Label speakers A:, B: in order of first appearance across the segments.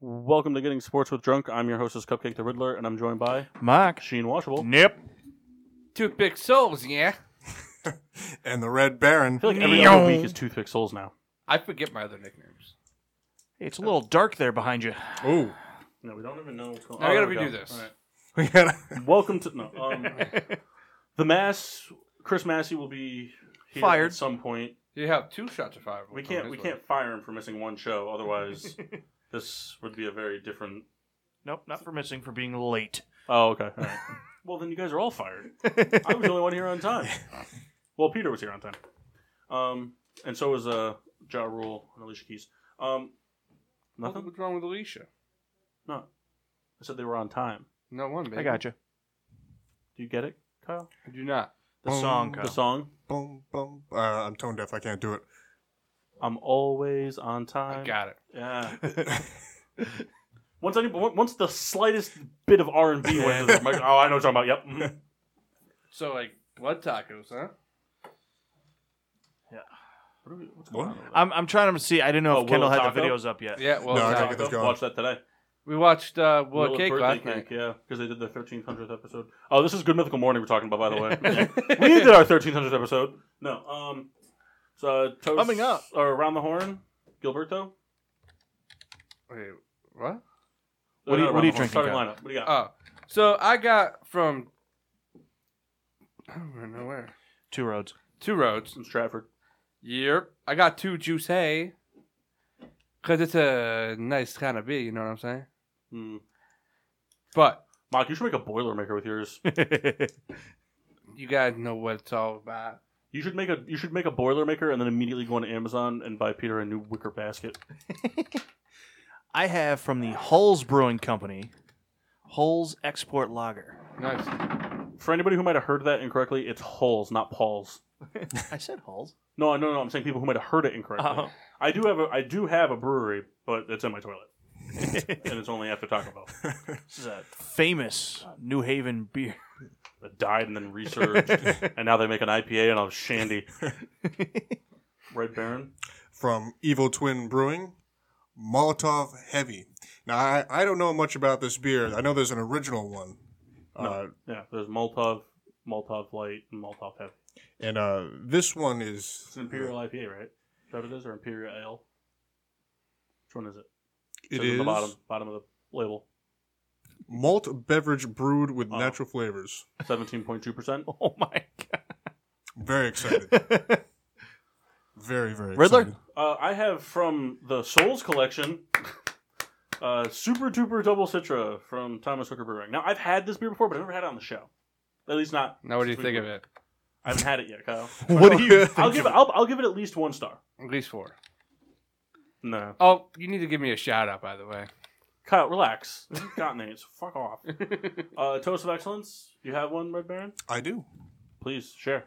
A: Welcome to Getting Sports with Drunk. I'm your hostess, Cupcake the Riddler, and I'm joined by
B: Mark.
A: Sheen Washable.
B: Yep.
C: Toothpick souls, yeah.
D: and the Red Baron.
A: I feel like every other week is Toothpick Souls now.
C: I forget my other nicknames.
B: It's a little dark there behind you.
D: Ooh,
A: No, we don't even know what's going
C: Now I gotta
A: there we
C: redo
A: go.
C: this.
A: All right.
D: we got
A: Welcome to no. Um, the Mass. Chris Massey will be here
B: Fired.
A: at some point.
C: You have two shots of fire.
A: We can't. We can't fire him for missing one show. Otherwise, this would be a very different.
B: Nope, not for missing for being late.
A: Oh, okay. All right. well, then you guys are all fired. I was the only one here on time. Well, Peter was here on time. Um, and so was uh Ja Rule and Alicia Keys. Um, nothing.
C: What's wrong with Alicia?
A: No. I said they were on time.
C: No one, baby.
B: I got you.
A: Do you get it, Kyle?
C: I do not.
B: The
D: Boom.
B: song, Kyle.
A: The song.
D: boom, boom. Uh, I'm tone deaf. I can't do
A: I'm always on time.
C: I got it.
A: Yeah.
D: it.
A: Once any, on- once the slightest bit of R and B went to the mic- oh, I know what you're talking about. Yep. Mhm.
C: So like blood tacos, huh?
A: What are we- what's
D: What?
A: going on over there?
B: I'm, I'm trying to see. I didn't know
A: Oh,
B: if Kendall
A: Willow
B: had the
A: Taco?
B: videos up yet.
C: Yeah. Well,
D: No, I
C: uh,
D: gotta get this going.
A: Watch that today.
C: we watched uh, Blood
A: Willa's
C: Cake
A: birthday
C: last
A: cake,
C: night.
A: yeah, because they did their 1300th episode. Oh, this is Good Mythical Morning we're talking about, by the way. we did our 1300th episode. No, um, so uh, toast
B: Coming up.
A: or around the horn, Gilberto.
C: Wait, what?
B: What are you-
A: not Uh, Around
B: what are you
A: the Horn,
B: drinking,
A: Starting
B: Kyle?
A: lineup. What do you got?
C: Oh, so I got from. I don't even know where.
B: Two roads.
C: Two roads.
A: Some Stratford.
C: Yep. I got two juice hay. Cause it's a nice kind of beer, you know what I'm saying?
A: Mm.
C: But
A: Mike, you should make a Boilermaker with yours.
C: you guys know what it's all about.
A: You should make a you should make a Boilermaker and then immediately go on Amazon and buy Peter a new wicker basket.
B: I have from the Hulls Brewing Company, Hulls Export Lager.
C: Nice.
A: For anybody who might have heard that incorrectly, it's Hulls, not Pauls.
B: I said Hulls.
A: No, no, no. I'm saying people who might have heard it incorrectly.
B: Oh.
A: I do have a I do have a brewery, but it's in my toilet, and it's only after Taco Bell.
B: This is a famous New Haven beer.
A: It died and then resurged, and now they make an IPA and a shandy. Red Baron.
D: From Evil Twin Brewing, Molotov Heavy. Now, I, I don't know much about this beer. I know there's an original one. Uh,
A: Yeah, there's Molotov, Molotov Light, and Molotov Heavy.
D: and uh, this one
A: It's
D: is
A: an Imperial IPA, right? Is that what it is, or Imperial Ale? Which one is it?
D: it
A: says on
D: is
A: the bottom bottom of the label.
D: malt beverage brewed with
A: Oh.
D: natural flavors.
A: Seventeen point two percent.
B: Oh my
D: Very excited.
B: god.
D: very very.
B: Riddler?
D: excited.
A: Uh, I have from the Souls collection, uh, Super Duper Double Citra from Thomas Hooker Brewing. Now I've had this beer before, but I've never had it on the show. At least not.
C: Now, what do you
A: since we-
C: think of it?
A: I haven't had it yet, Kyle.
B: what do you
A: I'll give it. I'll, I'll give it at least one star.
C: At least four.
A: No,
C: Oh, you need to give me a shout out, by the way.
A: Kyle, relax. You've got names. Fuck off. Uh, Toast of Excellence. You have one, Red Baron.
D: I do.
A: Please share.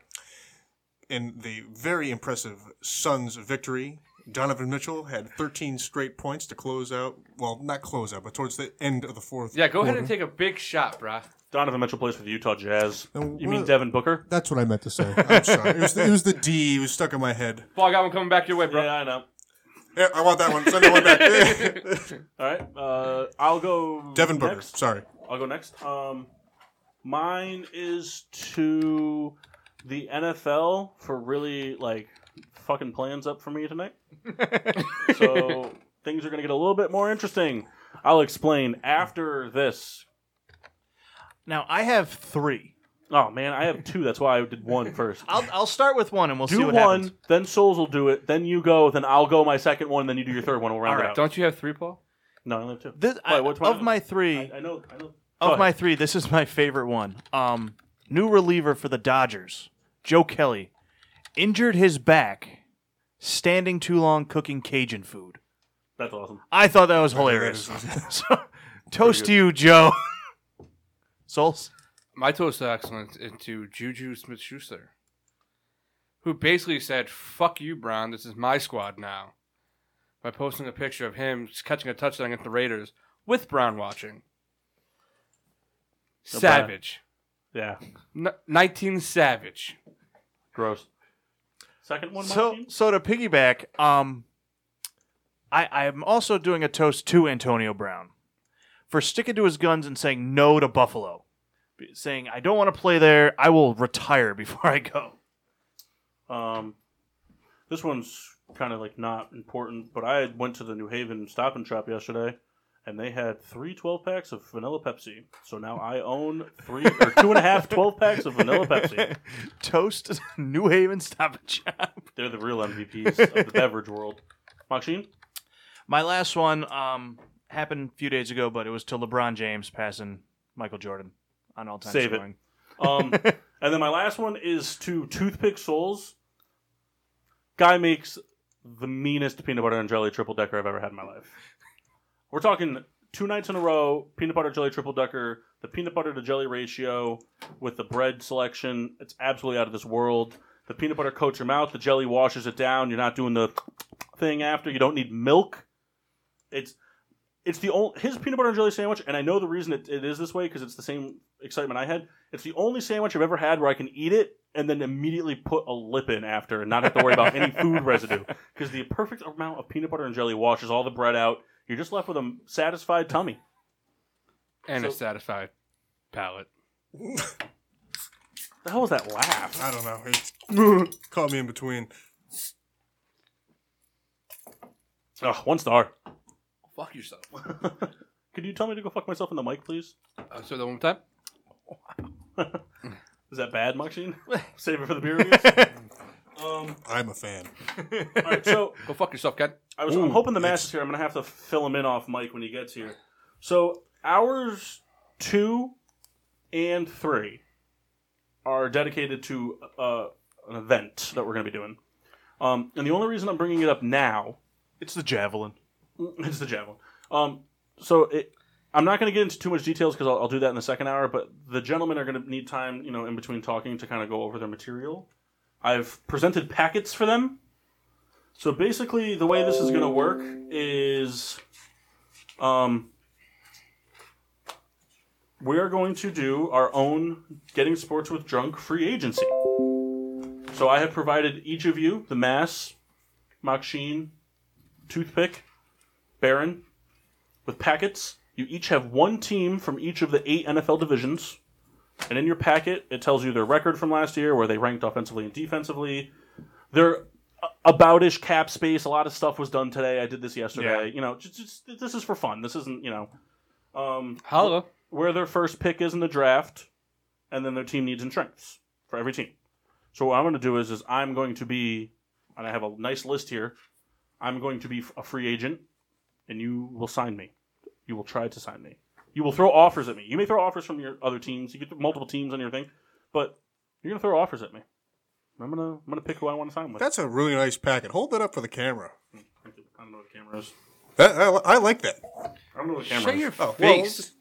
D: In the very impressive Suns victory, Donovan Mitchell had 13 straight points to close out. Well, not close out, but towards the end of the fourth.
C: yeah, go ahead and take a big shot, bruh.
A: Donovan Mitchell plays for the Utah Jazz.
D: No,
A: You mean
D: what-
A: Devin Booker?
D: That's what I meant to say. I'm sorry. It was the, it was the D. It was stuck in my head.
C: Ball got one coming back your way, bro.
A: Yeah, I know.
D: Yeah, I want that one. Send that one back.
A: All right. Uh, I'll go.
D: Devin Booker.
A: next.
D: Sorry.
A: I'll go next. Um, mine is to the NFL for really like fucking plans up for me tonight. so things are gonna get a little bit more interesting. I'll explain after this.
B: Now I have three.
A: Oh man, I have two. That's why I did one first.
B: I'll I'll start with one and we'll see
A: do
B: what
A: one,
B: happens.
A: then Souls will do it. Then you go. Then I'll go my second one. Then you do your third one. We'll round
B: All
A: it
B: right,
A: out.
C: Don't you have three, Paul?
A: no, I only have two.
B: This, I-
A: Wait, what's
B: of
A: mine?
B: my three,
A: I, I know. I know. Go
B: of my
A: ahead.
B: three, this is my favorite one. Um, new reliever for the Dodgers, Joe Kelly, injured his back standing too long cooking Cajun food.
A: That's awesome.
B: I thought that was hilarious. so, toast to you, Joe. Souls.
C: my toast of excellence into Juju Smith Schuster, who basically said, Fuck you, Brown, this is my squad now. By posting a picture of him catching a touchdown against the Raiders with Brown watching.
A: So
C: savage.
A: Yeah.
C: N- 19 Savage.
A: Gross. Second one,
B: So,
A: Martin?
B: so to piggyback, um, I I'm also doing a toast to Antonio Brown for sticking to his guns and saying no to Buffalo, B- saying I don't want to play there. I will retire before I go.
A: Um, this one's kind of like not important, but I went to the New Haven Stop and Shop yesterday, and they had three 12 packs of vanilla Pepsi. So now I own three or two and a half 12 packs of vanilla Pepsi.
B: toast to New Haven Stop and Shop.
A: They're the real MVPs of the beverage world. Maxine,
B: My last one um happened a few days ago, but it was to LeBron James passing Michael Jordan on all time
A: Save it.
B: scoring.
A: Um, and then my last one is to Toothpick Souls. Guy makes the meanest peanut butter and jelly triple decker I've ever had in my life. We're talking two nights in a row peanut butter jelly triple decker, the peanut butter to jelly ratio with the bread selection. It's absolutely out of this world. The peanut butter coats your mouth, the jelly washes it down. You're not doing the thing after. You don't need milk. It's it's the only his peanut butter and jelly sandwich, and I know the reason it, it is this way because it's the same excitement I had. It's the only sandwich I've ever had where I can eat it and then immediately put a lip in after and not have to worry about any food residue because the perfect amount of peanut butter and jelly washes all the bread out. You're just left with a satisfied tummy.
C: And a
A: So-
C: satisfied palate.
A: The hell was that laugh?
D: I don't know. It caught me in between.
A: Ugh, one star.
C: Fuck yourself.
A: Could you tell me to go fuck myself in the mic, please?
C: Uh, so, the one more time?
A: Is that bad, Maxine? Save it for the beer. reviews? um,
D: I'm a fan.
A: all right, so
C: Go fuck yourself, Ken.
A: I was, I'm hoping the master's here. I'm gonna have to fill him in off Mike when he gets here. So hours two and three are dedicated to uh, an event that we're gonna be doing. Um, and the only reason I'm bringing it up now
B: It's the javelin.
A: it's the javelin. Um, so it, I'm not going to get into too much details because I'll, I'll do that in the second hour. But the gentlemen are going to need time, you know, in between talking to kind of go over their material. I've presented packets for them. So basically, the way this is going to work is, um, we are going to do our own getting sports with drunk free agency. So I have provided each of you the mass, Machine, toothpick, Baron, with packets. You each have one team from each of the eight NFL divisions. And in your packet, it tells you their record from last year, where they ranked offensively and defensively. Their about ish cap space. A lot of stuff was done today. I did this yesterday. You know, just, just, this is for fun. This isn't, you know. Um,
C: Hello.
A: where their first pick is in the draft, and then their team needs and strengths for every team. So what I'm going to do is, is I'm going to be, and I have a nice list here. I'm going to be a free agent, and you will sign me. You will try to sign me. You will throw offers at me. You may throw offers from your other teams. You get multiple teams on your thing, but you're going to throw offers at me. I'm gonna, I'm gonna pick who I want to sign with.
D: That's a really nice packet. Hold that up for the camera.
A: I don't know what the camera is.
D: That, I, I like that.
A: I don't know what the camera
C: Shut
A: is.
C: your
D: Oh, well,
C: face.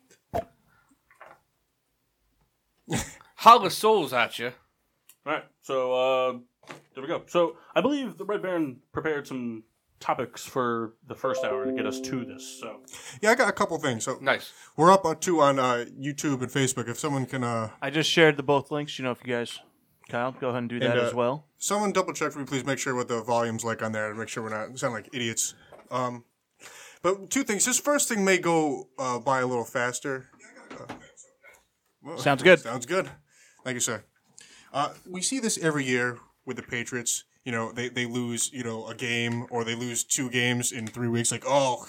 C: Holla souls at you.
A: All right, so uh, there we go. So I believe the Red Baron prepared some topics for the first hour to get us to this. So
D: Yeah, I got a couple things. So
C: Nice.
D: we're up uh, too on uh, YouTube and Facebook. If someone can, uh,
B: I just shared the both links. You know, if you guys, Kyle, go ahead and do that
D: uh,
B: as well.
D: someone double check for me, please. Make sure what the volume's like on there, and make sure we're not sound like idiots. Um, but two things. This first thing may go uh, by a little faster. Well,
B: Sounds good.
D: Sounds good. Thank you, sir. Uh, we see this every year with the Patriots. You know, they, they lose, you know, a game or they lose two games in three weeks. Like, oh,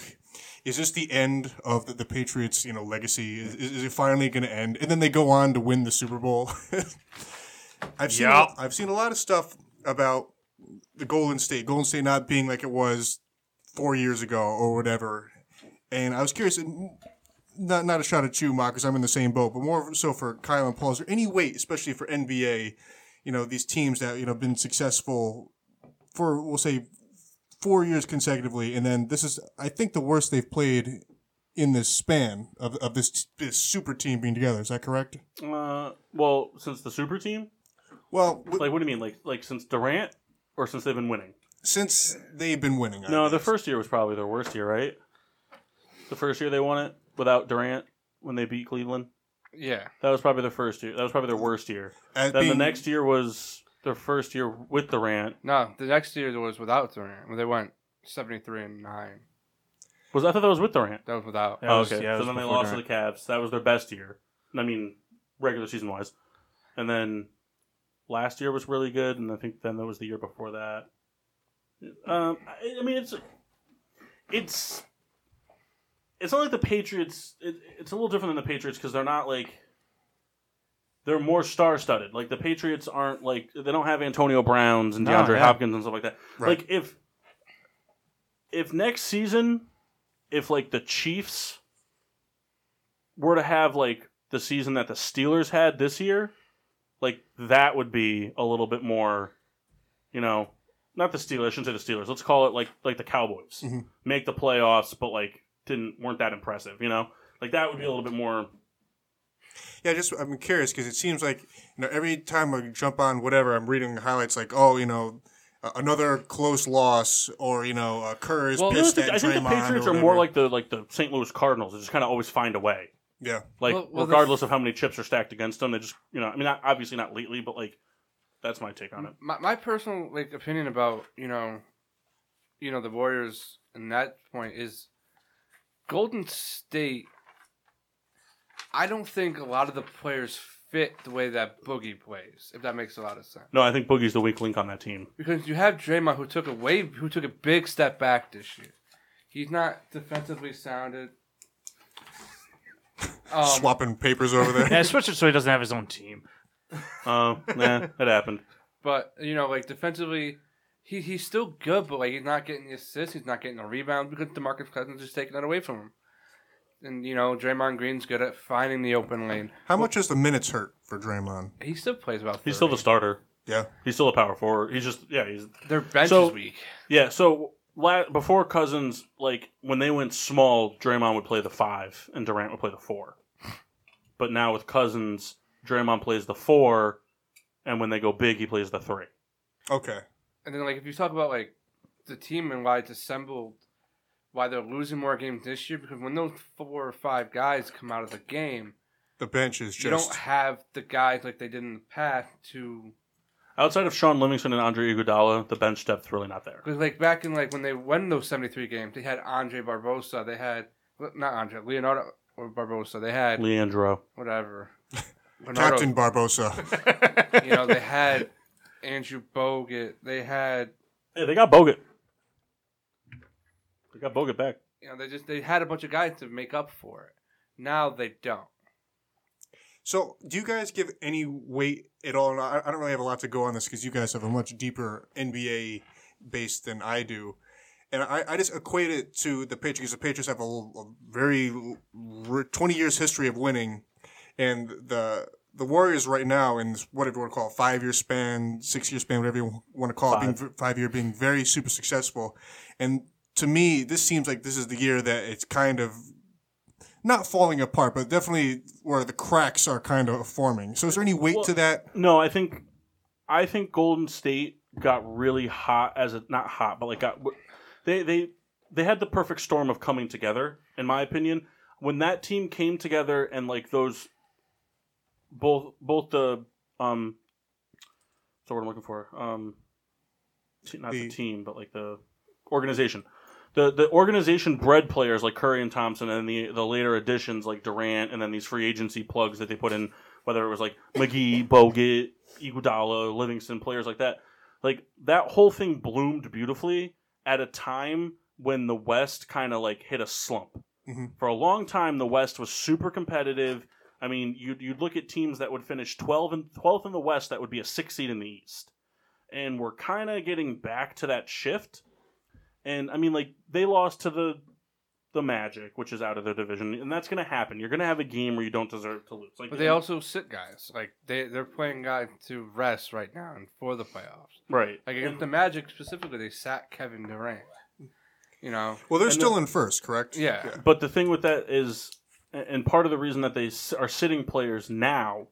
D: is this the end of the, the Patriots, you know, legacy? Is, is, is it finally going to end? And then they go on to win the Super Bowl. I've seen
B: Yeah.
D: I've seen a lot of stuff about the Golden State, Golden State not being like it was four years ago or whatever. And I was curious, and not not a shot at you, Mark, because I'm in the same boat, but more so for Kyle and Paul. Is there any way, especially for NBA, you know, these teams that you know have been successful for we'll say four years consecutively, and then this is I think the worst they've played in this span of of this this super team being together. Is that correct?
A: Uh, well, since the super team,
D: Well, w-
A: like what do you mean, like like since Durant, or since they've been winning?
D: since they've been winning, I
A: No, the
D: guess.
A: first year was probably their worst year, right? The first year they won it without Durant when they beat Cleveland.
C: Yeah.
A: That was probably their first year. That was probably their worst year.
D: At
A: Then the
D: being-
A: next year was their first year with Durant.
C: No, the next year was without Durant. When they went seventy three and nine,
A: Was I thought that was with Durant?
C: that was without.
B: Yeah, it was-
A: okay.
B: yeah, it
A: so
B: was
A: then they
B: before
A: lost to the Cavs. That was their best year. I mean, regular season wise. And then last year was really good, and I think then that was the year before that. Um, I, I mean, it's it's it's not like the Patriots. It, it's a little different than the Patriots because they're not like they're more star studded. Like the Patriots aren't like they don't have Antonio Browns and
B: No,
A: DeAndre
B: yeah.
A: Hopkins and stuff like that.
D: Right.
A: Like if if next season, if like the Chiefs were to have like the season that the Steelers had this year, like that would be a little bit more, you know, not the Steelers. I shouldn't say the Steelers. Let's call it like like the Cowboys
D: Mhm.
A: make the playoffs, but like didn't weren't that impressive. You know, like that would be a little bit more.
D: Yeah, just I'm curious because it seems like you know every time I jump on whatever I'm reading highlights like oh you know a- another close loss or you know uh, Kerr is
C: Well,
A: I
D: pissed
A: think
D: at
A: I think the
D: Draymond or
A: Patriots are more
D: whatever.
A: like the like the St. Louis Cardinals. They just kind of always find a way.
D: yeah
A: Like
C: Well- well, the-
A: regardless of how many chips are stacked against them, they just you know I mean not, obviously not lately, but like that's my take on it.
C: My, my personal like opinion about you know, you know the Warriors and that point is, Golden State. I don't think a lot of the players fit the way that Boogie plays. If that makes a lot of sense.
A: No, I think Boogie's the weak link on that team.
C: Because you have Draymond, who took a wave, who took a big step back this year. He's not defensively sounded. Um,
D: swapping papers over there.
B: Yeah, switch it so he doesn't have his own team.
A: Uh, nah, it happened.
C: But you know, like defensively, he he's still good, but like he's not getting the assists, he's not getting the rebound because DeMarcus Cousins is taking that away from him. And you know, Draymond Green's good at finding the open lane.
D: How much does the minutes hurt for Draymond?
C: He still plays about. 30.
A: He's still the starter.
D: Yeah,
A: He's still a power forward. He's just yeah. He's
C: their bench
A: So-
C: is weak.
A: yeah. So la- before Cousins, like when they went small, Draymond would play the five and Durant would play the four. But now with Cousins, Draymond plays the four, and when they go big, he plays the three.
D: okay.
C: And then like if you talk about like the team and why it's assembled, why they're losing more games this year because when those four or five guys come out of the game,
D: The bench is
C: you
D: just
C: don't have the guys like they did in the past to
A: Outside of Sean Livingston and Andre Iguodala, the bench depth's really not there.
C: because like back in like when they won those seventy three games, they had Andre Barbosa, they had not Andre Leonardo or Barbosa, they had
A: Leandro.
C: whatever Leonardo-
D: Captain Barbosa.
C: you know they had Andrew Bogut, they had
A: Hey, they got Bogut. They got Bogut back.
C: you know they just they had a bunch of guys to make up for it. Now they don't.
D: So, do you guys give any weight at all? And I, I don't really have a lot to go on this because you guys have a much deeper NBA base than I do. And I, I just equate it to the Patriots. The Patriots have a, l- a very l- r- 20 years history of winning. And the the Warriors right now, in this, whatever you want to call it, five year span, six year span, whatever you want to call it, being v- five year, being very super successful. And to me, this seems like this is the year that it's kind of not falling apart, but definitely where the cracks are kind of forming. So is there any weight
A: Well-
D: to that?
A: No, I think I think Golden State got really hot as a not hot, but like got they they they had the perfect storm of coming together in my opinion. When that team came together and like those both both the um so what I'm looking for um t- not the,
D: The-
A: team but like the organization the the organization bred players like Curry and Thompson and the the later additions like Durant and then these free agency plugs that they put in whether it was like McGee, Bogut, Iguodala, Livingston, players like that. Like that whole thing bloomed beautifully at a time when the West kind of like hit a slump.
D: Mhm.
A: For a long time, the West was super competitive. I mean, you'd, you'd look at teams that would finish 12 and 12th in the West that would be a six seed in the East. And we're kind of getting back to that shift. And I mean, like they lost to the the Magic, which is out of their division, and that's going to happen. You're going to have a game where you don't deserve to lose. Like
C: But they also sit guys. Like they they're playing guys to rest right now and for the playoffs.
A: right.
C: Like against the Magic specifically, they sat Kevin Durant. You know.
D: Well, they're
A: And
D: still in first, correct?
C: Yeah.
A: But the thing with that is, and part of the reason that they s- are sitting players now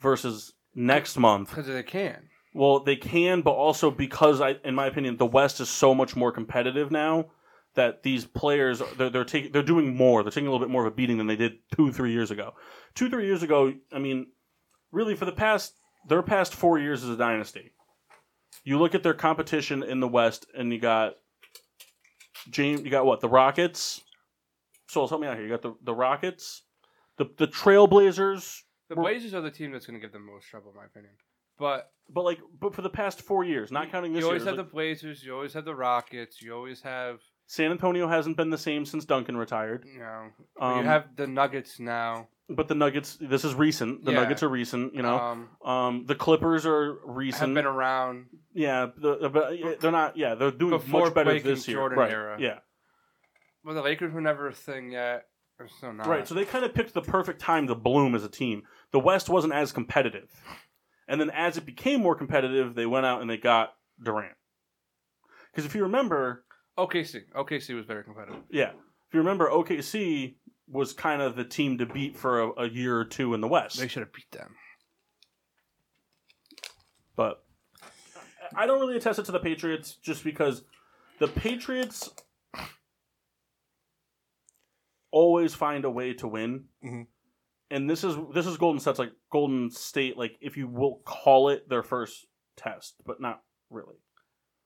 A: versus next month,
C: Because they can.
A: well, they can, but also because I, in my opinion, the West is so much more competitive now that these players are- they're they're taking they're doing more. They're taking a little bit more of a beating than they did two three years ago. Two three years ago, I mean, really for the past their past four years as a dynasty. You look at their competition in the West, and you got James. You got what the Rockets. So help me out here. You got the the Rockets, the the Trailblazers,
C: The
A: Well-
C: Blazers are the team that's going to give them most trouble, in my opinion. But
A: but like but for the past four years, not counting this year,
C: you always
A: it's
C: have
A: like-
C: the Blazers. You always have the Rockets. You always have
A: San Antonio hasn't been the same since Duncan retired.
C: you know.
A: Um,
C: you have the Nuggets now.
A: but the Nuggets. This is recent. The
C: Yeah.
A: Nuggets are recent. You know,
C: um,
A: um, the Clippers are
C: have
A: recent.
C: been around.
A: yeah, the, the- but they're not. Yeah, they're doing
C: Before
A: much better
C: Blake and
A: this year.
C: Jordan
A: right?
C: era.
A: Yeah,
C: Well, the Lakers were never a thing yet. They're still not.
A: right. So they kind of picked the perfect time to bloom as a team. The West wasn't as competitive, and then as it became more competitive, they went out and they got Durant. Because if you remember,
C: OKC. OKC was very competitive.
A: Yeah. If you remember, OKC was kind of the team to beat for a, a year or two in the West.
C: They should have beat them.
A: But I don't really attest it to the Patriots just because the Patriots always find a way to win.
D: Mhm.
A: And this is this is Golden State's like Golden State like if you will call it their first test, but not really.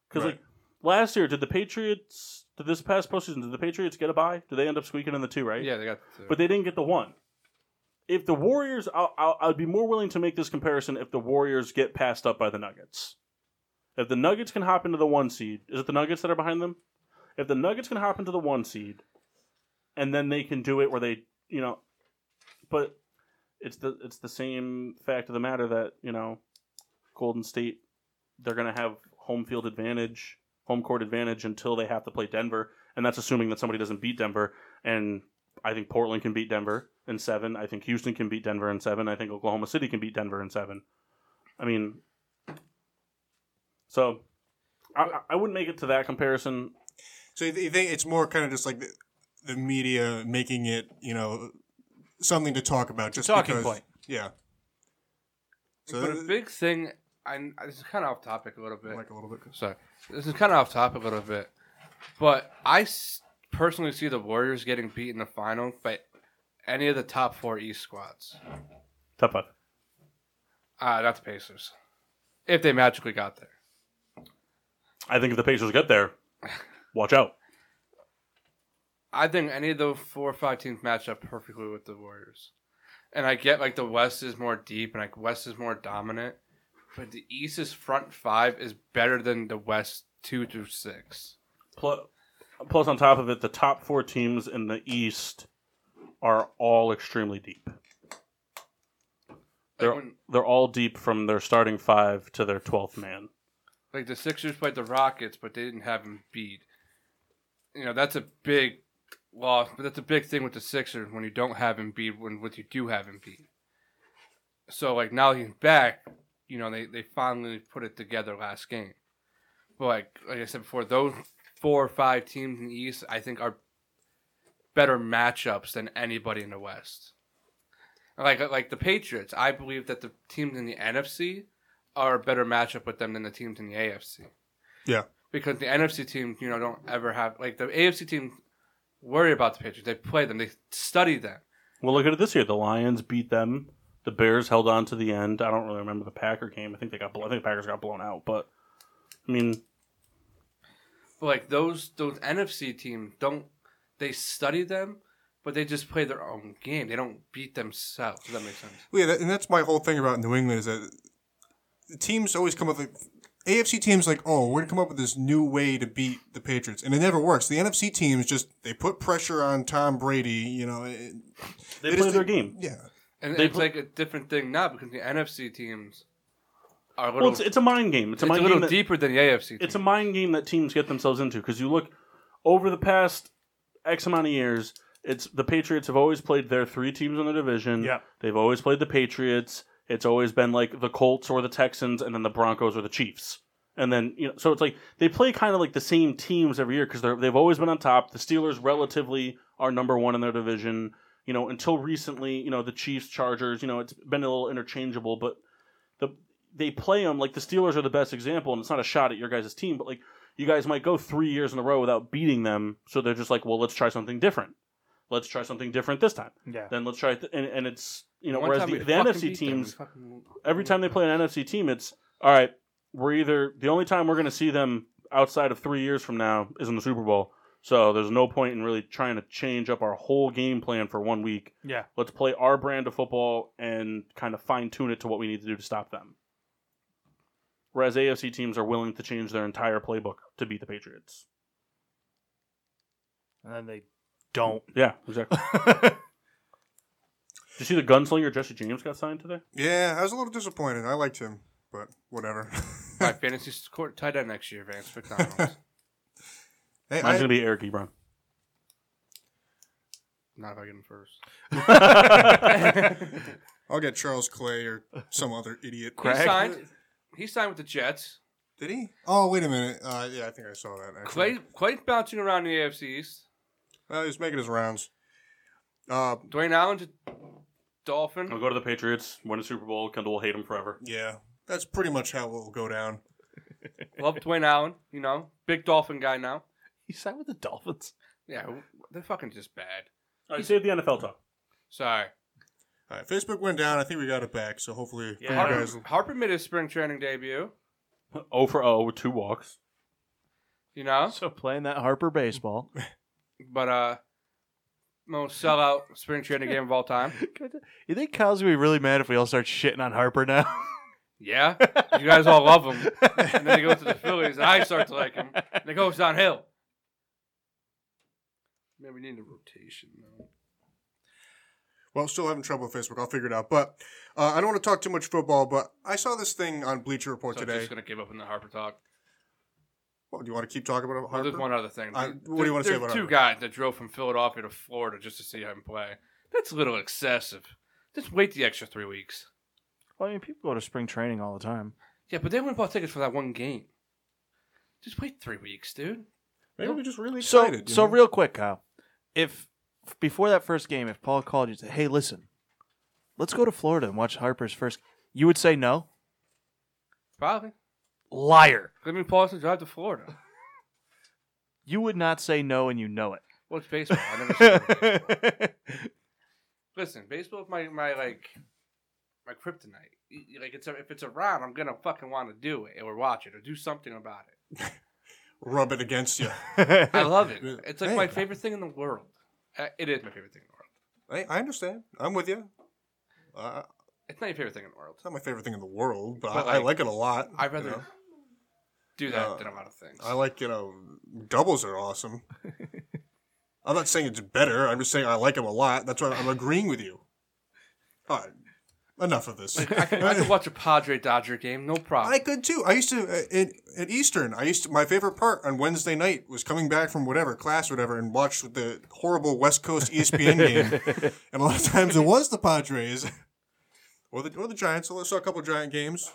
A: Because
D: Right.
A: like last year, did the Patriots did this past postseason did the Patriots get a bye? Did they end up squeaking in the two? Right?
C: Yeah, they got. The,
A: but they didn't get the one. If the Warriors, I'll, I'll, I'd be more willing to make this comparison if the Warriors get passed up by the Nuggets. If the Nuggets can hop into the one seed, is it the Nuggets that are behind them? If the Nuggets can hop into the one seed, and then they can do it where they, you know, but it's the it's the same fact of the matter that you know, Golden State, they're gonna have home field advantage, home court advantage until they have to play Denver, and that's assuming that somebody doesn't beat Denver and I think Portland can beat Denver in seven. I think Houston can beat Denver in seven. I think Oklahoma City can beat Denver in seven. I mean, so I- I, I wouldn't make it to that comparison.
D: So you th- you think it's more kind of just like the, the media making it, you know, something to talk about. Just
B: talking
D: because,
B: point.
D: Yeah. So
C: but a big thing. I, this is kind of off topic a little bit.
D: like a little bit.
C: Sorry, this is kind of off topic a little bit, but I s- personally see the Warriors getting beat in the final by any of the top four East squads.
A: Top five.
C: Uh, not the Pacers, if they magically got there.
A: I think if the Pacers get there, watch out.
C: I think any of the four or five teams match up perfectly with the Warriors, and I get like the West is more deep and like West is more dominant, but the East's front five is better than the West two through six.
A: Plus, plus on top of it, the top four teams in the East are all extremely deep.
C: Like,
A: They're,
C: when,
A: they're all deep from their starting five to their 12th man.
C: Like the Sixers played the Rockets, but they didn't have Embiid. You know that's a big loss, but that's a big thing with the Sixers when you don't have Embiid when what you do have Embiid. So like now he's back, you know they they finally put it together last game. But like like I said before, those four or five teams in the East I think are better matchups than anybody in the West. Like like the Patriots, I believe that the teams in the NFC are a better matchup with them than the teams in the AFC.
D: Yeah.
C: Because the NFC teams, you know, don't ever have like the AFC teams worry about the Patriots. They play them. They study them.
A: Well, look at it this year. The Lions beat them. The Bears held on to the end. I don't really remember the Packer game. I think they got. Blo- I think the Packers got blown out. But I mean,
C: But like those those NFC teams don't they study them, but they just play their own game. They don't beat themselves. Does that make sense?
D: Well, yeah, that, and that's my whole thing about New England is that the teams always come up with AFC teams like, oh, we're gonna come up with this new way to beat the Patriots, and it never works. The NFC teams just they put pressure on Tom Brady, you know. It,
A: they,
D: They
A: play
D: just
A: their
D: think-
A: game.
D: yeah,
C: And
A: They
C: it's
A: pl-
C: like a different thing now because the NFC teams are a little,
A: Well, it's, it's a mind game. It's
C: it's
A: a
C: a
A: mind
C: little
A: game. That,
C: deeper than the AFC.
A: it's a
C: team.
A: mind game that teams get themselves into because you look over the past X amount of years, it's the Patriots have always played their three teams in the division.
B: Yeah.
A: They've always played the Patriots. It's always been like the Colts or the Texans, and then the Broncos or the Chiefs. And then you know, so it's like they play kind of like the same teams every year because they've always been on top. The Steelers relatively are number one in their division. You know, until recently, you know, the Chiefs, Chargers. You know, it's been a little interchangeable, but the they play them like the Steelers are the best example, and it's not a shot at your guys' team, but like you guys might go three years in a row without beating them, so they're just like, well, let's try something different. Let's try something different this time.
B: Yeah.
A: Then let's try, th- and, and it's you know,
C: One
A: whereas
C: time
A: the,
C: we
A: the
C: fucking
A: NFC
C: beat them.
A: teams,
C: We fucking-
A: every time they play an NFC team, it's all right. We're either the only time we're going to see them outside of three years from now is in the Super Bowl. So there's no point in really trying to change up our whole game plan for one week.
B: Yeah.
A: Let's play our brand of football and kind of fine tune it to what we need to do to stop them. Whereas AFC teams are willing to change their entire playbook to beat the Patriots.
B: And then they don't.
A: Yeah, exactly. Did you see the gunslinger Jesse James got signed today?
D: Yeah, I was a little disappointed. I liked him, but whatever.
C: My fantasy court tight end next year, Vance McDonald.
D: Hey,
A: Mine's
D: I-
A: gonna be Eric Ebron.
C: Not if I get him first.
D: I'll get Charles Clay or some other idiot.
C: He signed. He signed with the Jets.
D: Did he? Oh, wait a minute. Uh, yeah, I think I saw that. Actually.
C: Clay, Clay's bouncing around in the AFC East.
D: Well, he's making his rounds. Uh,
C: Dwayne Allen to Dolphin.
A: I'll go to the Patriots, win a Super Bowl. Kendall will hate him forever.
D: yeah, that's pretty much how it'll go down.
C: Love Dwayne Allen. You know, big Dolphin guy now.
B: he signed with the Dolphins.
C: Yeah, who- they're fucking just bad.
A: All right, save the NFL talk.
C: Sorry.
D: All right, Facebook went down. I think we got it back. So hopefully,
B: Yeah.
D: you guys.
C: Harper, Harper made his spring training debut.
A: O Oh for O with two walks.
C: You know,
B: So playing that Harper baseball.
C: but uh, most sellout spring training game of all time.
B: you think Kyle's gonna be really mad if we all start shitting on Harper now?
C: Yeah, you guys all love him. And then they go to the Phillies, and I start to like him. And it goes downhill. Man, we need a rotation. Man.
D: Well, still having trouble with Facebook. I'll figure it out. But uh, I don't want to talk too much football. But I saw this thing on Bleacher Report
C: So I'm
D: today.
C: just gonna give up on the Harper talk.
D: Well, do you want to keep talking about
C: Well,
D: Harper?
C: there's one other thing.
D: Uh,
C: There-
D: what do you wanna say
C: there's
D: about
C: two
D: Harper?
C: guys that drove from Philadelphia to Florida just to see him play? That's a little excessive. Just wait the extra three weeks.
B: well, I mean, people go to spring training all the time.
C: Yeah, but they wouldn't bought tickets for that one game. Just wait three weeks, dude.
D: Maybe we're just really
B: So,
D: excited. you
B: so
D: know?
B: real quick, Kyle. If before that first game, if Paul called you and said, "Hey, listen, let's go to Florida and watch Harper's first," you would say no.
C: Probably.
B: Liar.
C: Let me pause and drive to Florida.
B: You would not say no, and you know it.
C: Well, it's baseball. I never said it. Listen, baseball's my my like my kryptonite. Y- y- Like it's a, if it's around, I'm gonna fucking want to do it or watch it or do something about it.
D: rub it against you.
C: I love it.
D: Yeah.
C: It's like
D: Hey.
C: my favorite thing in the world. Uh, It is my favorite thing in the world.
D: I, I understand. I'm with you. Uh,
C: It's not your favorite thing in the world.
D: it's not my favorite thing in the world, but,
C: But,
D: I, I
C: like,
D: like it a lot.
C: I'd
D: you
C: rather
D: know?
C: do that
D: Uh,
C: than a lot of things.
D: I like, you know, doubles are awesome. I'm not saying it's better. I'm just saying I like them a lot. That's why I'm agreeing with you. All right. Enough of this.
C: I could, I could watch a Padre Dodger game, no problem.
D: I could too. I used to uh, at, at Eastern. I used to, my favorite part on Wednesday night was coming back from whatever class, or whatever, and watched the horrible West Coast E ESPN game. And a lot of times it was the Padres or the or the Giants. I saw a couple of Giant games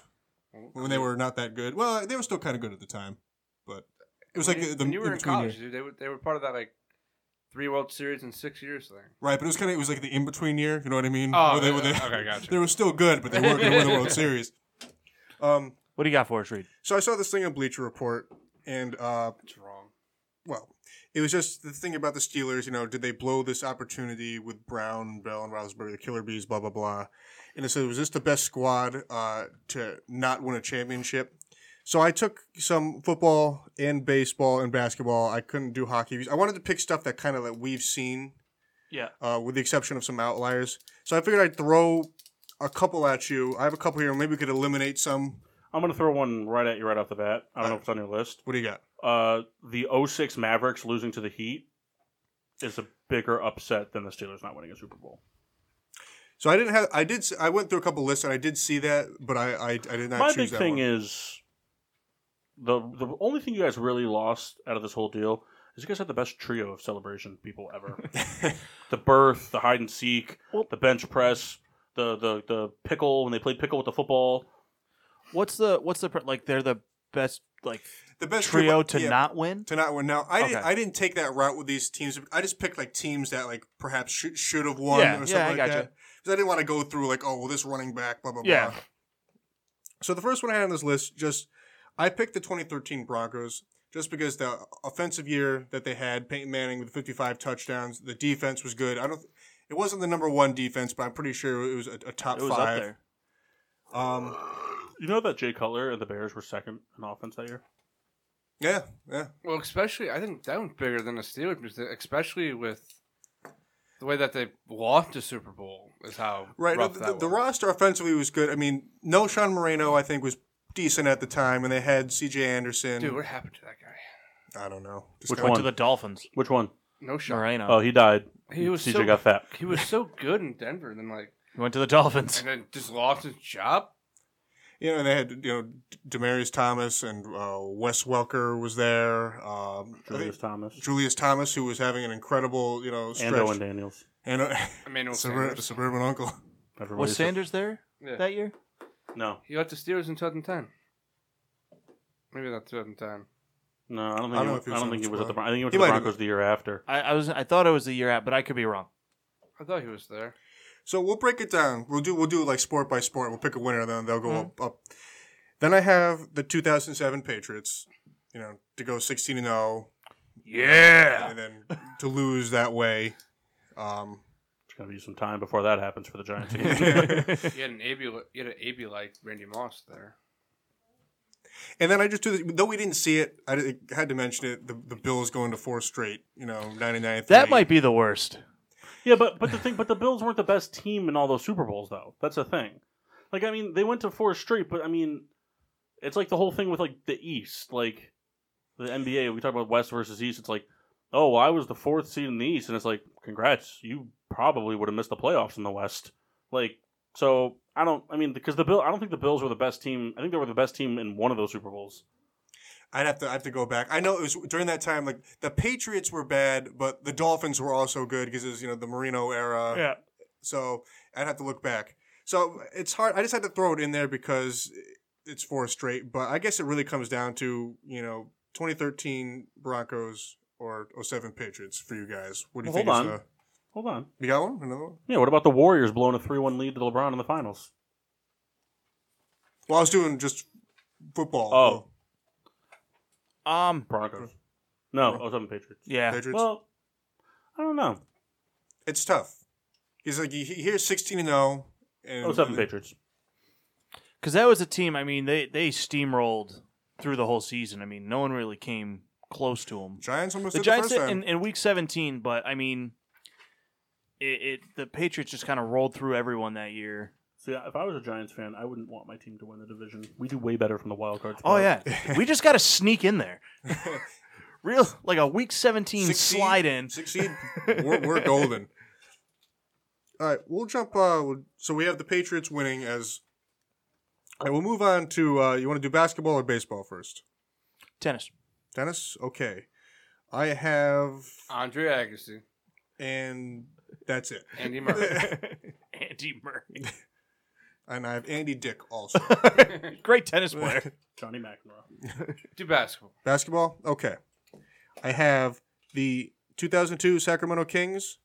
D: when they were not that good. Well, they were still kind of good at the time, but it was
C: When
D: like
C: you,
D: the, the
C: when you were in
D: in-between
C: college,
D: year.
C: dude, they were they were part of that like three World Series in six years thing.
D: Right, but it was kind of it was like the in between year. You know what I mean?
C: Oh,
D: Where they, where they,
C: yeah, okay, gotcha.
D: They were still good, but they weren't going to win the World Series. Um,
B: what do you got for us, Reed?
D: so I saw this thing on Bleacher Report, and uh,
C: It's wrong.
D: well, it was just the thing about the Steelers. You know, did they blow this opportunity with Brown, Bell, and Roethlisberger, the Killer Bees, blah blah blah? And it said, was this the best squad uh, to not win a championship? So I took some football and baseball and basketball. I couldn't do hockey. I wanted to pick stuff that kind of that we've seen
B: Yeah.
D: uh, with the exception of some outliers. So I figured I'd throw a couple at you. I have a couple here. Maybe we could eliminate some.
A: I'm gonna throw one right at you right off the bat. I don't know if it's on your list.
D: What do you got?
A: Uh, the 06 Mavericks losing to the Heat is a bigger upset than the Steelers not winning a Super Bowl.
D: So I didn't have. I did. s- I went through a couple lists and I did see that, but I I, I did not.
A: My
D: choose
A: big
D: that
A: thing
D: one.
A: is the the only thing you guys really lost out of this whole deal is you guys have the best trio of celebration people ever. the birth, the hide and seek, the bench press, the the the pickle when they played pickle with the football.
B: What's the what's the pr- like? They're the best like
D: The best
B: trio
D: triple-
B: to
D: yeah,
B: not win.
D: to not win. Now I didn't,
B: Okay.
D: I didn't take that route with these teams. I just picked like teams that like perhaps should should have won
B: Yeah,
D: or something
B: yeah, I
D: like
B: gotcha.
D: that. 'Cause I didn't want to go through like oh well this running back blah blah
B: Yeah.
D: blah. So the first one I had on this list just I picked the 2013 Broncos just because the offensive year that they had Peyton Manning with 55 touchdowns the defense was good. I don't it wasn't the number one defense but I'm pretty sure it was a, a top
B: It was
D: five.
B: up there.
D: Um
A: You know that Jay Cutler and the Bears were second in offense that year.
D: yeah yeah
C: Well, especially I think that one's bigger than the Steelers, because they- especially with the way that they lost the Super Bowl is how
D: Right.
C: rough
D: the,
C: that
D: the, the
C: was.
D: roster offensively was good. I mean, no Sean Moreno, I think, was decent at the time, and they had CJ Anderson.
C: Dude, what happened to that guy?
D: I don't know. This
A: Which
D: guy-
B: Went
A: one?
B: to the Dolphins.
A: Which one?
C: No shot.
B: Moreno.
A: Oh, he died.
C: He was
A: CJ
C: so-
A: got fat.
C: He was so good in Denver, and then like,
B: He went to the Dolphins.
C: and then just lost his job.
D: You know, they had you know D- Demarius Thomas and uh, Wes Welker was there. Um, I
A: Julius
D: think
A: Thomas.
D: Julius Thomas, who was having an incredible you know stretch,
A: And Owen Daniels.
D: and uh,
C: Emmanuel
D: suburb,
C: Sanders.
D: suburban uncle.
A: Everybody
B: Was
A: said-
B: Sanders there
C: Yeah.
B: that year?
A: No,
C: He left the Steelers in 2010. Maybe not 2010.
A: no, I don't
D: I don't know
A: think.
D: if he
A: he, I
D: was
A: don't
D: on
A: think
D: the
A: he was at
D: squad.
A: the. Bron- I think he went
D: He
A: to the
D: might have
A: Broncos the year after.
B: I, I was I thought it was the year at, but I could be wrong.
C: I thought he was there.
D: So we'll break it down. We'll do we'll do like sport by sport. We'll pick a winner, then they'll go up,
C: Mm-hmm.
D: up. Then I have the 2007 Patriots. You know, to go 16 and oh. 0.
B: Yeah.
D: and then to lose that way. Um,
A: It's gonna be some time before that happens for the Giants. again.
D: and
C: He had an AB. li- He had an AB like Randy Moss there.
D: then I just do this, though we didn't see it. I did- had to mention it. The, the Bills going to four straight. You know, ninety nine.
B: That might be the worst.
A: yeah, but but the thing, but the Bills weren't the best team in all those Super Bowls, though. That's the thing. Like, I mean, they went to four straight, but I mean, it's like the whole thing with like the East, like the NBA. We talk about West versus East. It's like, oh, well, I was the fourth seed in the East, and it's like, congrats, you probably would have missed the playoffs in the West. Like, so I don't. I mean, because the Bill, I don't think the Bills were the best team. I think they were the best team in one of those Super Bowls.
D: I'd have to. I have to go back. I know it was during that time. Like the Patriots were bad, but the Dolphins were also good because it was you know the Marino era.
B: Yeah.
D: So I'd have to look back. So it's hard. I just had to throw it in there because it's four straight. But I guess it really comes down to you know 2013 Broncos or 07 Patriots for you guys. What do you
A: Well,
D: think?
A: hold
D: is
A: on.
D: the-
A: Hold on.
D: you got one? Another one?
A: Yeah, what about the Warriors blowing a three-one lead to LeBron in the finals?
D: Well, I was doing just football.
A: Oh.
B: Um.
A: Broncos. No, I was on Patriots.
B: Yeah.
D: Patriots.
A: Well, I don't know.
D: it's tough. He's like he- he- here's 16 and 0. And
A: Oh, seven Patriots.
B: Because that was a team. I mean, they they steamrolled through the whole season. I mean, no one really came close to them.
D: Giants almost
B: The
D: did
B: Giants
D: the first time.
B: in, in week 17, but I mean, it, it the Patriots just kind of rolled through everyone that year.
A: See, if I was a Giants fan, I wouldn't want my team to win the division. We do way better from the wild card.
B: Oh
A: spot.
B: yeah, we just got to sneak in there. Real like a week 17
D: Six seed-
B: slide in.
D: Six seed, we're, we're golden. All right, we'll jump. Uh, we'll- so we have the Patriots winning as. All right, we'll move on to. Uh, you want to do basketball or baseball first?
B: Tennis.
D: Dennis? Okay. I have.
C: Andre Agassi,
D: And that's it.
C: Andy Murray.
B: Andy Murray,
D: And I have Andy Dick also.
B: great tennis player.
A: Johnny
D: Uh,
A: McEnroe.
C: Do basketball.
D: Basketball? Okay. I have the 2002 Sacramento Kings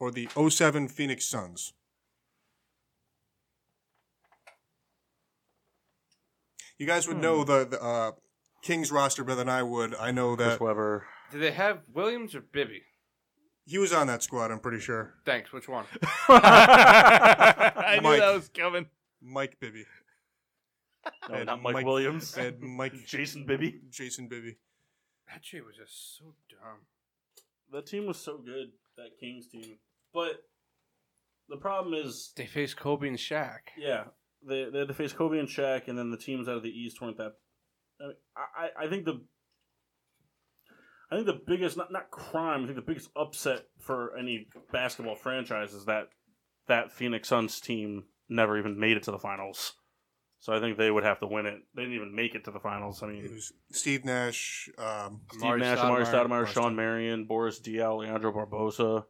D: or the 07 Phoenix Suns. You guys would know the, the uh, Kings roster better than I would. I know
A: Chris
D: that
A: Webber.
C: Did they have Williams or Bibby?
D: he was on that squad, I'm pretty sure.
C: Thanks. Which one?
B: I knew
D: Mike.
B: that was coming.
D: Mike Bibby.
A: No,
D: And
A: not Mike,
D: Mike-
A: Williams.
D: And Mike
A: Jason Bibby.
D: Jason Bibby.
C: That shit was just so dumb.
A: That team was so good. That Kings team. But the problem is,
C: They faced Kobe and Shaq.
A: yeah, they they had to face Kobe and Shaq, and then the teams out of the East weren't that. I mean, I, I- I think the. I think the biggest not not crime. I think the biggest upset for any basketball franchise is that that Phoenix Suns team never even made it to the finals. So I think they would have to win it. They didn't even make it to the finals. I
D: It
A: mean,
D: was Steve Nash. Um,
A: Steve
C: Amari
A: Nash, Amari
C: Stoudemire,
A: Stoudemire,
C: Amari
A: Sean
C: Stoudemire.
A: Marion, Boris Diaw, Leandro Barbosa.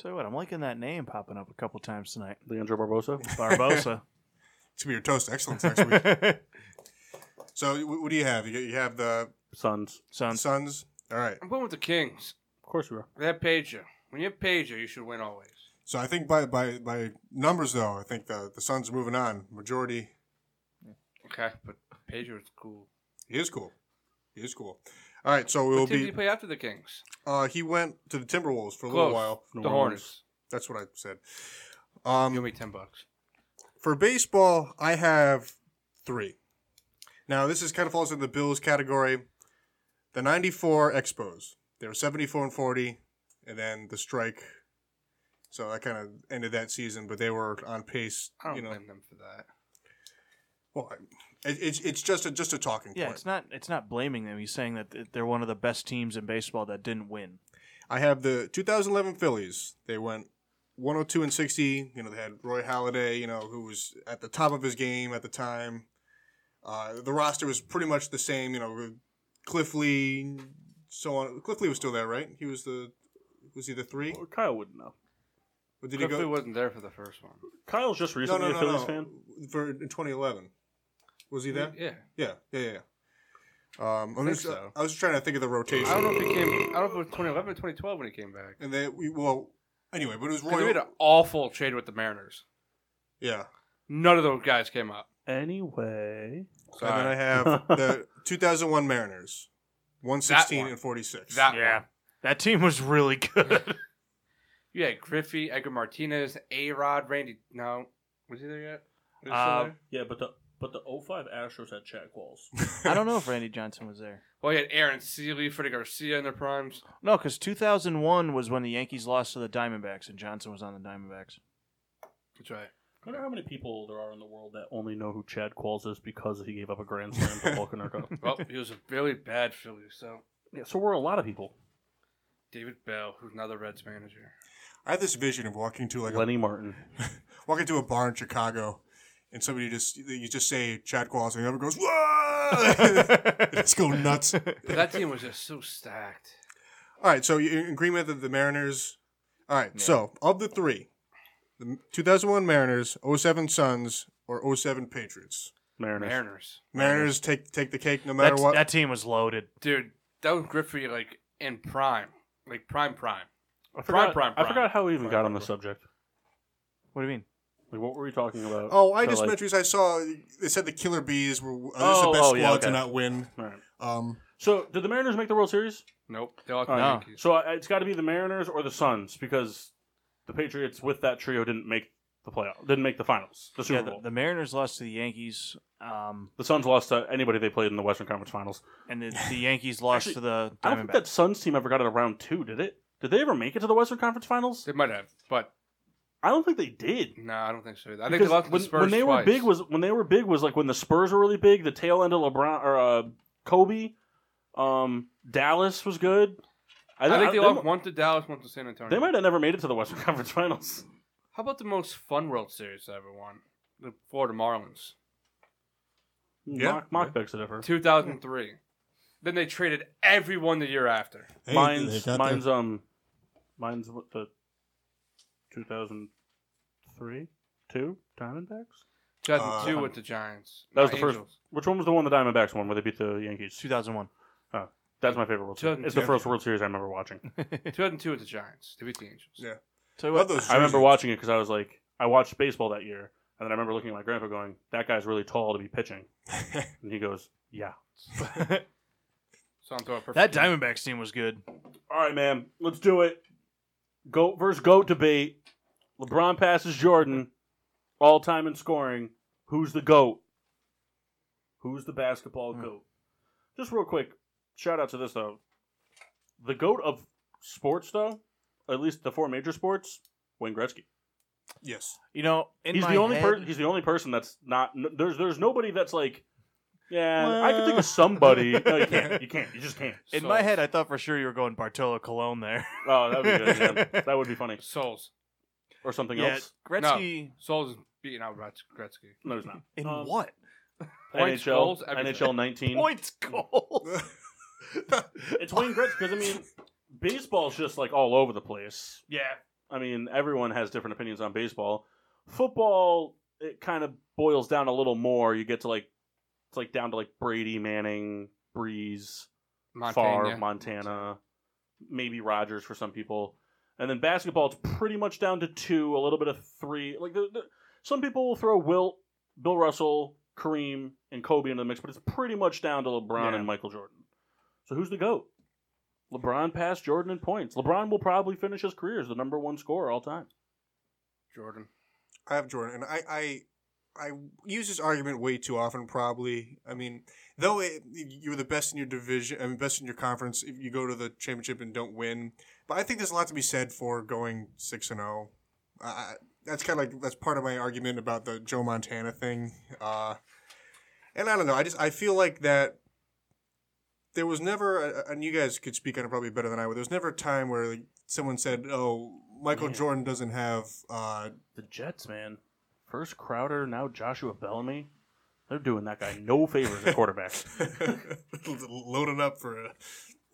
B: Tell you what, I'm liking that name popping up a couple times tonight.
A: Leandro Barbosa.
B: Barbosa.
D: to be your toast. Excellent next week. So wh- what do you have? You, you have the
A: Sons.
B: Sounds
D: Suns. All right.
C: I'm going with the Kings.
A: Of course you are.
C: They have Pager. When you have Pager, you should win always.
D: So I think by by by numbers though, I think the the Suns are moving on. Majority
C: Okay, but Pager is cool.
D: he is cool. He is cool. All right. So
C: What
D: we'll
C: team did he
D: be.
C: play after the Kings?
D: Uh, he went to the Timberwolves for a
C: Close.
D: little while.
A: New
C: the
A: Orleans.
C: Hornets.
D: That's what I said.
C: Give
D: Um,
C: me ten bucks.
D: for baseball, I have three. Now this is kind of falls in the Bills category. The '94 Expos. They were 74 and 40, and then the strike. So that kind of ended that season, but they were on pace.
C: I don't
D: you know,
C: blame them for that.
D: Well, I- it, it's it's just a just a talking
B: yeah,
D: point.
B: it's not it's not blaming them. He's saying that th- they're one of the best teams in baseball that didn't win.
D: I have the 2011 Phillies. They went 102 and 60. You know, they had Roy Halladay. You know, who was at the top of his game at the time. Uh, the roster was pretty much the same. You know, with Cliff Lee, so on. Cliff Lee was still there, right? He was the was he the three?
A: Well, Kyle wouldn't know.
D: Or did
C: Did
D: he go?
C: wasn't there for the first one.
A: Kyle's just recently a Phillies fan.
D: For in 2011, was he there?
C: Yeah.
D: Yeah, yeah, yeah. yeah. Um, I'm
C: think
D: just,
C: so.
D: I was just trying to think of the rotation.
C: I don't know if he came. I don't know if it was 2011 or 2012 when he came back.
D: And they we well anyway, but it was
C: 'Cause He
D: Roy.
C: made an awful trade with the Mariners.
D: Yeah.
C: None of those guys came up.
A: Anyway.
D: And then I
C: Sorry.
D: have the 2001 Mariners, 116
C: one.
D: and 46.
A: Ah,
C: That
B: Yeah.
C: yeah.
B: That team was really good.
C: You had Griffey, Edgar Martinez, A Rod, Randy. No, was he there yet? Um, Was he still
B: Uh,
C: there?
A: Yeah, but the but the 05 Astros had Chad Walls.
B: I don't know if Randy Johnson was there.
C: Well, you had Aaron Seeley, Freddie Garcia in their primes.
B: No, because 2001 was when the Yankees lost to the Diamondbacks and Johnson was on the Diamondbacks.
C: That's right.
A: I wonder how many people there are in the world that only know who Chad Qualls is because he gave up a grand slam to Paul Konerko.
C: Well, he was a really bad Philly. So
A: Yeah, so we're a lot of people.
C: David Bell, who's now the Reds manager.
D: I have this vision of walking to like a,
A: Lenny Martin.
D: walking to a bar in Chicago, and somebody just you just say Chad Qualls, and everyone goes whoa, let's go nuts. All
C: But that team was just so stacked.
D: right, so you're in agreement that the Mariners. All right, so of the three, the 2001 Mariners, 07 Suns, or 07 Patriots.
A: Mariners.
C: Mariners,
D: Mariners take take the cake no matter
B: That's,
D: what.
B: that team was loaded.
C: dude, that was Griffey like in prime, like prime prime.
A: I forgot,
C: prime,
A: I
C: prime.
A: forgot how we even
C: Prime,
A: got
C: prime,
A: on the
C: prime.
A: subject.
B: What do you mean?
A: Like, what were we talking about?
D: Oh, I
A: So,
D: just
A: like-
D: meant because I saw they said the Killer Bees were uh, this is
A: Oh,
D: the best
A: oh,
D: squad
A: yeah,
D: to
A: okay.
D: not win.
A: All right.
D: Um,
A: So, did the Mariners make the World Series?
C: Nope, they all
A: All
C: the
A: right.
C: Yankees.
A: So I- it's got to be the Mariners or the Suns because the Patriots with that trio didn't make the playoff, didn't make the finals, the Super
B: yeah, the,
A: Bowl.
B: the Mariners lost to the Yankees, um,
A: The Suns lost to anybody they played in the Western Conference Finals.
B: and the, the Yankees lost
A: Actually,
B: to the
A: I don't think
B: Diamondbacks.
A: that Suns team ever got it to round two, did it? Did they ever make it to the Western Conference Finals?
C: They might have, but
A: I don't think they did.
C: no, I don't think so. Either. I think
A: Because
C: they lost to
A: when,
C: the Spurs
A: when they
C: twice.
A: were big was when they were big was like when the Spurs were really big. The tail end of LeBron or uh, Kobe, um, Dallas was good.
C: I think they
A: they,
C: lost one to Dallas, one to San Antonio.
A: they might have never made it to the Western Conference Finals.
C: How about the most fun World Series I ever won? The Florida Marlins,
D: Yeah.
A: Mock, mock begs it ever.
C: 2003. Then they traded everyone the year after.
D: Hey, they
A: mine's
D: got
A: mine's
D: their-
A: um mine's what the 2003 2 Diamondbacks.
C: 2002
D: Uh,
C: with the Giants.
A: That was
C: Not
A: the first-
C: Angels.
A: Which one was the one the Diamondbacks won where they beat the Yankees?
B: 2001.
A: That's my favorite World Series. It's the
C: 2002.
A: first World Series I remember watching.
C: 2002 with the Giants. They beat the Angels.
D: Yeah.
B: Tell you
D: love
B: what,
D: those
A: I remember
D: jerseys.
A: watching it because I was like, I watched baseball that year, and then I remember looking at my grandpa going, "That guy's really tall to be pitching," and he goes, "Yeah."
C: So I'm throwing a perfect
B: that
C: game.
B: Diamondbacks team was good.
A: All right, man, let's do it. Goat versus goat debate. LeBron passes Jordan, all time in scoring. Who's the goat? Who's the basketball
B: Hmm.
A: goat? Just real quick, shout out to this though. The goat of sports, though, at least the four major sports, Wayne Gretzky.
D: Yes.
B: You know, in
A: he's
B: my
A: the only
B: head,
A: person. He's the only person that's not. n- There's there's nobody that's like. Yeah, I can think of somebody. No, you can't. You can't. You just can't.
B: in
C: So-
B: my head, I thought for sure you were going Bartolo Colon there.
A: Oh, that would be good. Man. That would be funny,
C: Souls.
A: or something
B: yeah,
A: else.
B: Gretzky.
C: Souls is beating out Gretz- Gretzky.
A: No, there's not.
B: In
A: Um,
B: what?
C: Points,
A: NHL,
C: goals, everything.
A: NHL 19.
B: Points goal.
A: It's Wayne Gretzky because I mean, baseball's just like all over the place.
B: yeah.
A: I mean, everyone has different opinions on baseball. Football, it kind of boils down a little more. You get to like, it's like down to like Brady, Manning, Breeze, Favre,
C: Montana.
A: Montana, maybe Rogers for some people. And then basketball, it's pretty much down to two, a little bit of three. Like the, the, some people will throw Wilt, Bill Russell, Kareem, and Kobe into the mix, but it's pretty much down to LeBron
B: Yeah.
A: and Michael Jordan. So who's the goat? LeBron passed Jordan in points. LeBron will probably finish his career as the number one scorer all time.
C: Jordan.
D: I have Jordan, and I, I I use this argument way too often. Probably, I mean, though it, you were the best in your division, I mean, best in your conference. If you go to the championship and don't win, but I think there's a lot to be said for going six and zero. That's kind of like that's part of my argument about the Joe Montana thing. Uh, and I don't know. I just I feel like that. There was never, a- a- and you guys could speak on it probably better than I would. There was never a time where like, someone said, "Oh, Michael
A: Man.
D: Jordan doesn't have uh,
A: The Jets, man. First Crowder, now Joshua Bellamy. They're doing that guy no favors at quarterback.
D: loading up for a,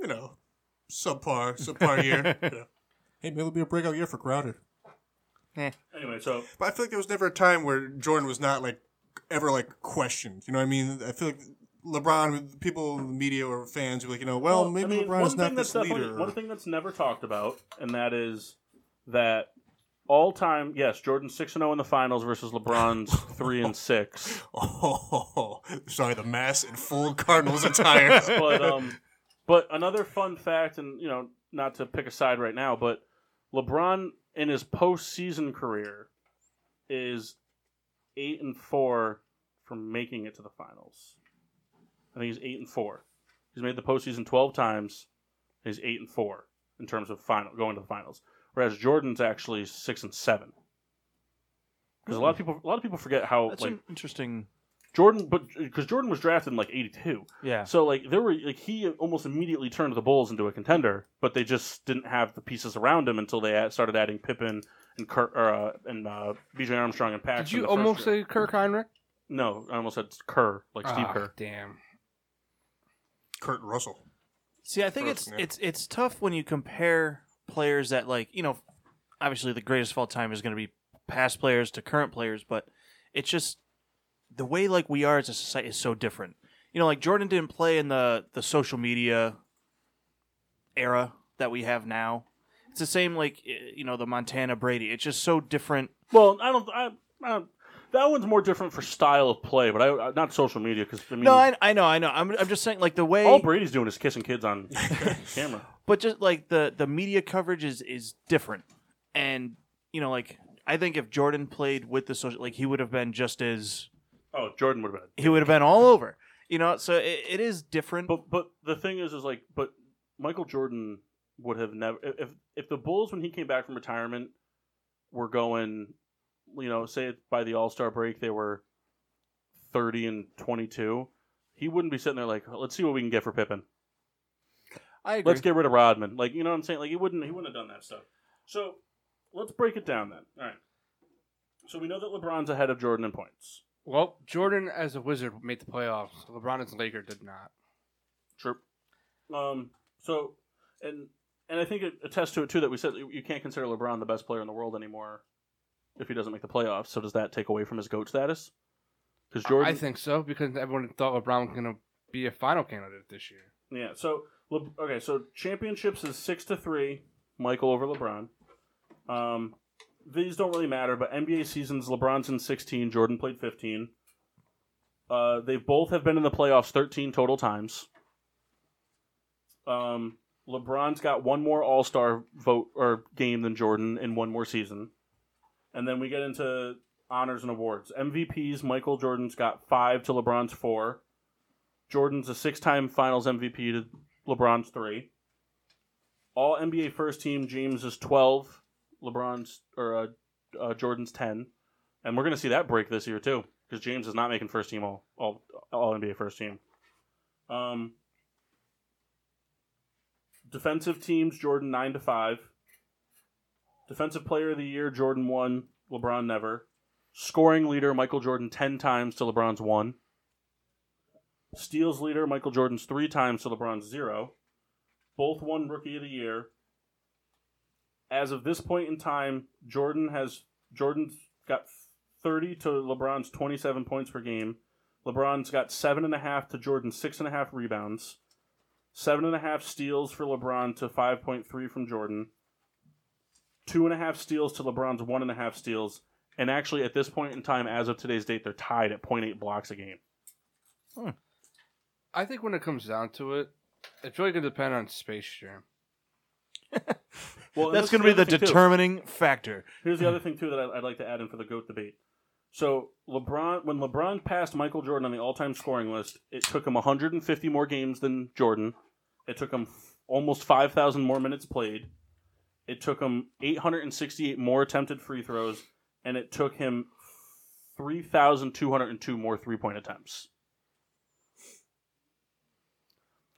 D: you know, subpar subpar year. Yeah. Hey, maybe it'll be a breakout year for Crowder.
A: anyway, so
D: But I feel like there was never a time where Jordan was not like ever like questioned. You know what I mean? I feel like LeBron, people, in the media or fans, were like, you know, well,
A: Well,
D: maybe
A: I mean,
D: LeBron's not
A: thing
D: this
A: that's definitely-
D: leader.
A: One thing that's never talked about, and that is that all time. Yes, Jordan six and zero in the finals versus LeBron's three and six.
D: Oh, sorry, the mass in full Cardinals attire.
A: But um, but another fun fact, and you know, not to pick a side right now, but LeBron in his postseason career is eight and four from making it to the finals. I think he's eight and four. He's made the postseason twelve times. He's eight and four in terms of final going to the finals. Whereas Jordan's actually six and seven. Because a lot of people, a lot of people forget how
B: That's
A: like
B: an interesting.
A: Jordan, but because Jordan was drafted in like eighty two.
B: Yeah.
A: So like there were like he almost immediately turned the Bulls into a contender, but they just didn't have the pieces around him until they a- started adding Pippen and Kirk or, uh, and uh, B.J. Armstrong and Pax. in
C: Did you
A: the first
C: almost
A: year.
C: say Kirk Heinrich?
A: no? I almost said Kerr, like Steve
C: Ah,
A: Kerr.
C: damn.
D: Kurt Russell.
B: See, I think it's
D: First, yeah.
B: it's it's tough when you compare players that like you know, obviously the greatest of all time is going to be past players to current players, but it's just the way like we are as a society is so different. You know, like Jordan didn't play in the the social media era that we have now. It's the same like eh, you know the Montana Brady. It's just so different.
A: Well, I don't. I, I don't that one's more different for style of play, but I, I- not social media because I mean,
B: No, I, I know, I know. I'm, I'm just saying like the way
A: all Brady's doing is kissing kids on camera.
B: but just like the the media coverage is is different and you know like i think if jordan played with the social like he would have been just as
A: Oh, Jordan would have been.
B: he would have been all over you know so it, it is different
A: But but the thing is, is like, but Michael Jordan would have never if if- if the Bulls when he came back from retirement were going, you know, say by the All Star break they were thirty and twenty two, he wouldn't be sitting there like, let's see what we can get for Pippen.
C: I agree.
A: Let's get rid of Rodman. Like you know what I'm saying? Like he wouldn't he wouldn't have done that stuff. So let's break it down then. All right. So we know that LeBron's ahead of Jordan in points.
C: well, Jordan as a Wizard made the playoffs. LeBron as a Laker did not.
A: Sure. Um. So, and and I think it attests to it too that we said you you can't consider LeBron the best player in the world anymore if he doesn't make the playoffs. So does that take away from his goat status? Because Jordan,
C: I think so because everyone thought LeBron was going to be a final candidate this year.
A: yeah. So Le- okay, so championships is six to three, Michael over LeBron. Um, these don't really matter, but NBA seasons, LeBron's in sixteen, Jordan played fifteen. Uh, they both have been in the playoffs thirteen total times. Um, LeBron's got one more All Star vote or game than Jordan in one more season, and then we get into honors and awards. MVPs, Michael Jordan's got five to LeBron's four. Jordan's a six-time Finals MVP to LeBron's three. All NBA first team, James is twelve, LeBron's or uh, uh, Jordan's ten, and we're gonna see that break this year too because James is not making first team all all all NBA first team. Um, defensive teams, Jordan nine to five. Defensive player of the year, Jordan one, LeBron never. Scoring leader Michael Jordan 10 times to LeBron's 1. Steals leader Michael Jordan's 3 times to LeBron's 0. Both won rookie of the year. As of this point in time, Jordan has Jordan's got 30 to LeBron's 27 points per game. LeBron's got 7.5 to Jordan's 6.5 rebounds. 7.5 steals for LeBron to 5.3 from Jordan two and a half steals to LeBron's one and a half steals. And actually, at this point in time, as of today's date, they're tied at 0.8 blocks a game.
C: I think when it comes down to it, it's really going to depend on Space Jam.
A: Well, and this
B: That's
A: is
B: going to be the
A: other thing, too.
B: determining factor.
A: Here's the other thing too that I- I'd like to add in for the goat debate. So LeBron, when LeBron passed Michael Jordan on the all-time scoring list, it took him 150 more games than Jordan. It took him f- almost 5,000 more minutes played. It took him 868 more attempted free throws, and it took him 3,202 more three-point attempts.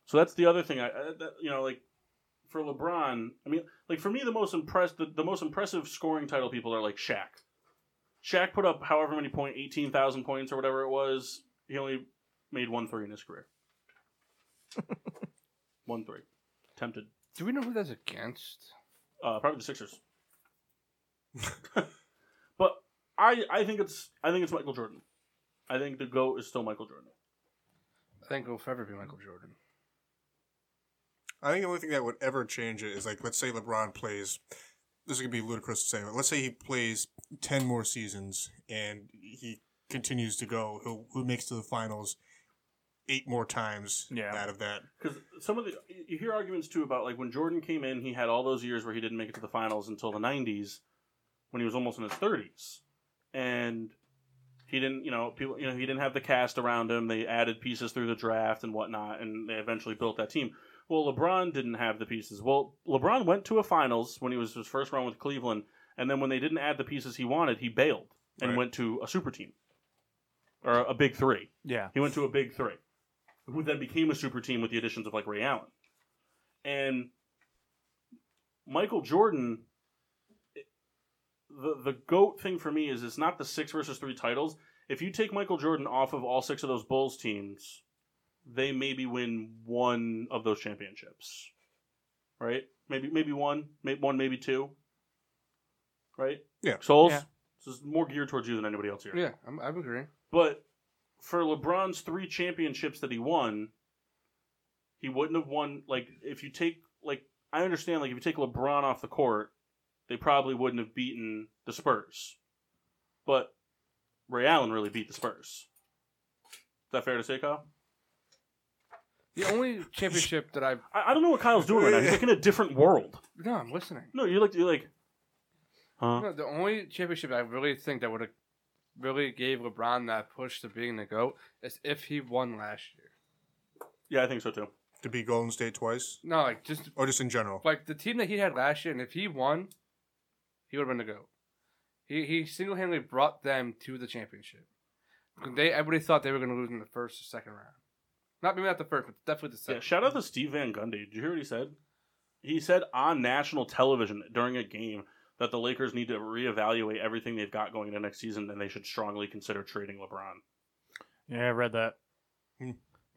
A: So that's the other thing. I, I that, you know, like for LeBron, I mean, like for me, the most impressed, the, the most impressive scoring title people are like Shaq. Shaq put up however many point, eighteen thousand points or whatever it was. He only made one three in his career. one three, attempted.
C: Do we know who that's against?
A: Uh, probably the Sixers. but I, I think it's, I think it's Michael Jordan. I think the goat is still Michael Jordan.
C: I think it'll forever be Michael Jordan.
D: I think the only thing that would ever change it is like let's say LeBron plays. This is gonna be ludicrous to say, but let's say he plays ten more seasons and he continues to go. He'll, who makes to the finals eight more times
B: Yeah.
D: out of that?
A: because some of the you hear arguments too about like when Jordan came in, he had all those years where he didn't make it to the finals until the '90s, when he was almost in his 30s, and he didn't, you know, people, you know, he didn't have the cast around him. They added pieces through the draft and whatnot, and they eventually built that team. Well, LeBron didn't have the pieces. Well, LeBron went to a finals when he was his first round with Cleveland, and then when they didn't add the pieces he wanted, he bailed and
D: Right.
A: went to a super team or a big three.
B: Yeah.
A: He went to a big three, who then became a super team with the additions of like Ray Allen. And Michael Jordan, the the goat thing for me is it's not the six versus three titles. If you take Michael Jordan off of all six of those Bulls teams, they maybe win one of those championships, right? Maybe maybe one, maybe one, maybe two, right?
D: Yeah.
A: Souls.
B: Yeah.
A: This is more geared towards you than anybody else here.
C: Yeah, I'm, I'm agreeing.
A: But for LeBron's three championships that he won, he wouldn't have won. Like, if you take, like, I understand, like, if you take LeBron off the court, they probably wouldn't have beaten the Spurs. But Ray Allen really beat the Spurs. Is that fair to say, Kyle?
C: The only championship that I've
A: I, I don't know what Kyle's doing right now. He's like in a different world.
C: no, I'm listening.
A: No, you're like, you're like, huh?
C: No, the only championship I really think that would have really gave LeBron that push to being the goat is if he won last year.
A: Yeah, I think so too.
D: To be Golden State twice,
C: No, like just
D: or just in general.
C: like the team that he had last year, and if he won, he would have been the goat. He he single handedly brought them to the championship. They everybody thought they were going to lose in the first or second round. Not maybe not the first, but definitely the
A: Yeah,
C: second.
A: shout out to Steve Van Gundy. Did you hear what he said? He said on national television during a game that the Lakers need to reevaluate everything they've got going into next season and they should strongly consider trading LeBron.
B: Yeah, I read that.
C: They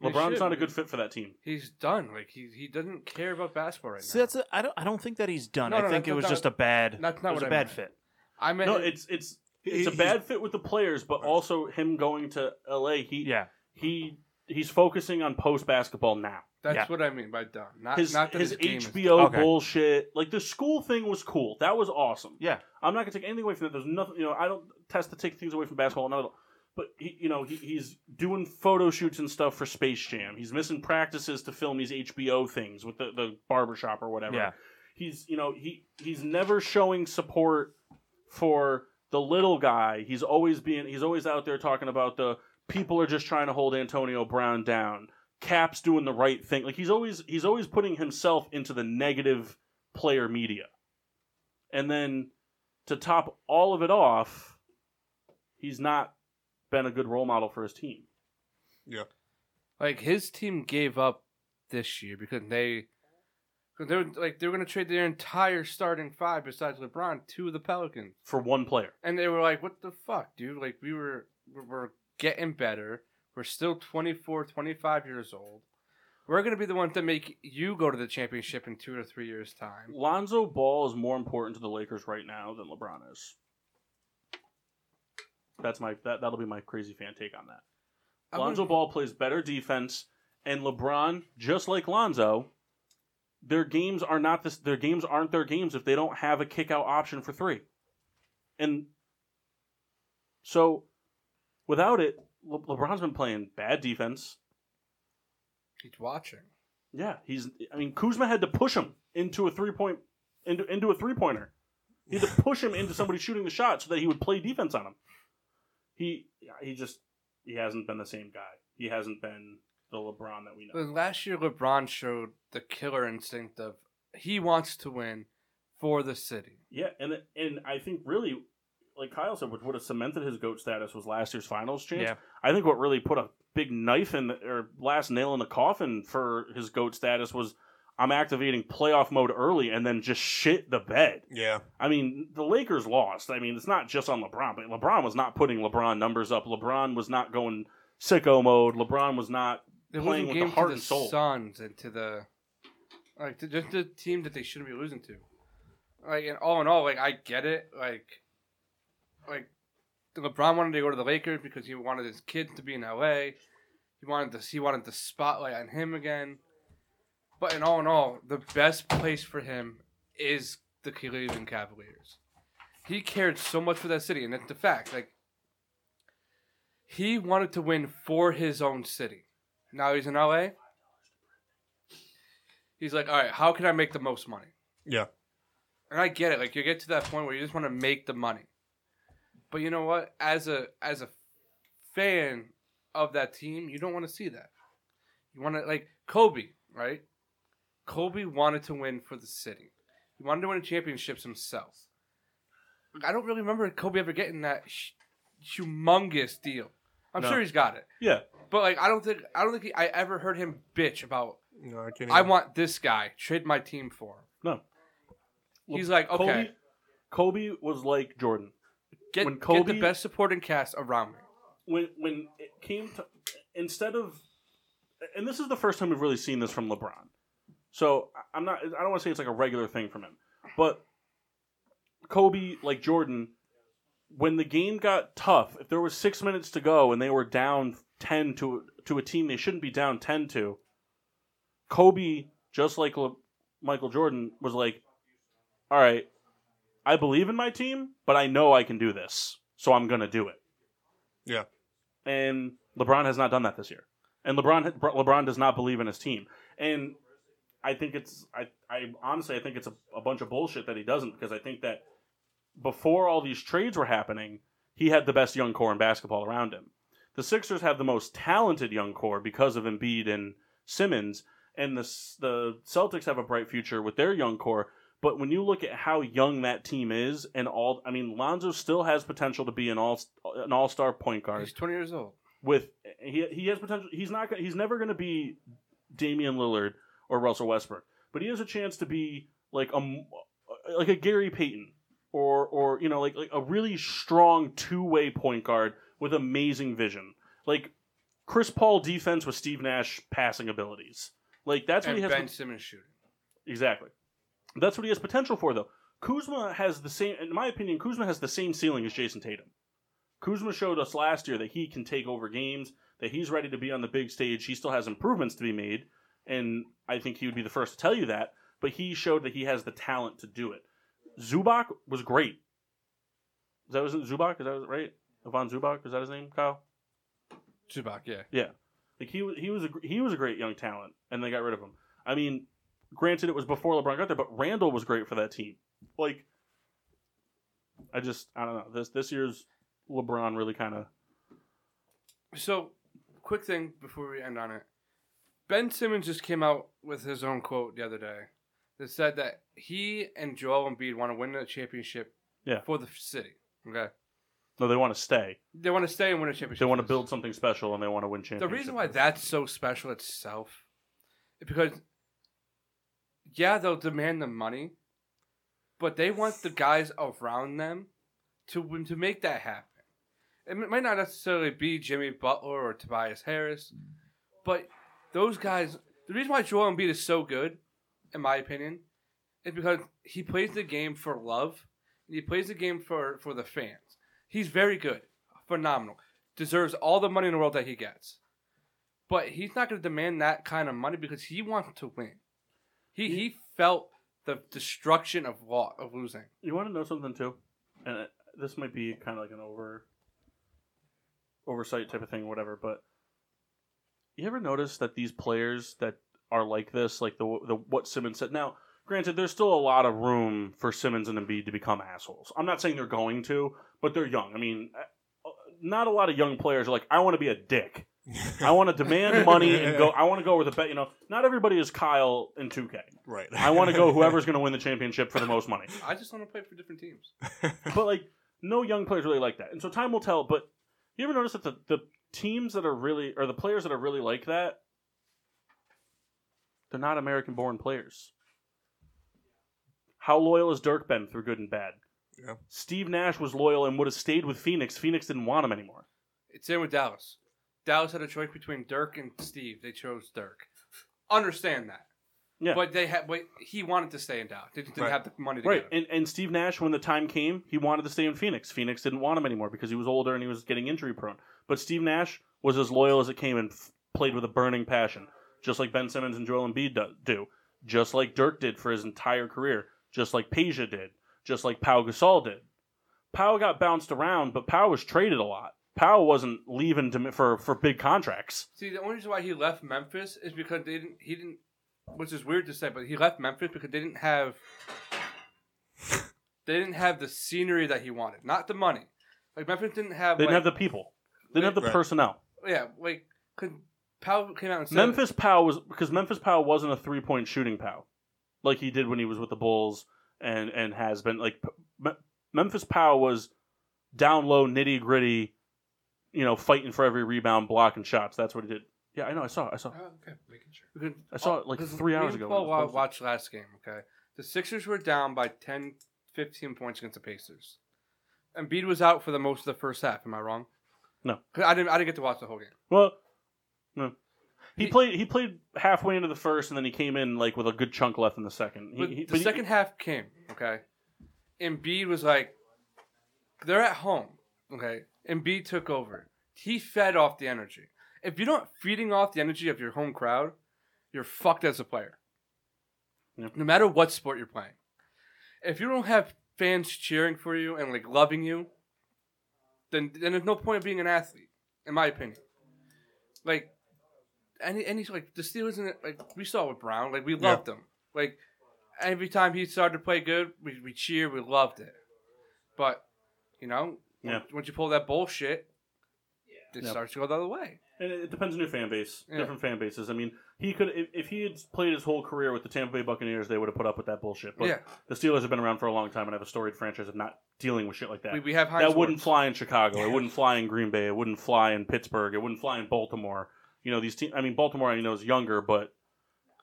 A: LeBron's
C: should,
A: not a
C: dude.
A: good fit for that team.
C: He's done. Like he he doesn't care about basketball right
B: See,
C: now.
B: that's a, I don't I don't think that he's done.
C: No,
B: I
C: no,
B: think
C: that's
B: it was
C: not-
B: just a bad
C: that's not
B: it was
C: what
B: a
C: I
B: bad
C: meant.
B: fit.
C: I mean,
A: No, it's it's it's a
D: He-
A: bad fit with the players, but also him going to LA, he
B: Yeah.
A: he he's focusing on post basketball now.
C: that's
B: yeah.
C: what I mean by done. Not
A: His
C: not that
A: his
C: game is-
A: HBO
B: Okay.
A: bullshit, like the school thing was cool. That was awesome.
B: Yeah.
A: I'm not gonna take anything away from that. There's nothing, you know. I don't test to take things away from basketball, not at all. But he, you know, he, he's doing photo shoots and stuff for Space Jam. He's missing practices to film these HBO things with the the barbershop or whatever.
B: Yeah.
A: He's, you know, he he's never showing support for the little guy. He's always being, he's always out there talking about the people are just trying to hold Antonio Brown down. Cap's doing the right thing. Like he's always he's always putting himself into the negative player media. And then to top all of it off, he's not been a good role model for his team.
C: Like his team gave up this year because they 'Cause They were like they were gonna trade their entire starting five besides LeBron to the Pelicans,
A: for one player.
C: and they were like, "What the fuck, dude? Like we were we we're getting better. We're still 24, 25 years old. We're gonna be the ones that make you go to the championship in two to three years time."
A: Lonzo Ball is more important to the Lakers right now than LeBron is. That's my that that'll be my crazy fan take on that.
C: I
A: Lonzo
C: wouldn't-
A: Ball plays better defense, and LeBron, just like Lonzo, their games are not this. Their games aren't their games if they don't have a kick out option for three, and so without it, Le- LeBron's been playing bad defense.
C: He's watching.
A: Yeah, he's. I mean, Kuzma had to push him into a three point into into a three pointer. He had to push him into somebody shooting the shot so that he would play defense on him. He he just he hasn't been the same guy. He hasn't been the LeBron that we know.
C: But Last year, LeBron showed the killer instinct of he wants to win for the city.
A: Yeah, and and I think really, like Kyle said, what would have cemented his goat status was last year's finals chance.
B: Yeah.
A: I think what really put a big knife in the, or last nail in the coffin for his goat status was I'm activating playoff mode early and then just shit the bed.
D: Yeah.
A: I mean, the Lakers lost. I mean, it's not just on LeBron, but LeBron was not putting LeBron numbers up. LeBron was not going sicko mode. LeBron was not.
C: They're
A: Playing
C: losing
A: with the
C: games
A: heart
C: to the
A: and soul.
C: Suns and to the like to just the team that they shouldn't be losing to. Like and all in all, like I get it. Like like LeBron wanted to go to the Lakers because he wanted his kid to be in LA. He wanted to he wanted the spotlight on him again. But in all in all, the best place for him is the Cleveland Cavaliers. He cared so much for that city, and that's the fact. Like he wanted to win for his own city. Now he's in LA. He's like, all right, how can I make the most money?
D: Yeah.
C: And I get it. Like you get to that point where you just want to make the money. But you know what? As a as a fan of that team, you don't want to see that. You want to like Kobe, right? Kobe wanted to win for the city. He wanted to win championships himself. Like, I don't really remember Kobe ever getting that sh- humongous deal. I'm
A: No.
C: sure he's got it.
A: Yeah.
C: But like, I don't think I don't think he, I ever heard him bitch about.
D: No, I can't.
C: I
D: even-
C: want this guy. Trade my team for him.
A: No.
C: He's like, okay,
A: Kobe, Kobe was like Jordan.
C: get,
A: when
C: get
A: Kobe-
C: the best supporting cast around me.
A: when when it came to instead of and this is the first time we've really seen this from LeBron. So I- I'm not I don't want to say it's like a regular thing from him, but Kobe like Jordan when the game got tough, if there was 6 minutes to go and they were down 10 to to a team they shouldn't be down 10 to, Kobe just like Le- Michael Jordan was like, "All right, I believe in my team, but I know I can do this. So I'm going to do it." and LeBron has not done that this year. And LeBron LeBron does not believe in his team. And I think it's I, I honestly I think it's a, a bunch of bullshit that he doesn't because I think that before all these trades were happening, he had the best young core in basketball around him. The Sixers have the most talented young core because of Embiid and Simmons, and the S- the Celtics have a bright future with their young core. But when you look at how young that team is, and all I mean, Lonzo still has potential to be an all an all star point guard
C: He's 20 years old.
A: with he he has potential. He's not. gonna- He's never going to be Damian Lillard or Russell Westbrook, but he has a chance to be like a m- like a Gary Payton or or you know like like a really strong two way point guard with amazing vision, like Chris Paul defense with Steve Nash passing abilities. Like that's what
C: and
A: he has.
C: Ben Simmons shooting.
A: Exactly. That's what he has potential for, though. Kuzma has the same, in my opinion, Kuzma has the same ceiling as Jason Tatum. Kuzma showed us last year that he can take over games, that he's ready to be on the big stage. He still has improvements to be made, and I think he would be the first to tell you that, but he showed that he has the talent to do it. Zubac was great. Is that was it Zubac? Is that right? Ivan Zubac, is that his name, Kyle?
C: Zubac, yeah.
A: Like he wa- he was a gr- he was a great young talent, and they got rid of him. I mean, granted, it was before LeBron got there, but Randall was great for that team. Like, I just I don't know this this year's LeBron really kind of
C: So, quick thing before we end on it. Ben Simmons just came out with his own quote the other day that said that he and Joel Embiid want to win a championship
A: Yeah.
C: for the city. Okay.
A: no they want to stay
C: They want to stay and win a championship.
A: they want
C: for
A: to
C: the
A: build something special and they want to win
C: The
A: championships.
C: reason why that's so special itself is because yeah, they'll demand the money, but they want the guys around them to to make that happen. It m- might not necessarily be Jimmy Butler or Tobias Harris, but those guys. The reason why Joel Embiid is so good, in my opinion, is because he plays the game for love and he plays the game for for the fans. He's very good, phenomenal, deserves all the money in the world that he gets. But he's not going to demand that kind of money because he wants to win. He he felt the destruction of law of losing.
A: You want to know something too, and uh, this might be kind of like an over oversight type of thing, whatever. But you ever notice that these players that are like this, like the the what Simmons said. Now, granted, there's still a lot of room for Simmons and Embiid to become assholes. I'm not saying they're going to, but they're young. I mean, uh, not a lot of young players are like, I want to be a dick. I want to demand money and go. I want to go where the bet. You know, not everybody is Kyle in 2K.
D: Right.
A: I want to go whoever's going to win the championship for the most money
C: I just want to play for different teams.
A: but like no young players really like that and so time will tell but you ever notice that the, the teams that are really or the players that are really like that they're not american born players how loyal has dirk been through good and bad
D: Yeah.
A: steve nash was loyal and would have stayed with phoenix phoenix didn't want him anymore
C: It's in with Dallas. Dallas had a choice between Dirk and Steve. They chose Dirk. Understand that.
A: Yeah.
C: But they had. But he wanted to stay in Dallas. They just didn't
D: Right.
C: have the money to
A: right
C: get him.
A: and, and steve nash when the time came he wanted to stay in phoenix phoenix didn't want him anymore because he was older and he was getting injury prone but steve nash was as loyal as it came and f- played with a burning passion just like ben simmons and joel embiid do, do just like dirk did for his entire career just like Peja did just like pau gasol did pau got bounced around but pau was traded a lot pau wasn't leaving to, for, for big contracts
C: See, the only reason why he left Memphis is because they didn't. He didn't. Which is weird to say, but he left Memphis because they didn't have. They didn't have the scenery that he wanted, not the money. Like Memphis didn't have.
A: they didn't
C: like,
A: have the people they didn't have the
D: Right.
A: personnel
C: the. Yeah, like could Powell came out and said
A: Memphis Powell was because Memphis Powell wasn't a three point shooting Powell, like he did when he was with the Bulls and and has been like P- Me- Memphis Powell was down low nitty gritty, you know, fighting for every rebound, blocking shots. That's what he did. Yeah, I know. I saw. I saw.
C: Oh, okay, making sure. Because,
A: I saw it, like, three hours ago when it was
C: Paul
A: posted.
C: watched last game. Okay, the Sixers were down by 10, 15 points against the Pacers. Embiid was out for the most of the first half. Am I wrong?
A: No.
C: 'Cause I didn't. I didn't get to watch the whole game.
A: Well, no. He
C: He-
A: played. He played halfway into the first, and then he came in like with a good chunk left in the second. He-
C: But
A: he-
C: the
A: but he-
C: second half came. Okay, Embiid was like, they're at home. Okay, Embiid took over. He fed off the energy. If you're not feeding off the energy of your home crowd, you're fucked as a player.
A: Yeah.
C: No matter what sport you're playing, if you don't have fans cheering for you and like loving you, then then there's no point of being an athlete, in my opinion. Like, any any like the Steelers and like we saw with Brown, like we
D: Yeah.
C: loved them. Like every time he started to play good, we we cheered, we loved it. But you know,
A: Yeah.
C: once- once you pull that bullshit, it
A: Yeah.
C: starts to go the other way.
A: And it it depends on your fan base.
C: Yeah.
A: Different fan bases. I mean, he could if, if he had played his whole career with the Tampa Bay Buccaneers, they would have put up with that bullshit. But
C: yeah,
A: the Steelers have been around for a long time and have a storied franchise of not dealing with shit like that.
C: we, we have Heinz
A: that wouldn't
C: Ward.
A: fly in Chicago. It wouldn't fly in Green Bay. It wouldn't fly in Pittsburgh. It wouldn't fly in Baltimore. You know these teams. I mean, Baltimore I know is younger, but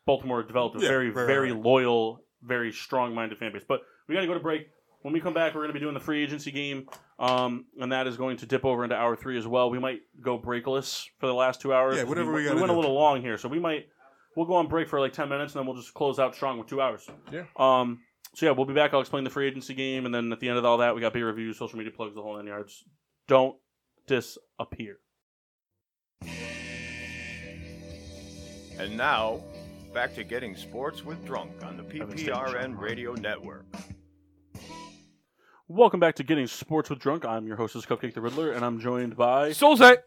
A: Baltimore developed a
D: Yeah,
A: very,
D: right, right,
A: very
D: right.
A: loyal, very strong-minded fan base. But we got to go to break. When we come back, we're going to be doing the free agency game, um, and that is going to dip over into hour three as well. We might go breakless for the last two hours.
D: Yeah,
A: 'cause
D: whatever we
A: we,
D: gotta
A: went a
D: do.
A: little long here, so we might we'll go on break for like ten minutes, and then we'll just close out strong with two hours.
D: Yeah.
A: Um. So yeah, we'll be back. I'll explain the free agency game, and then at the end of all that, we got beer reviews, social media plugs, the whole nine yards. Don't disappear.
E: And now, back to getting sports with drunk on the
A: Haven't stayed drunk.
E: PPRN Radio Network.
A: Welcome back to Getting Sports with Drunk. I'm your hostess, Cupcake the Riddler, and I'm joined by
C: Solzay.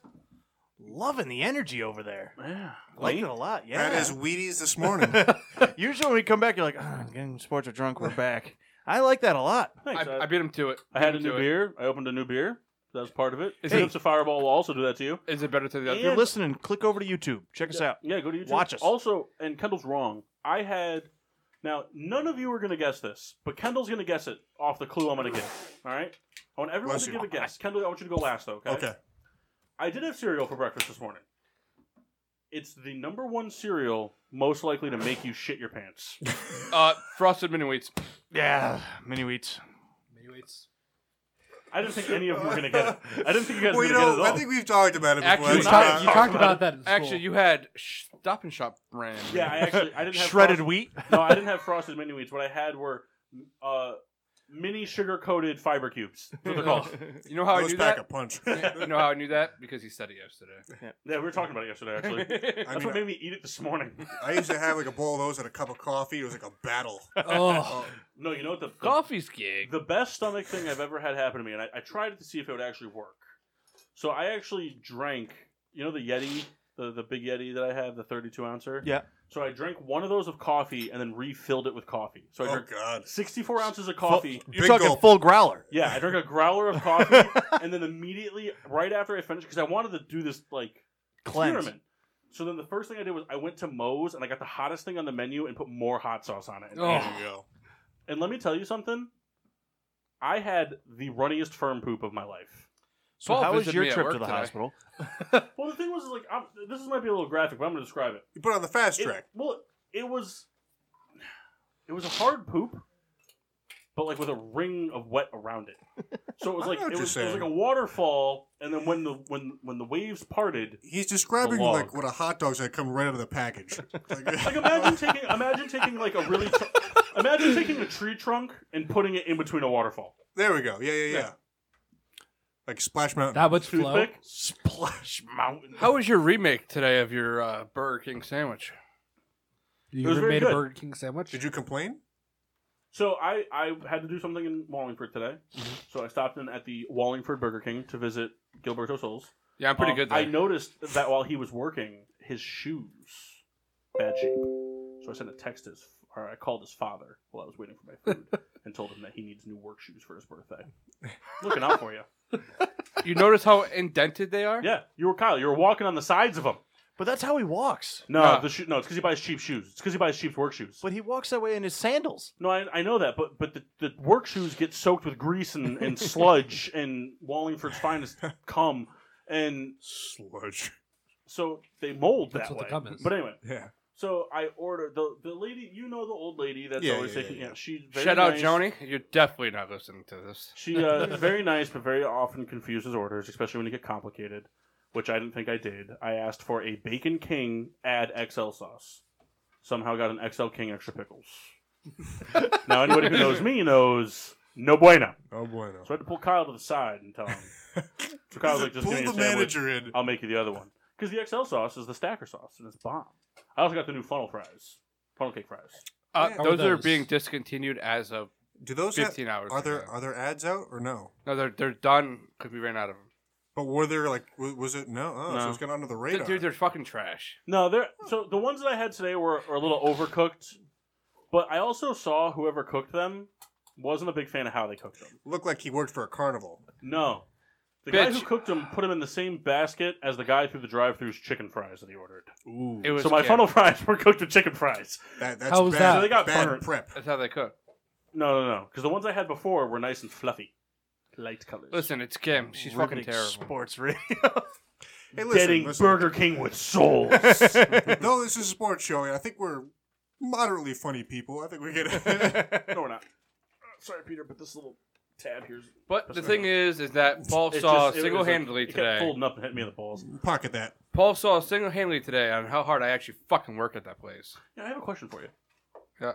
B: Loving the energy over there.
A: yeah,
B: Like it
A: Lane.
B: a lot. Yeah.
D: That is Wheaties this morning.
B: Usually when we come back, you're like, oh, getting sports are drunk. We're back. I like that a lot.
A: Thanks.
C: I,
A: I,
C: I beat him to it.
A: I had a
C: Beat him
A: new
C: to it.
A: beer. I opened a new beer. That was part of it.
C: Is
A: Hit
C: it-
A: up to Fireball will also do that to you.
C: Is it better to the
B: If
C: other?
B: you're listening, click over to YouTube. Check us out.
A: Yeah, go to YouTube.
B: Watch us.
A: Also, and Kendall's wrong. I had now none of you are gonna guess this, but Kendall's gonna guess it off the clue I'm gonna give. All right. I want everyone
D: Bless
A: to
D: you.
A: give a guess. Kendall, I want you to go last though. Okay.
D: okay.
A: I did have cereal for breakfast this morning. It's the number one cereal most likely to make you shit your pants.
C: Uh, frosted mini wheats.
B: Yeah, mini wheats.
F: Mini-weights.
A: I didn't think any of you were gonna get it. I didn't think you guys were
D: Well, you
A: gonna get it
D: know,
A: at all.
D: I think we've talked about it before. Uh,
C: Actually,
F: You,
D: It's
C: Nah.
F: talked- you
D: not-
F: talked about that. In school.
C: Actually, you had Stop and Shop brand.
A: yeah, I actually I didn't have
B: Shredded
A: frosted-
B: wheat.
A: No, I didn't have frosted mini wheats. What I had were uh, mini sugar coated fiber cubes. That's what they're called.
C: You know how I
D: those
C: knew
D: pack
C: that?
D: a punch.
C: You know how I knew that? Because he said it yesterday.
A: Yeah, we were talking about it yesterday. Actually, that's
D: I mean,
A: what made me eat it this morning.
D: I used to have like a bowl of those and a cup of coffee. It was like a battle.
F: oh,
A: No, you know what the the
C: Coffee's gig.
A: The best stomach thing I've ever had happen to me, and I, I tried it to see if it would actually work. So I actually drank, you know, the Yeti, the, the big Yeti that I have, the 32 ouncer?
B: Yeah.
A: So I drank one of those of coffee and then refilled it with coffee. So I
D: Oh
A: drank
D: God!
A: 64 ounces of coffee.
B: You're
D: Big
B: talking
D: gulp.
B: full growler.
A: Yeah, I drank a growler of coffee and then immediately, right after I finished, because I wanted to do this, like,
B: Cleanse.
A: experiment. So then the first thing I did was I went to Moe's and I got the hottest thing on the menu and put more hot sauce on it.
C: Oh.
D: There you go.
A: And let me tell you something. I had the runniest firm poop of my life.
B: So
C: Paul
B: how was
C: visited
B: your
C: me at
B: trip
C: work
B: to the
C: today.
B: hospital?
A: Well, the thing was, is like, I'm, this might be a little graphic, but I'm going to describe it.
D: You put it on the fast
A: It-
D: track.
A: Well, it was, it was a hard poop, but like with a ring of wet around it. So it was
D: I
A: like
D: know what
A: it
D: you're
A: was, it was
D: saying.
A: like a waterfall, and then when the when when the waves parted,
D: He's describing
A: The log.
D: like what a hot dog's that come right out of the package.
A: like
D: Like,
A: imagine taking imagine taking like a really tr- imagine taking a tree trunk and putting it in between a waterfall.
D: there we go. Yeah, yeah, yeah. Like Splash Mountain.
F: that would flow.
A: Toothpick, splash mountain.
C: How was your remake today of your uh, Burger King sandwich?
F: You
A: was
F: ever
A: very
F: made
A: good.
F: a Burger King sandwich?
D: Did you complain?
A: So I, I had to do something in Wallingford today.
F: Mm-hmm.
A: So I stopped in at the Wallingford Burger King to visit Gilberto Souls.
C: Yeah, I'm pretty good. There.
A: Oh, Um, I noticed that while he was working, his shoes bad shape. So I sent a text to his, or I called his father while I was waiting for my food and told him that he needs new work shoes for his birthday. Looking out for you.
C: You notice how indented they are?
A: Yeah, you were Kyle. You were walking on the sides of them.
B: But that's how he walks.
A: No,
C: Ah.
A: the shoe, no, it's because he buys cheap shoes. It's because he buys cheap work shoes.
B: But he walks that way in his sandals.
A: No, I, I know that, but but the, the work shoes get soaked with grease and, and sludge and Wallingford's finest cum, and
D: Sludge.
A: so they mold
F: That's
A: that
F: what
A: way.
F: the cum is.
A: But anyway,
D: Yeah.
A: so I ordered the the lady, you know, the old lady that's
D: Yeah,
A: always
D: yeah,
A: taking.
D: yeah,
A: Yeah,
D: yeah.
A: she's very
C: Shout out
A: nice.
C: Joni. You're definitely not listening to this.
A: She uh, very nice, but very often confuses orders, especially when you get complicated, which I didn't think I did. I asked for a bacon king, add XL sauce. Somehow got an XL king, extra pickles. now anybody who knows me knows no bueno.
D: Oh boy, no.
A: So I had to pull Kyle to the side and tell him. So Kyle was like, just
D: Pull
A: give me
D: the
A: a sandwich. Uh,
D: manager in.
A: I'll make you the other one. Because the XL sauce is the stacker sauce, and it's bomb. I also got the new funnel fries, funnel cake fries.
C: Uh,
D: Yeah.
F: How
C: those,
F: are
C: are
F: those?
C: being discontinued as of
D: Do those have,
C: 15 hours.
D: are there
C: ago.
D: are there ads out or no?
C: No, they're they're done because we ran out of them.
D: But were there like wa- was it no? Oh, so
C: No.
D: it's gone under the
C: Dude,
D: radar.
C: Dude, they're fucking trash.
A: No, they're so the ones that I had today were, were a little overcooked, but I also saw whoever cooked them wasn't a big fan of how they cooked them.
D: Looked like he worked for a carnival.
A: No, the guy who
C: Bitch.
A: cooked them put them in the same basket as the guy through the drive-through's chicken fries that he ordered.
D: Ooh,
C: It was
A: So my
C: yeah,
A: funnel fries were cooked with chicken fries.
D: that, that's
F: How was
D: bad,
F: that?
A: So they got
D: bad
A: burnt.
D: prep.
C: That's how they cook.
A: No, no, no, because the ones I had before were nice and fluffy, light colors.
C: Listen, it's Kim. She's fucking
B: Riveting
C: terrible.
B: Sports radio.
D: Hey, listen,
A: getting
D: listen.
A: Burger King with souls.
D: No, this is a sports show, and I think we're moderately funny people. I think we get
A: no, we're not. Uh, Sorry, Peter, but this little tab here's
C: But the thing is, is that Paul
A: It's
C: saw
A: just- it was a-
C: single-handedly
A: it kept
C: today.
A: folding up and hitting me in the balls.
D: pocket that.
C: Paul saw single-handedly today on how hard I actually fucking work at that place.
A: Yeah, I have a question for you.
C: Yeah.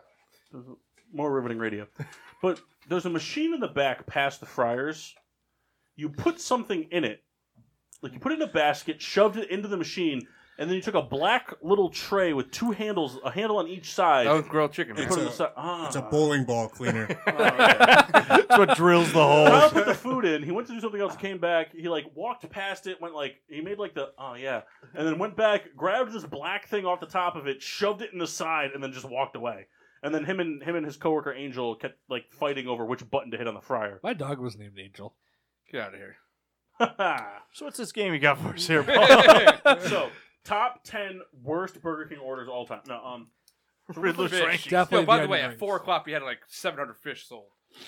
A: There's a- More riveting radio. But there's a machine in the back past the fryers. You put something in it. Like you put it in a basket, shoved it into the machine, and then you took a black little tray with two handles, a handle on each side,
C: That was grilled chicken.
A: and
C: Man.
A: put it on
D: a-
A: the side. Ah.
D: Oh, It's a bowling ball cleaner.
B: That's what drills the
A: Kyle
B: hole.
A: put the food in. He went to do something else. Came back. He like walked past it. Went like he made like the oh yeah, and then went back, grabbed this black thing off the top of it, shoved it in the side, and then just walked away. And then him and him and his coworker Angel kept like fighting over which button to hit on the fryer.
F: My dog was named Angel.
C: Get out of here.
B: So what's this game you got for us here, Paul?
C: Yo,
A: so top ten worst Burger King orders all time. No, um,
B: Riddler's
C: Fish.
B: ranking.
F: Definitely.
C: by the
F: behind
C: way,
F: your
C: at
F: rings.
C: four o'clock we had like seven hundred fish sold.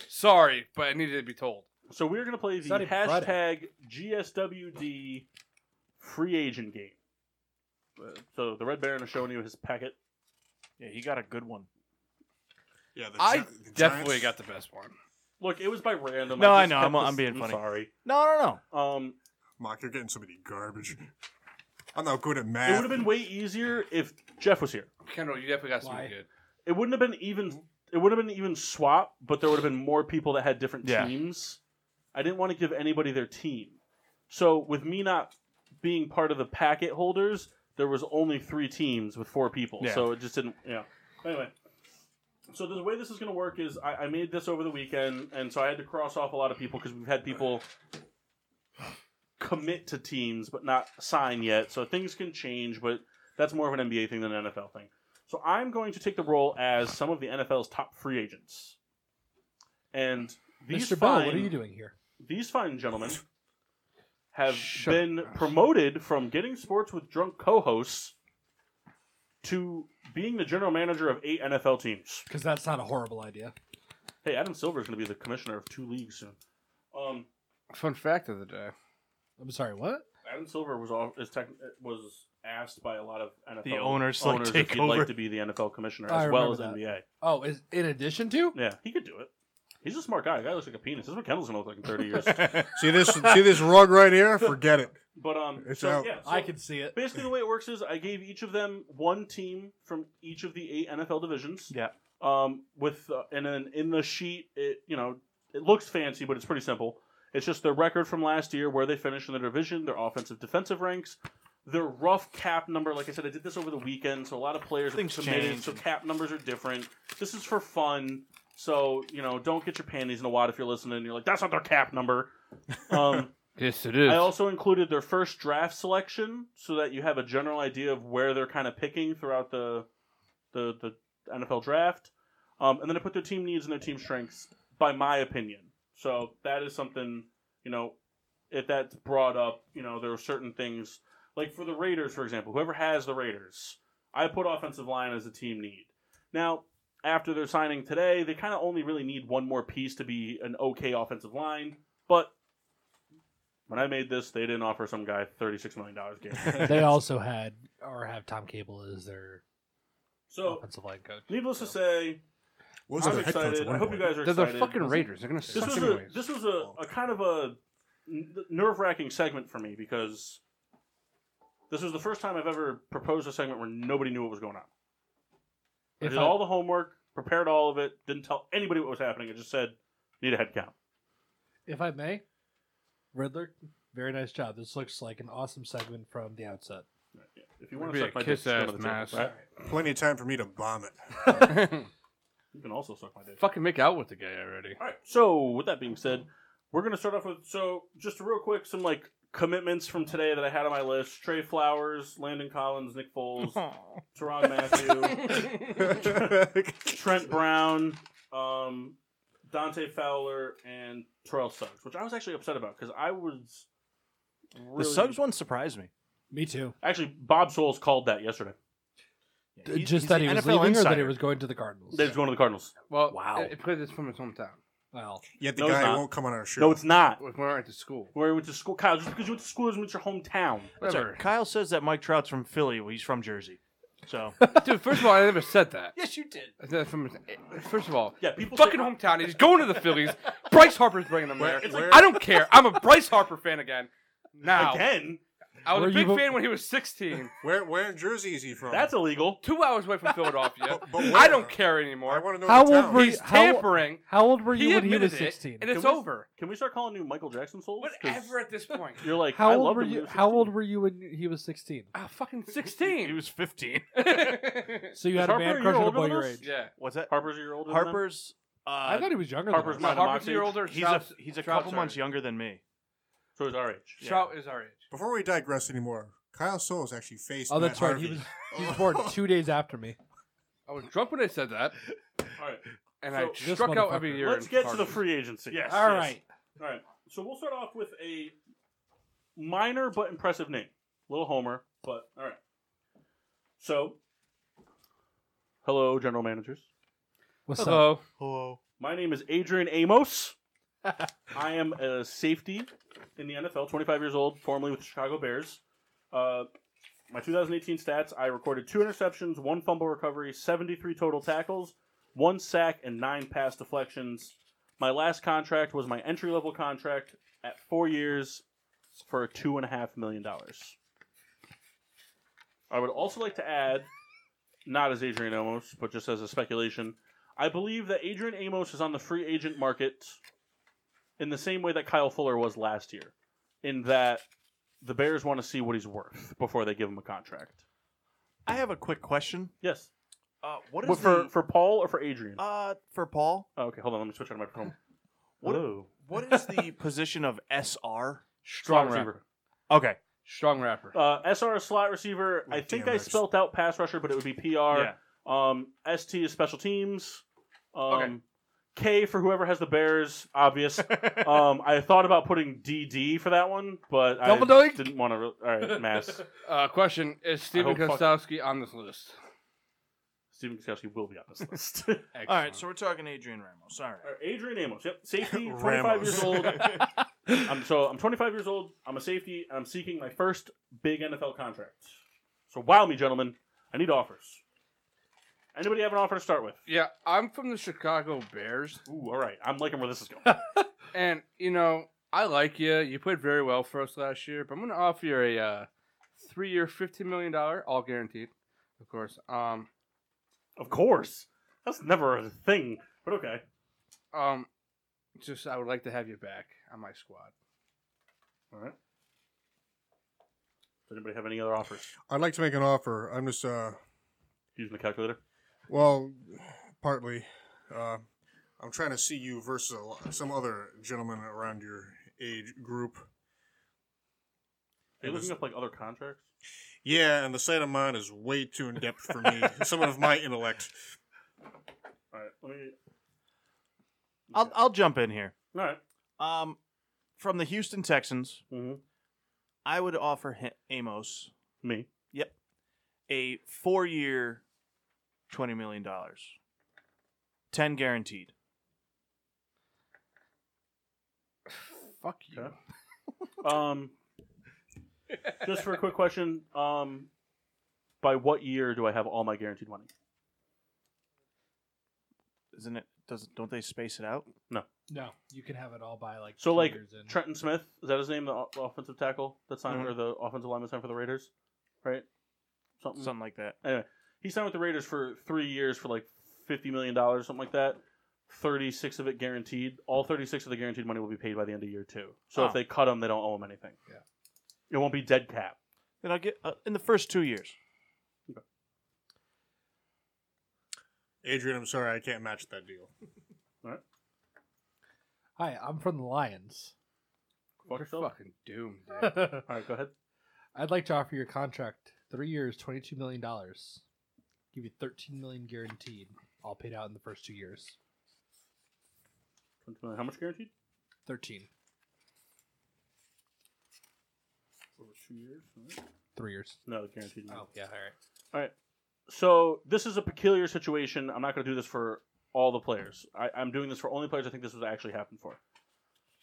C: Sorry, but I needed to be told.
A: so we're gonna play the
F: not even Friday.
A: hashtag GSWD free agent game. So the Red Baron is showing you his packet.
B: Yeah, he got a good one.
D: Yeah, the,
C: I
D: Gi- the
C: definitely
D: Giants-
C: got the best one.
A: Look, it was by random.
B: No, I
A: just
B: know,
A: kept
B: I'm- I'm
A: this-
B: being funny.
A: Sorry.
B: No, no, no.
A: Um,
D: Mock, you're getting so many garbage. I'm not good at
A: it
D: math.
A: would have been way easier if Jeff was here.
C: Kendall, you definitely got
F: Why?
C: something good.
A: It wouldn't have been even. It would have been even swap, but there would have been more people that had different
B: Yeah.
A: teams. I didn't want to give anybody their team. So with me not being part of the packet holders, there was only three teams with four people.
B: Yeah.
A: So it just didn't. Yeah. Anyway. So the way this is going to work is I, I made this over the weekend, and so I had to cross off a lot of people because we've had people commit to teams but not sign yet. So things can change, but that's more of an NBA thing than an NFL thing. So I'm going to take the role as some of the NFL's top free agents. And these
F: Mr. Bell, what are
A: fine-
F: you doing here?
A: these fine gentlemen have
C: Shut
A: been
C: up.
A: promoted from getting sports with drunk co-hosts to being the general manager of eight NFL teams.
F: Because that's not a horrible idea.
A: Hey, Adam Silver is going to be the commissioner of two leagues soon. Um,
C: Fun fact of the day.
F: I'm sorry, what?
A: Adam Silver was all, is tech, was asked by a lot of NFL
B: The owners, like,
A: if
B: take
A: he'd
B: over.
A: like to be the NFL commissioner
F: I
A: as well as
F: remember
A: NBA.
F: Oh, is in addition to?
A: Yeah, he could do it. He's a smart guy. The guy looks like a penis. This is what Kendall's gonna look like in thirty years.
D: see this see this rug right here? Forget it.
A: But um,
D: It's
A: so,
D: out.
A: yeah, so-
F: I can see it.
A: Basically, the way it works is I gave each of them one team from each of the eight NFL divisions.
B: Yeah.
A: Um, with uh, and then in the sheet, it you know it looks fancy, but it's pretty simple. It's just their record from last year, where they finished in their division, their offensive defensive ranks, their rough cap number. Like I said, I did this over the weekend, so a lot of players
B: Things
A: have committed,
B: change
A: so
B: and-
A: cap numbers are different. This is for fun, so you know don't get your panties in a wad if you're listening. and You're like, that's not their cap number. Um.
C: Yes, it is.
A: I also included their first draft selection so that you have a general idea of where they're kind of picking throughout the the, the NFL draft. Um, and then I put their team needs and their team strengths by my opinion. So that is something, you know, if that's brought up, you know, there are certain things like for the Raiders, for example, whoever has the Raiders, I put offensive line as a team need. Now, after their signing today, they kind of only really need one more piece to be an okay offensive line, but when I made this, they didn't offer some guy thirty-six million dollars guaranteed.
F: they also had or have Tom Cable as their
A: so,
F: offensive line coach.
A: needless to say,
D: What was
A: I'm
D: that head coach?
A: excited.
D: at one
A: I hope you
D: point?
A: guys are
C: They're
A: excited.
C: the fucking Raiders. They're gonna
A: This
C: suck
A: was a
C: anyways.
A: this was a, a kind of a nerve-wracking segment for me because this was the first time I've ever proposed a segment where nobody knew what was going on. I
F: If
A: did
F: I-
A: all the homework, prepared all of it, didn't tell anybody what was happening. I just said, "Need a head count."
F: if I may, Riddler, very nice job. This looks like an awesome segment from the outset.
A: If you want
C: Be
A: to
C: a
A: suck my dick,
C: kiss-ass
A: just go to the table,
C: mass.
A: right?
D: Plenty of time for me to bomb it.
A: you can also suck my dick.
C: fucking make out with the guy already.
A: All right. So with that being said, we're gonna start off with so just real quick some like commitments from today that I had on my list: Trey Flowers, Landon Collins, Nick Foles, Teron Matthew, Trent Brown, um, Dante Fowler, and Terrell Suggs, which I was actually upset about because I was really...
B: The Suggs one surprised me.
F: Me too.
A: Actually, Bob Souls called that yesterday.
B: He-
F: Uh, Just
B: he's
F: that
B: the
F: he was
B: NFL
F: leaving or that he
B: insider.
F: was going to the Cardinals.
A: They're just going to the Cardinals.
C: Well,
F: Wow.
C: It, it because it's from his hometown.
F: Well,
D: Yet the
A: No, it's
D: guy
A: not.
D: won't come on our show.
A: No, it's not.
C: Like, When I went to school.
A: Where he went to school, Kyle. Just because you went to school doesn't mean it's your hometown.
B: That's
C: Whatever.
B: right. Kyle says that Mike Trout's from Philly. Well, he's from Jersey. So
C: Dude, first of all, I never said that.
B: yes, you did.
C: I said from his- First of all,
A: Yeah, people
C: fucking
A: say-
C: hometown. He's going to the Phillies. Bryce Harper's bringing them there.
D: Where- where-
C: I don't care. I'm a Bryce Harper fan again. Now,
A: Again,
C: I was
F: Were
C: a big
F: you-
C: fan when he was 16.
D: Where where in Jersey is he from?
A: that's illegal.
C: Two hours away from Philadelphia.
D: But- but where?
C: I don't care
D: I
C: anymore.
D: want to know
F: how
D: the
F: old
D: town.
F: were you?
C: He's
F: How,
C: tampering.
F: how old were you
C: He
F: when he was
C: admitted it,
F: 16?
C: and it's
A: Can we-
C: over.
A: Can we start calling you Michael Jackson Souls? 'Cause
C: Whatever at this point.
A: You're like, I
F: How old
A: loved
F: were
A: him when he
F: you?
A: was
F: How
A: 16.
F: old were you when he was 16?
C: Ah, fucking
B: He
C: 16.
B: was 15.
F: So you
A: Is
F: had a
A: Harper a
F: man
A: year
F: crush on a
A: older
F: boy
A: than
F: your
A: us?
F: age.
C: yeah.
B: What's that?
A: Harper's a year older. Than them?
B: Harper's. Uh,
F: I thought he was younger.
A: Harper's
F: than
A: my-
F: that.
C: My Harper's
A: Moxie.
C: a year older.
B: he's
C: Trout's-
B: a he's a
C: Trout's
B: couple
C: our
B: months
C: age.
B: younger than me.
A: so he's our age.
B: Yeah.
C: Trout is our age.
D: Before we digress anymore, Kyle Souls actually faced.
F: Oh, that's
D: Matt
F: right. He was
D: Harvey.
F: he was born two days after me.
C: I was drunk when I said that,
A: All right.
C: and
A: So-
C: I
A: This
C: struck out
F: motherfucker.
C: every year.
A: Let's
C: in
A: get to the
C: parties.
A: free agency.
B: Yes.
F: All right.
A: All right. So we'll start off with a minor but impressive name. Little Homer, but all right. So, hello, general managers.
F: What's up?
C: Hello.
B: Hello.
A: My name is Adrian Amos. I am a safety in the NFL, 25 years old, formerly with the Chicago Bears. Uh, my 2018 stats, I recorded two interceptions, one fumble recovery, 73 total tackles, one sack, and nine pass deflections. My last contract was my entry level contract at four years for two and a half million dollars. I would also like to add, not as Adrian Amos, but just as a speculation, I believe that Adrian Amos is on the free agent market in the same way that Kyle Fuller was last year, in that the Bears want to see what he's worth before they give him a contract.
B: I have a quick question.
A: Yes.
B: Uh, what is
A: What, for
B: the,
A: for Paul or for Adrian?
B: uh for Paul?
A: oh, okay, hold on. Let me switch out of my phone.
B: What-
A: Hello.
B: What is the position of SR?
C: Strong
A: Slot
C: rapper.
A: receiver.
B: Okay.
C: Strong rapper.
A: Uh, SR is slot receiver.
B: Oh,
A: I think
D: damn,
A: I
D: that's-
A: spelt out pass rusher, but it would be PR.
B: Yeah.
A: Um, ST is special teams. Um,
C: Okay.
A: K for whoever has the Bears, obvious. um, I thought about putting DD for that one, but I
C: Double doink.
A: didn't want to. Re- All right, mass.
C: Uh, question: Is Steven
A: hope fuck-
C: Kostowski on this list?
A: Steven Kostkowski will be on this list.
C: Excellent.
B: All right, so we're talking Adrian Ramos. All right.
A: All right, Adrian Amos, yep, safety, 25
D: Ramos.
A: years old. I'm so I'm 25 years old. I'm a safety. I'm seeking my first big NFL contract. So wow me, gentlemen. I need offers. Anybody have an offer to start with?
C: yeah, I'm from the Chicago Bears,
A: Ooh, all right. I'm liking where this is going.
C: and you know I like you. You played very well for us last year, but I'm going to offer you a uh, three-year, fifteen million dollar, all guaranteed, of course. Um,
A: of course, that's never a thing. But okay.
C: um, just I would like to have you back on my squad.
A: All right. Does anybody have any other offers?
D: I'd like to make an offer. I'm just, uh,
A: Using the calculator.
D: well, partly. Uh, I'm trying to see you versus a lo- some other gentleman around your age group.
A: Are you
D: It was-
A: looking up like other contracts?
D: Yeah, and the sight of mine is way too in depth for me. Someone of my intellect.
A: All right. Let me.
B: I'll I'll jump in here.
A: All right.
B: Um from the Houston Texans,
A: Mm-hmm.
B: I would offer him, Amos
A: Me.
B: a 4-year 20 million dollars. 10 guaranteed.
C: Fuck you.
A: Okay. Um, just for a quick question, um, by what year do I have all my guaranteed money?
B: Isn't it does don't they space it out?
F: No, you can have it all by like.
A: So,
F: two
A: like,
F: years in.
A: Trenton Smith is that his name, the o- offensive tackle that signed
B: Mhm.
A: or the offensive lineman signed for the Raiders, right? Something.
B: Something like that.
A: He signed with the Raiders for three years for like fifty million dollars, something like that. Thirty-six of it guaranteed. All thirty-six of the guaranteed money will be paid by the end of year two. So
B: Oh.
A: if they cut him, they don't owe him anything.
F: Yeah.
A: it won't be dead cap.
B: Then I'll get uh, in the first 2 years.
D: Adrian, I'm sorry, I can't match that deal.
F: Hi, I'm from the Lions.
A: Fuck
C: You're
A: yourself.
C: fucking doomed, dude.
F: I'd
A: All right, go ahead.
F: like to offer your contract three years, twenty-two million dollars. Give you thirteen million guaranteed, all paid out in the first two years.
A: How much guaranteed?
F: Thirteen,
A: Over two years.
F: three years.
A: No, guaranteed. money.
F: Oh, yeah, all right.
A: So this is a peculiar situation. I'm not going to do this for all the players. I, I'm doing this for only players I think this was actually happened for.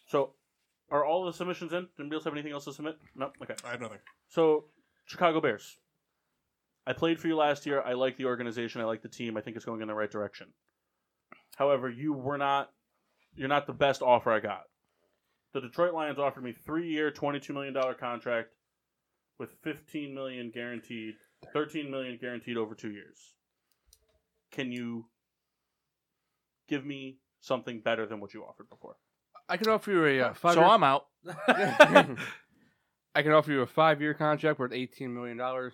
A: So, are all the submissions in? Does anybody else have anything else to submit? No. Okay.
D: I have nothing.
A: So, Chicago Bears. I played for you last year. I like the organization. I like the team. I think it's going in the right direction. However, you were not. You're not the best offer I got. The Detroit Lions offered me three-year, twenty-two million dollar contract, with fifteen million guaranteed, thirteen million guaranteed over two years. Can you give me something better than what you offered before?
C: I can offer you a uh, five.
B: so I'm out.
C: I can offer you a five-year contract worth eighteen million dollars,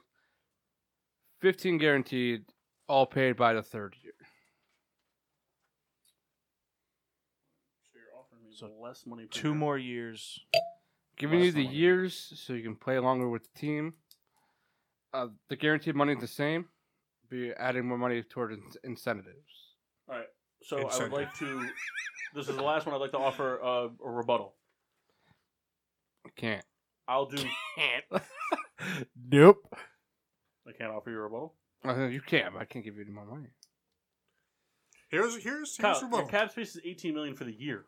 C: fifteen guaranteed, all paid by the third year.
A: So you're offering me
B: So
A: less money. per
B: Two
A: year.
B: more years.
C: Giving
A: Less
C: you the
A: money.
C: years so you can play longer with the team. Uh, the guaranteed money is the same. Be adding more money toward in- incentives.
A: So I would
D: Incentive.
A: like to. This is the last one. I'd like to offer uh, a rebuttal.
C: Can't.
A: I'll do.
F: Nope.
A: I can't offer you a rebuttal.
C: I think you can't. But I can't give you any more money.
D: Here's here's here's
A: Kyle,
D: your
A: your
D: bubble.
A: cap space is 18 million for the year.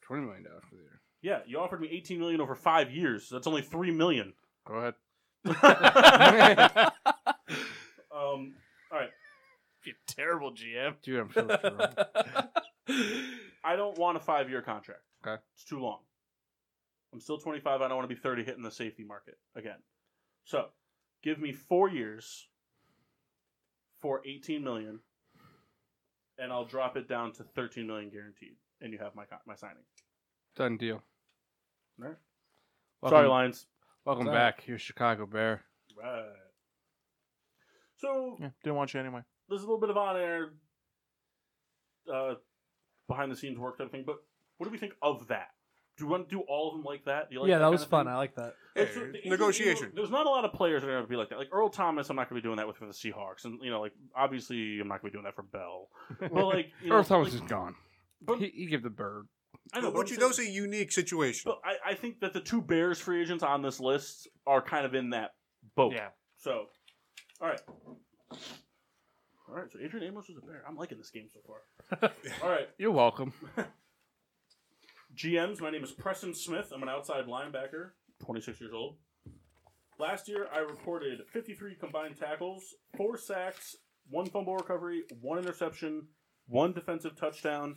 C: Twenty million dollars for the year.
A: Yeah, you offered me 18 million over five years. That's only three million.
C: Go ahead.
A: Um, all right.
B: You terrible GM.
C: Dude, I'm so drunk.
A: I don't want a five year contract.
C: Okay.
A: It's too long. I'm still 25. I don't want to be 30 hitting the safety market again. So give me four years for 18 million, and I'll drop it down to 13 million guaranteed, and you have my con- my signing.
C: Done deal.
A: All right.
C: Welcome,
A: Sorry, Lions.
C: Welcome
F: Sorry.
C: back. You're Chicago Bear.
A: Right. So
B: Yeah, didn't want you anyway.
A: there's a little bit of on air, uh, behind the scenes work type thing. But what do we think of that? Do you want to do all of them like that? Do you like
F: yeah, that
A: kind
F: was
A: of
F: fun.
A: thing?
F: I like that.
D: Hey,
A: That's what- the-
D: negotiation.
A: you know, there's not a lot of players that are going to be like that. Like Earl Thomas, I'm not going to be doing that with for the Seahawks, and you know, like obviously, I'm not going to be doing that for Bell. But like, you know,
C: Earth Thomas
A: like,
C: is gone.
A: But
C: he, he gave the bird.
A: I know
D: what
A: but
D: you
A: I'm
D: know is
A: saying-
D: a unique situation.
A: But I, I think that the two Bears free agents on this list are kind of in that boat.
B: Yeah.
A: So, all right. All right, so Adrian Amos was a bear. I'm liking this game so far. All right,
C: You're welcome.
A: GMs, my name is Preston Smith. I'm an outside linebacker, 26 years old. Last year, I reported 53 combined tackles, four sacks, one fumble recovery, one interception, one defensive touchdown,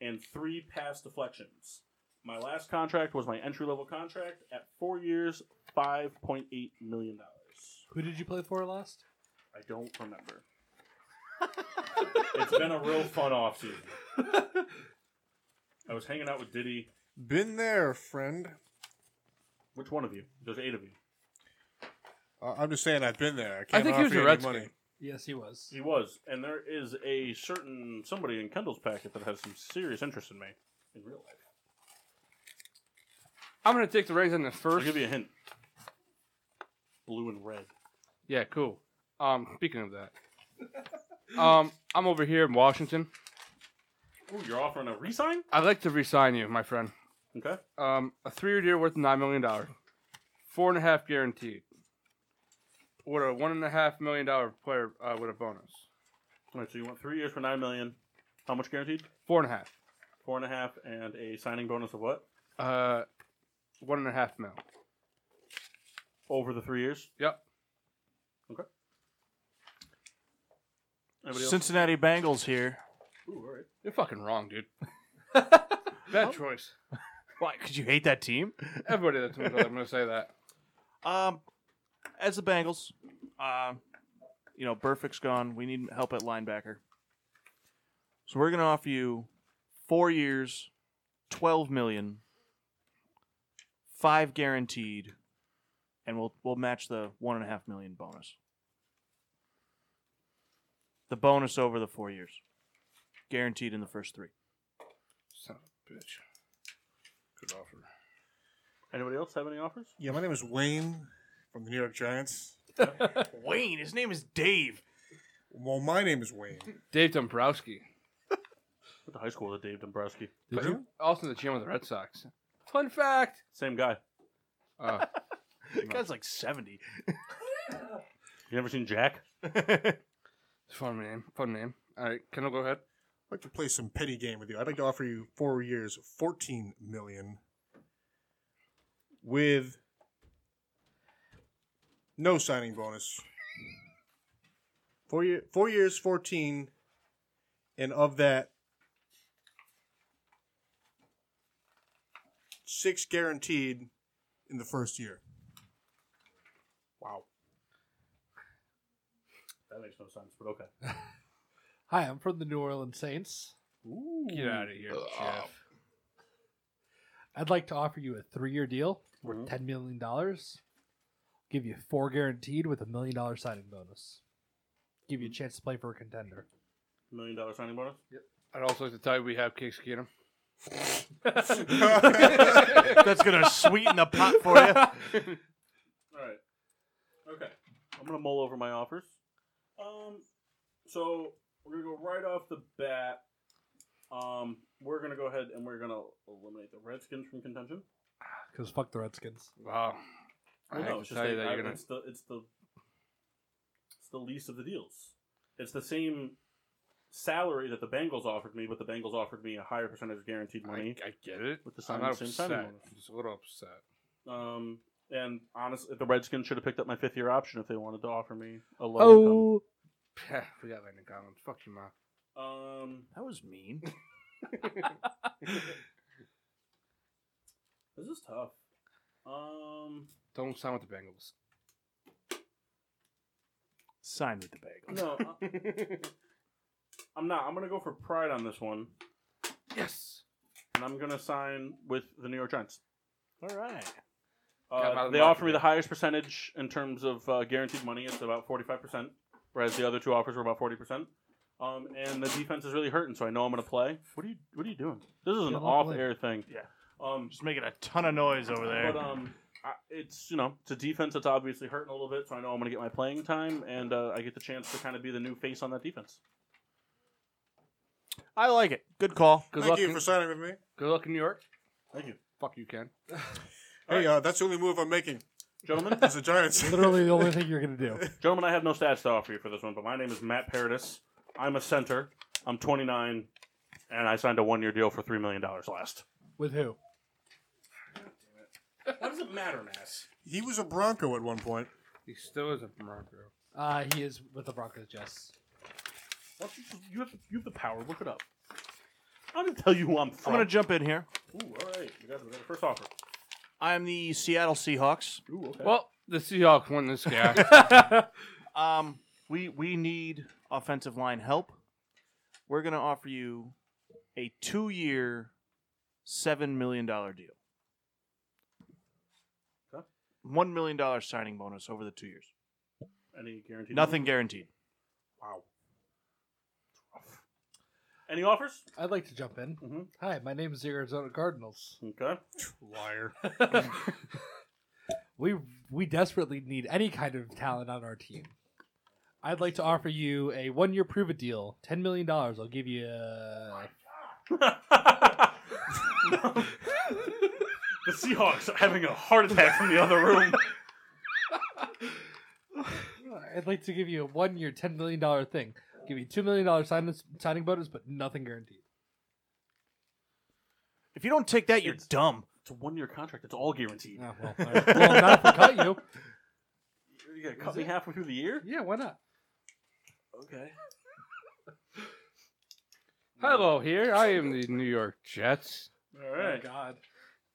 A: and three pass deflections. My last contract was my entry level contract at four years, $5.8 million.
F: Who did you play for last?
A: I don't remember. it's been a real fun offseason. I was hanging out with Diddy.
D: Been there, friend.
A: Which one of you? There's eight of you.
D: Uh, I'm just saying I've been there. I, can't
C: think
D: offer
C: he was a
D: you any
C: Redskin.
D: money.
F: Yes, he was.
A: He was, and there is a certain somebody in Kendall's packet that has some serious interest in me in real life.
C: I'm gonna take the Rays in the
A: i I'll
C: first.
A: give you a hint: blue and red.
C: Yeah, cool. Um, speaking of that, um, I'm over here in Washington.
A: Ooh, you're offering a resign?
C: I'd like to resign you, my friend.
A: Okay.
C: Um, a three-year deal worth nine million dollars, four and a half guaranteed, with a one and a half million dollar player uh, with a bonus,
A: All right, so you want three years for nine million. How much guaranteed?
C: four and a half,
A: Four and a half, and a signing bonus of what?
C: uh, one and a half mil.
A: Over the three years.
C: Yep.
A: Anybody else?
B: Cincinnati Bengals here.
A: Ooh, all right.
C: You're fucking wrong, dude. Bad choice.
B: Why? Because you hate that team?
C: Everybody that's in the middle, I'm gonna say that.
B: Um, as the Bengals, uh, you know, Burfict's gone. We need help at linebacker. So we're gonna offer you four years, twelve million, five guaranteed, and we'll we'll match the one and a half million bonus. The bonus over the four years, guaranteed in the first three.
C: Son of a bitch. Good offer.
A: Anybody else have any offers?
D: Yeah, my name is Wayne from the New York Giants.
B: Wayne, his name is Dave.
D: Well, my name is Wayne.
C: Dave Dombrowski,
A: Went to high school with Dave Dombrowski.
F: Did you?
C: also the GM of the Red Sox. Fun fact.
A: Same guy.
C: Uh,
B: That guy's like seventy.
A: You never seen Jack?
C: fun name. Fun name. All right, Kendall, go ahead.
D: I'd like to play some petty game with you. I'd like to offer you four years, fourteen million, with no signing bonus. Four year, four years, fourteen, and of that, six guaranteed in the first year.
A: Wow. That makes no sense, but okay.
F: Hi, I'm from the New Orleans Saints.
C: Get out of here, Jeff.
F: I'd like to offer you a three-year deal worth
A: Mhm.
F: ten million dollars. Give you four guaranteed with a million dollar signing bonus. Give you a chance to play for a contender.
A: Million dollar signing bonus.
C: I'd also like to tell you we have Case Keenum.
B: That's gonna sweeten the pot for you.
A: All right. Okay. I'm gonna mull over my offers. Um, so we're gonna go right off the bat. Um, we're gonna go ahead and we're gonna eliminate the Redskins from contention.
F: Because fuck the Redskins.
C: Wow. I
A: Well,
C: have
A: no,
C: to
A: it's just
C: tell you
A: that
C: that
A: I-
C: you're gonna.
A: it's the it's the it's the least of the deals. It's the same salary that the Bengals offered me, but the Bengals offered me a higher percentage of guaranteed
C: I,
A: money.
C: I get it.
A: With the
C: I'm
A: sign-
C: not
A: same
C: upset.
A: signing bonus.
C: I'm just a little upset.
A: Um, And honestly, the Redskins should have picked up my fifth year option if they wanted to offer me a low
B: Oh,
C: Yeah, we got Landon Collins. Fuck you, ma.
A: income. Um,
B: that was mean.
A: this is tough. Um,
C: Don't sign with the Bengals.
B: Sign with the bagel.
A: no, I, I'm not. I'm gonna go for pride on this one,
C: Yes.
A: and I'm gonna sign with the New York Giants.
B: All right.
C: Got him out
A: Uh,
C: of
A: they
C: the
A: offer
C: market.
A: me the highest percentage in terms of uh, guaranteed money. It's about 45%, whereas the other two offers were about 40%. Um, and the defense is really hurting, so I know I'm going to play. What are you What are you doing? This is an
F: Yeah, I'm
A: off
F: playing.
A: air thing.
B: Yeah.
A: Um,
B: Just making a ton of noise over there.
A: but um, I, it's you know it's a defense that's obviously hurting a little bit, so I know I'm going to get my playing time, and uh, I get the chance to kind of be the new face on that defense.
B: I like it. Good call.
C: Good
D: Thank
C: luck.
D: you
C: in-
D: for signing with me.
C: Good luck in New York.
A: Thank you,
C: Fuck you, Ken.
D: Hey, uh, that's the only move I'm making
A: gentlemen.
D: as a Giants.
F: Literally the only thing you're gonna do.
A: gentlemen, I have no stats to offer you for this one, but my name is Matt Paradis. I'm a center. I'm 29, and I signed a one year deal for three million dollars last.
F: With who?
A: Why does it matter, Mass?
D: He was a Bronco at one point.
C: He still is a Bronco.
F: Uh, he is with the Broncos, Jess.
A: You, you, have, you have the power. Look it up. I'm gonna tell you who I'm
B: I'm
A: from.
B: going to jump in here.
A: Ooh, all right. You guys have got a first offer.
B: I'm the Seattle Seahawks.
A: Ooh, okay.
C: Well, the Seahawks won this guy.
B: Um, we we need offensive line help. We're going to offer you a two-year, seven million dollar deal.
A: Okay.
B: One million dollar signing bonus over the two years.
A: any guaranteed?
B: Nothing guaranteed.
A: Wow. Any offers?
F: I'd like to jump in.
A: Mhm.
F: Hi, my name is the Arizona Cardinals.
A: Okay.
D: Liar.
F: we we desperately need any kind of talent on our team. I'd like to offer you a one-year prove-it deal, ten million dollars. I'll give you. Uh,
A: the Seahawks are having a heart attack from the other room.
F: I'd like to give you a one-year, ten million dollar thing. Give you two million dollars signing signing bonus, but nothing guaranteed.
B: If you don't take that, you're
A: It's-
B: dumb.
A: It's a one-year contract. It's all guaranteed.
F: Oh, well, all right. well, not if we cut you.
A: You're gonna cut me halfway through the year?
F: Yeah, why not?
A: Okay.
C: Hello, here. I am the New York Jets.
A: All right.
F: God.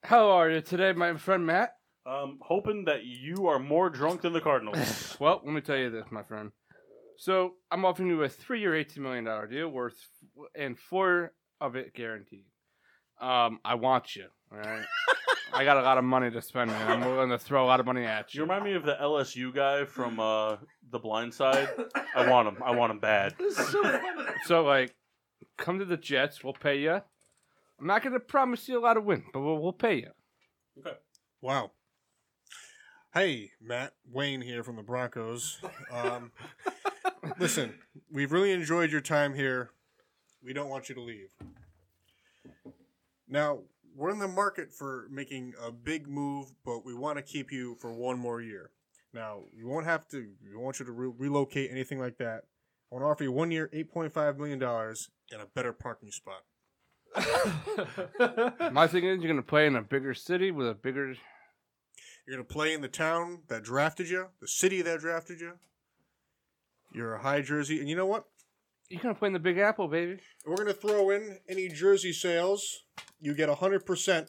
C: How are you today, my friend Matt?
A: Um, hoping that you are more drunk than the Cardinals.
C: Well, let me tell you this, my friend. So I'm offering you a three-year, eighteen million dollar deal worth, and four of it guaranteed. Um, I want you. All right. I got a lot of money to spend, man. I'm willing to throw a lot of money at
A: You
C: you.
A: remind me of the LSU guy from uh, The Blind Side. I want him. I want him bad.
C: So like, come to the Jets. We'll pay you. I'm not gonna promise you a lot of wins, but we'll, we'll pay you.
D: Wow. Hey, Matt Wayne here from the Broncos. Um, listen, we've really enjoyed your time here. We don't want you to leave. Now, we're in the market for making a big move, but we want to keep you for one more year. Now, you won't have to, we don't want you to re- relocate, anything like that. I want to offer you one year, $8.5 million, and a better parking spot.
C: My thing is, you're gonna play in a bigger city with a bigger.
D: You're going to play in the town that drafted you, the city that drafted you. You're a high jersey. And you know what?
C: You're gonna play in the Big Apple, baby.
D: We're going to throw in any jersey sales. You get 100%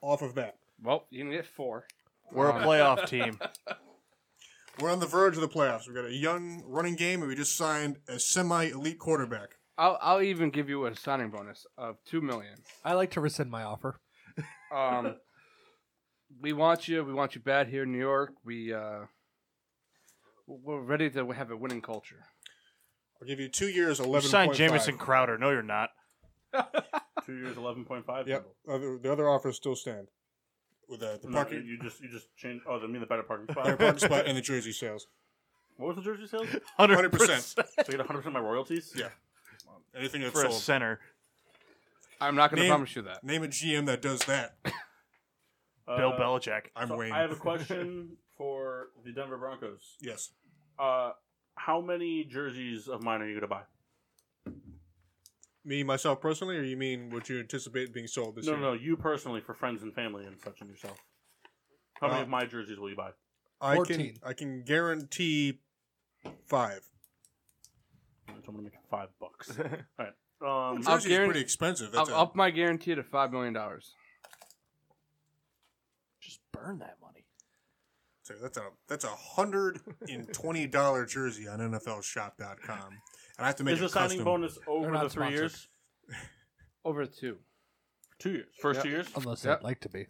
D: off of that.
C: Well, you can get four.
B: We're a playoff team.
D: We're on the verge of the playoffs. We've got a young running game, and we just signed a semi elite quarterback.
C: I'll I'll even give you a signing bonus of two million.
F: I like to rescind my offer.
C: Um, we want you. We want you bad here in New York. We uh, we're ready to have a winning culture.
D: I'll give you two years,
B: You
D: 11
B: signed Jamison Crowder. No, you're not.
A: Two years, eleven point five.
D: Yep. Other, the other offers still stand with uh, the
A: No, you,
D: parking,
A: you just you just change. Oh, I mean the better parking
D: better
A: spot.
D: parking spot and the jersey sales.
A: what was the jersey sales? So
B: 100
D: 100%.
A: I get one hundred percent of my royalties.
D: Yeah. Anything that's
B: for a
D: sold.
B: center.
C: I'm not going to
D: Name-
C: promise you that.
D: Name a GM that does that.
A: Uh,
B: Bill Belichick.
D: I'm
A: so
D: Wayne.
A: I have a question for the Denver Broncos.
D: yes.
A: Uh, how many jerseys of mine are you gonna buy?
D: Me, myself personally, or you mean would you anticipate being sold this
A: No,
D: year?
A: no, no. You personally, for friends and family and such, and yourself. How many
D: Uh,
A: of my jerseys will you buy?
D: I
F: 14.
D: can I can guarantee five.
A: So I'm gonna make it five bucks. All right. Um,
D: Jersey's
C: I'll guaran-
D: pretty expensive. That's
C: I'll
D: a-
C: up my guarantee to $5 million.
B: Just burn that money.
D: So that's a that's a hundred and twenty dollar jersey on NFLShop.com, and I have to make
A: is the
D: it
A: signing
D: custom.
A: bonus over
F: not
A: the three
F: sponsored.
A: years?
C: Over two.
A: Two years. First
C: Yep.
A: two years.
F: Unless
C: Yep.
F: I'd like to be.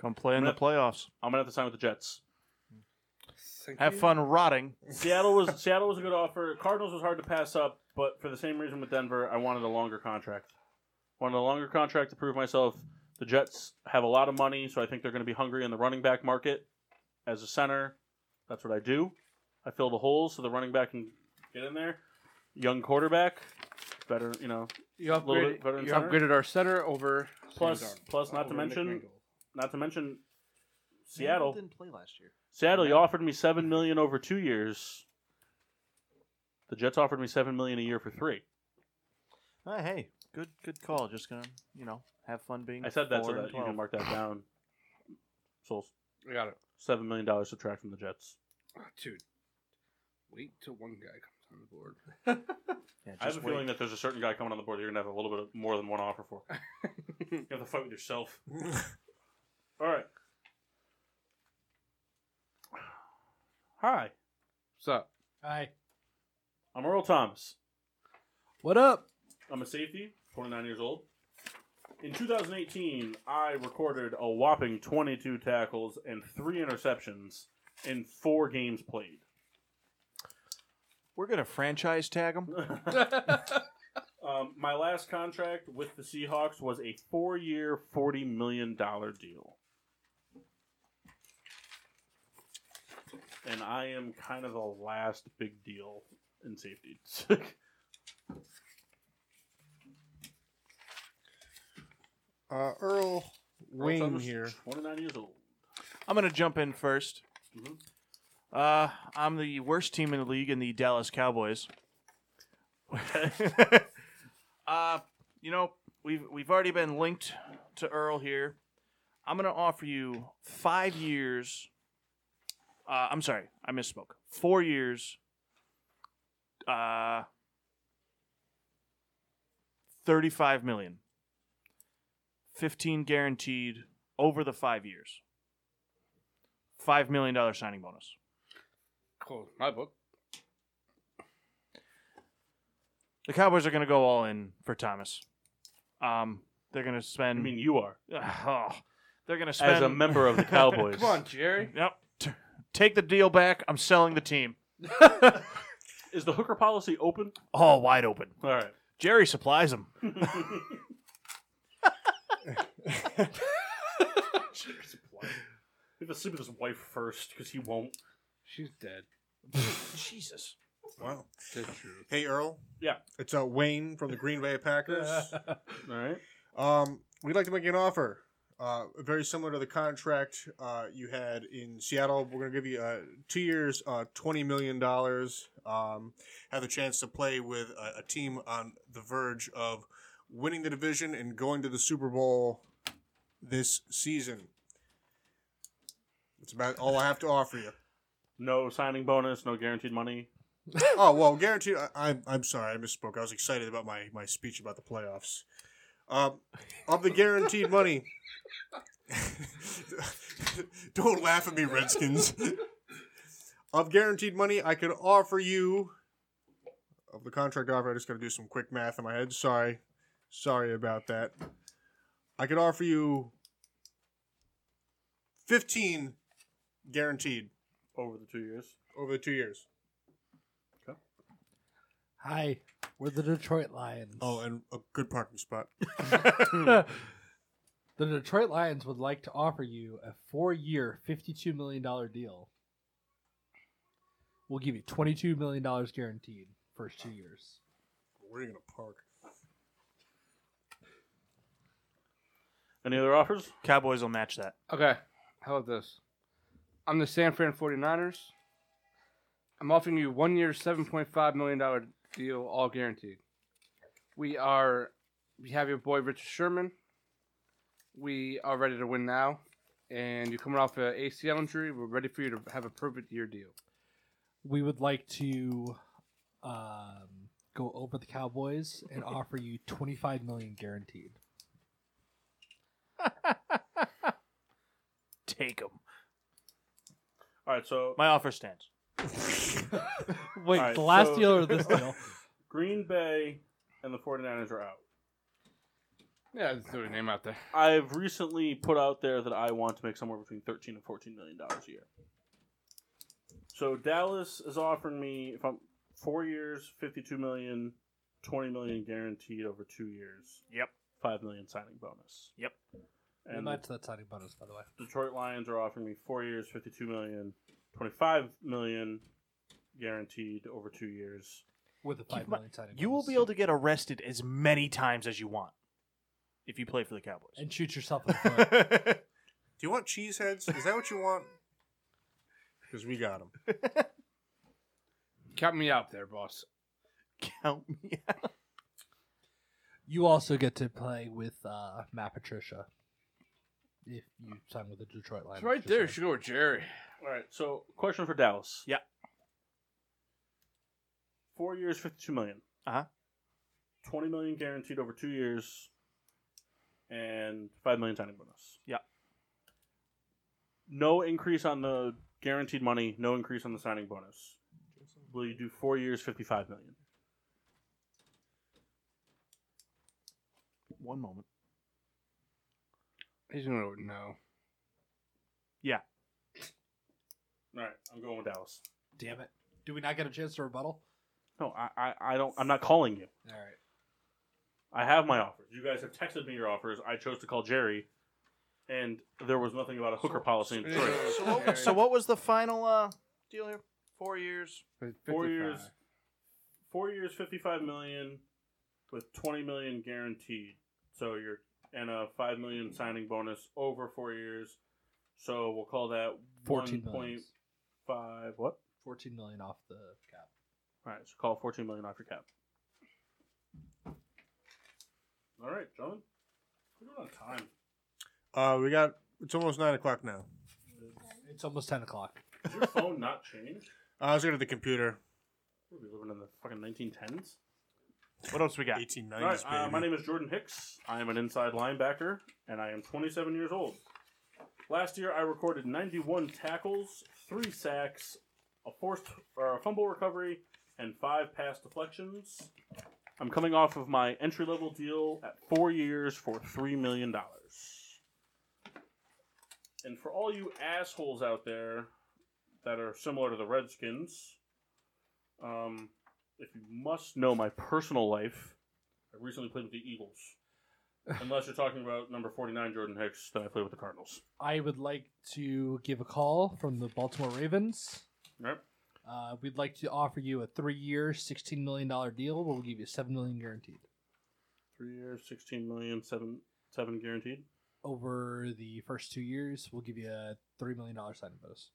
B: Come play in the
A: Yep.
B: playoffs.
A: I'm gonna have to sign with the Jets.
B: Have fun rotting.
A: Seattle was Seattle was a good offer. Cardinals was hard to pass up, but for the same reason with Denver, I wanted a longer contract. Wanted a longer contract to prove myself. The Jets have a lot of money, so I think they're going to be hungry in the running back market. As a center, that's what I do. I fill the holes so the running back can get in there. Young quarterback, better, you know.
C: You
A: Little bit
C: upgraded,
A: better than
C: you
A: center.
C: upgraded our center over.
A: Plus,
C: Sam
A: plus, not to
C: Darnold. Over
A: mention,
C: Nick Mangold.
A: not to mention, Seattle.
B: didn't play last year.
A: Seattle, you offered me seven million over two years. The Jets offered me seven million a year for three.
B: Ah, hey, good good call. Just gonna you know have fun being.
A: I said that so
B: four and
A: that you can
B: 12.
A: mark that down. So
C: I got it.
A: seven million dollars subtract from the Jets.
C: Oh, dude, wait till one guy comes on the board.
B: Yeah,
A: I have a
B: just wait.
A: feeling that there's a certain guy coming on the board you're gonna have a little bit of more than one offer for. you have to fight with yourself. All right. Hi,
C: What's up?
F: Hi.
A: I'm Earl Thomas.
F: What up?
A: I'm a safety, 29 years old. In 2018, I recorded a whopping 22 tackles and three interceptions in four games played.
B: we're gonna franchise tag him.
A: um, my last contract with the Seahawks was a four-year, forty million dollar deal, and I am kind of the last big deal in safety.
D: Uh, Earl Wayne
A: Thomas,
D: here.
A: Twenty-nine years old.
B: I'm gonna jump in 1st
A: Mhm.
B: Uh, I'm the worst team in the league in the Dallas Cowboys. uh, you know we've we've already been linked to Earl here. I'm gonna offer you five years. Uh, I'm sorry, I misspoke. Four years. Uh, thirty-five million. Fifteen guaranteed over the five years five million dollar signing bonus.
C: Close my book.
B: The Cowboys are going to go all in for Thomas. Um, they're going to
A: I
B: spend.
A: mean, you are
B: Oh, they're going to spend
A: as a member of the Cowboys.
C: Come on, Jerry.
B: Yep. T- take the deal back. I'm selling the team.
A: Is the hooker policy open?
B: All wide open.
A: All right.
B: Jerry supplies them.
A: Supply. We have to sleep with his wife first because he won't.
C: She's dead.
B: Jesus.
D: Wow.
C: That's true.
D: Hey Earl.
A: Yeah.
D: It's uh, Wayne from the Green Bay Packers.
A: All right.
D: um, we'd like to make you an offer. Uh, very similar to the contract uh, you had in Seattle. We're going to give you uh, two years, uh, $20 million. Um, have the chance to play with a, a team on the verge of winning the division and going to the Super Bowl this season. That's about all I have to offer you.
A: No signing bonus, no guaranteed money.
D: oh well, guaranteed. I, I'm I'm sorry, I misspoke. I was excited about my my speech about the playoffs. Um, of the guaranteed money. Don't laugh at me, Redskins. of guaranteed money, I could offer you. Of the contract offer, I just got to do some quick math in my head. Sorry, sorry about that. I could offer you fifteen guaranteed
A: over the two years.
D: over the two years.
F: Hi. We're the Detroit Lions.
D: Oh, and a good parking spot.
B: Oh.
F: the Detroit Lions would like to offer you a four-year, fifty-two million dollar deal. We'll give you twenty-two million dollars guaranteed first two years.
D: Where are you gonna park?
A: Any other offers?
B: Cowboys will match that.
C: Okay, how about this? I'm the San Fran 49ers. I'm offering you one year, $7.5 million deal, all guaranteed. We are we have your boy Richard Sherman. We are ready to win now, and you're coming off an ACL injury. We're ready for you to have a perfect year deal.
F: we would like to um, go over the Cowboys and offer you 25 million guaranteed.
B: Take him.
A: All right, so
B: My offer stands.
F: Wait,
A: All right,
F: the last
A: so-
F: deal or this deal?
A: Green Bay and the 49ers are out.
C: Yeah, let's throw your name out there.
A: I've recently put out there that I want to make somewhere between 13 and 14 million dollars a year. So Dallas is offering me if I'm 4 years, 52 million, 20 million guaranteed over 2 years.
B: Yep.
A: 5 million signing bonus.
B: Yep.
F: And
A: And
F: that's that signing bonus, by the way.
A: Detroit Lions are offering me four years, fifty-two million, twenty-five million guaranteed over two years.
F: With the
B: Keep
F: five
B: in mind,
F: million signing
B: You will
F: bonus.
B: be able to get arrested as many times as you want if you play for the Cowboys.
F: and shoot yourself in the foot.
D: Do you want cheese heads? Is that what you want? Because we got them.
C: Count me out there, boss.
B: Count me out.
F: You also get to play with uh, Matt Patricia if you sign with the Detroit Lions.
C: It's right
F: just
C: there. You
F: saying.
C: should go with Jerry.
A: All right. So, question for Dallas.
B: Yeah.
A: Four years, fifty-two million.
B: Uh-huh.
A: Twenty million guaranteed over two years, and five million signing bonus.
B: Yeah.
A: No increase on the guaranteed money. No increase on the signing bonus. Will you do four years, fifty-five million?
B: One moment.
C: He's gonna go, no.
A: All right. I'm going with Dallas.
F: Damn it. Do we not get a chance to rebuttal?
A: No, I, I, I don't. I'm not calling you.
F: All right.
A: I have my offers. You guys have texted me your offers. I chose to call Jerry, and there was nothing about a hooker policy in Detroit.
B: So what, so what was the final uh, deal here? Four years.
A: Four years, four years, fifty-five million, with twenty million guaranteed. So you're and a five million signing bonus over four years. So we'll call that one
F: 14
A: point
F: million.
A: five. What?
F: 14 million off the cap.
A: All right. So call fourteen million off your cap. All right, gentlemen. We're doing on time.
D: Uh, we got. It's almost nine o'clock now.
F: It's almost 10 o'clock.
A: Did your phone not change?
D: Uh, I was looking at the computer.
A: What are we living in the fucking 1910s?
B: What else we got?
D: Eighteen
A: All right,
D: nineties,
A: uh, my name is Jordan Hicks. I am an inside linebacker, and I am 27 years old. Last year, I recorded 91 tackles, three sacks, a forced or a fumble recovery, and five pass deflections. I'm coming off of my entry level deal at four years for three million dollars. And for all you assholes out there that are similar to the Redskins, um, if you must know my personal life, I recently played with the Eagles. Unless you're talking about number 49, Jordan Hicks, then I played with the Cardinals.
F: I would like to give a call from the Baltimore Ravens.
A: Right?
F: Uh, we'd like to offer you a three-year, $16 million deal. We'll give you $7 million guaranteed
A: Three years, 16 million, seven, seven guaranteed.
F: over the first two years. We'll give you a $3 million signing bonus.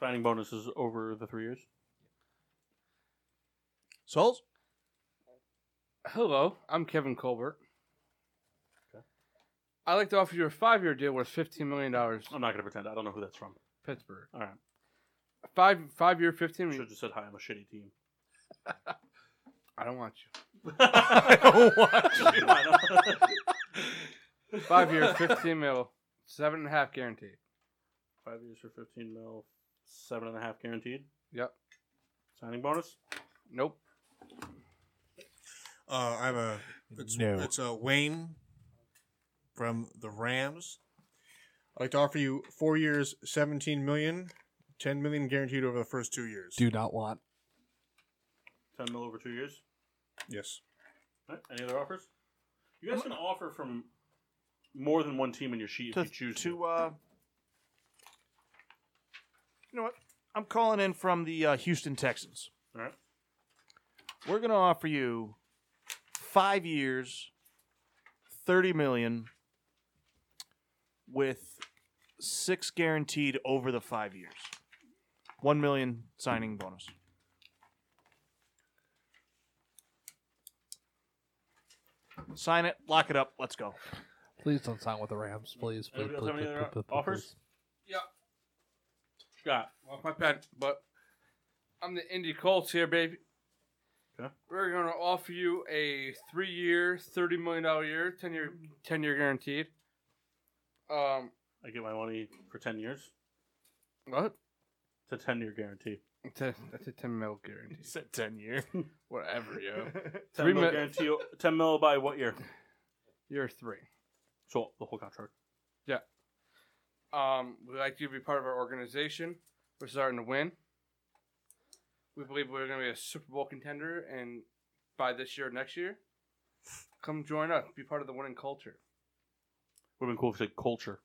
A: Signing bonuses over the three years.
B: Souls?
C: Hello, I'm Kevin Colbert. I'd like to offer you a five-year deal worth fifteen million dollars,
A: I'm not going to pretend. I don't know who that's from.
C: Pittsburgh.
A: All right.
C: Five, five-year, fifteen.
A: I
C: million-
A: should have just said, hi, I'm a shitty team.
C: I don't want you.
A: I
B: don't
C: Five year, fifteen mil, seven and a half guaranteed.
A: Five years for 15 mil, seven and a half guaranteed.
C: Yep.
A: Signing bonus.
C: Nope.
D: Uh, I'm a. It's,
G: No.
D: It's uh, Wayne from the Rams. I'd like to offer you four years, seventeen million, ten million guaranteed over the first two years.
F: Do not want.
A: 10 mil over two years.
D: Yes.
A: All right, Any other offers? You guys can offer from more than one team in your sheet if
B: To,
A: you choose to.
B: to uh, you know what? I'm calling in from the uh, Houston Texans.
A: All right.
B: We're going to offer you five years, thirty million, with six guaranteed over the five years, one million signing bonus. Sign it, lock it up, let's go.
F: Please don't sign with the Rams, please. please,
A: Anybody else
F: please,
A: have any
F: please,
A: other
F: please, please,
A: offers?
F: please.
C: Yeah,
A: Scott.
C: off my pen, but I'm the Indy Colts here, baby.
A: Okay.
C: We're gonna offer you a three-year, thirty million dollar year, ten-year, ten-year guaranteed. Um,
A: I get my money for 10 years.
C: what?
A: It's a 10 year guarantee.
C: That's a, that's a ten mil guarantee.
B: said 10 year.
C: Whatever, yo.
A: 10
C: Three
A: mil
C: mil-
A: guarantee. 10 mil by what year?
C: Year three.
A: So the whole contract.
C: Um, we like you to be part of our organization. We're starting to win. We believe we're going to be a Super Bowl contender, and by this year, next year, come join us. Be part of the winning culture.
A: Would have been cool if it said culture.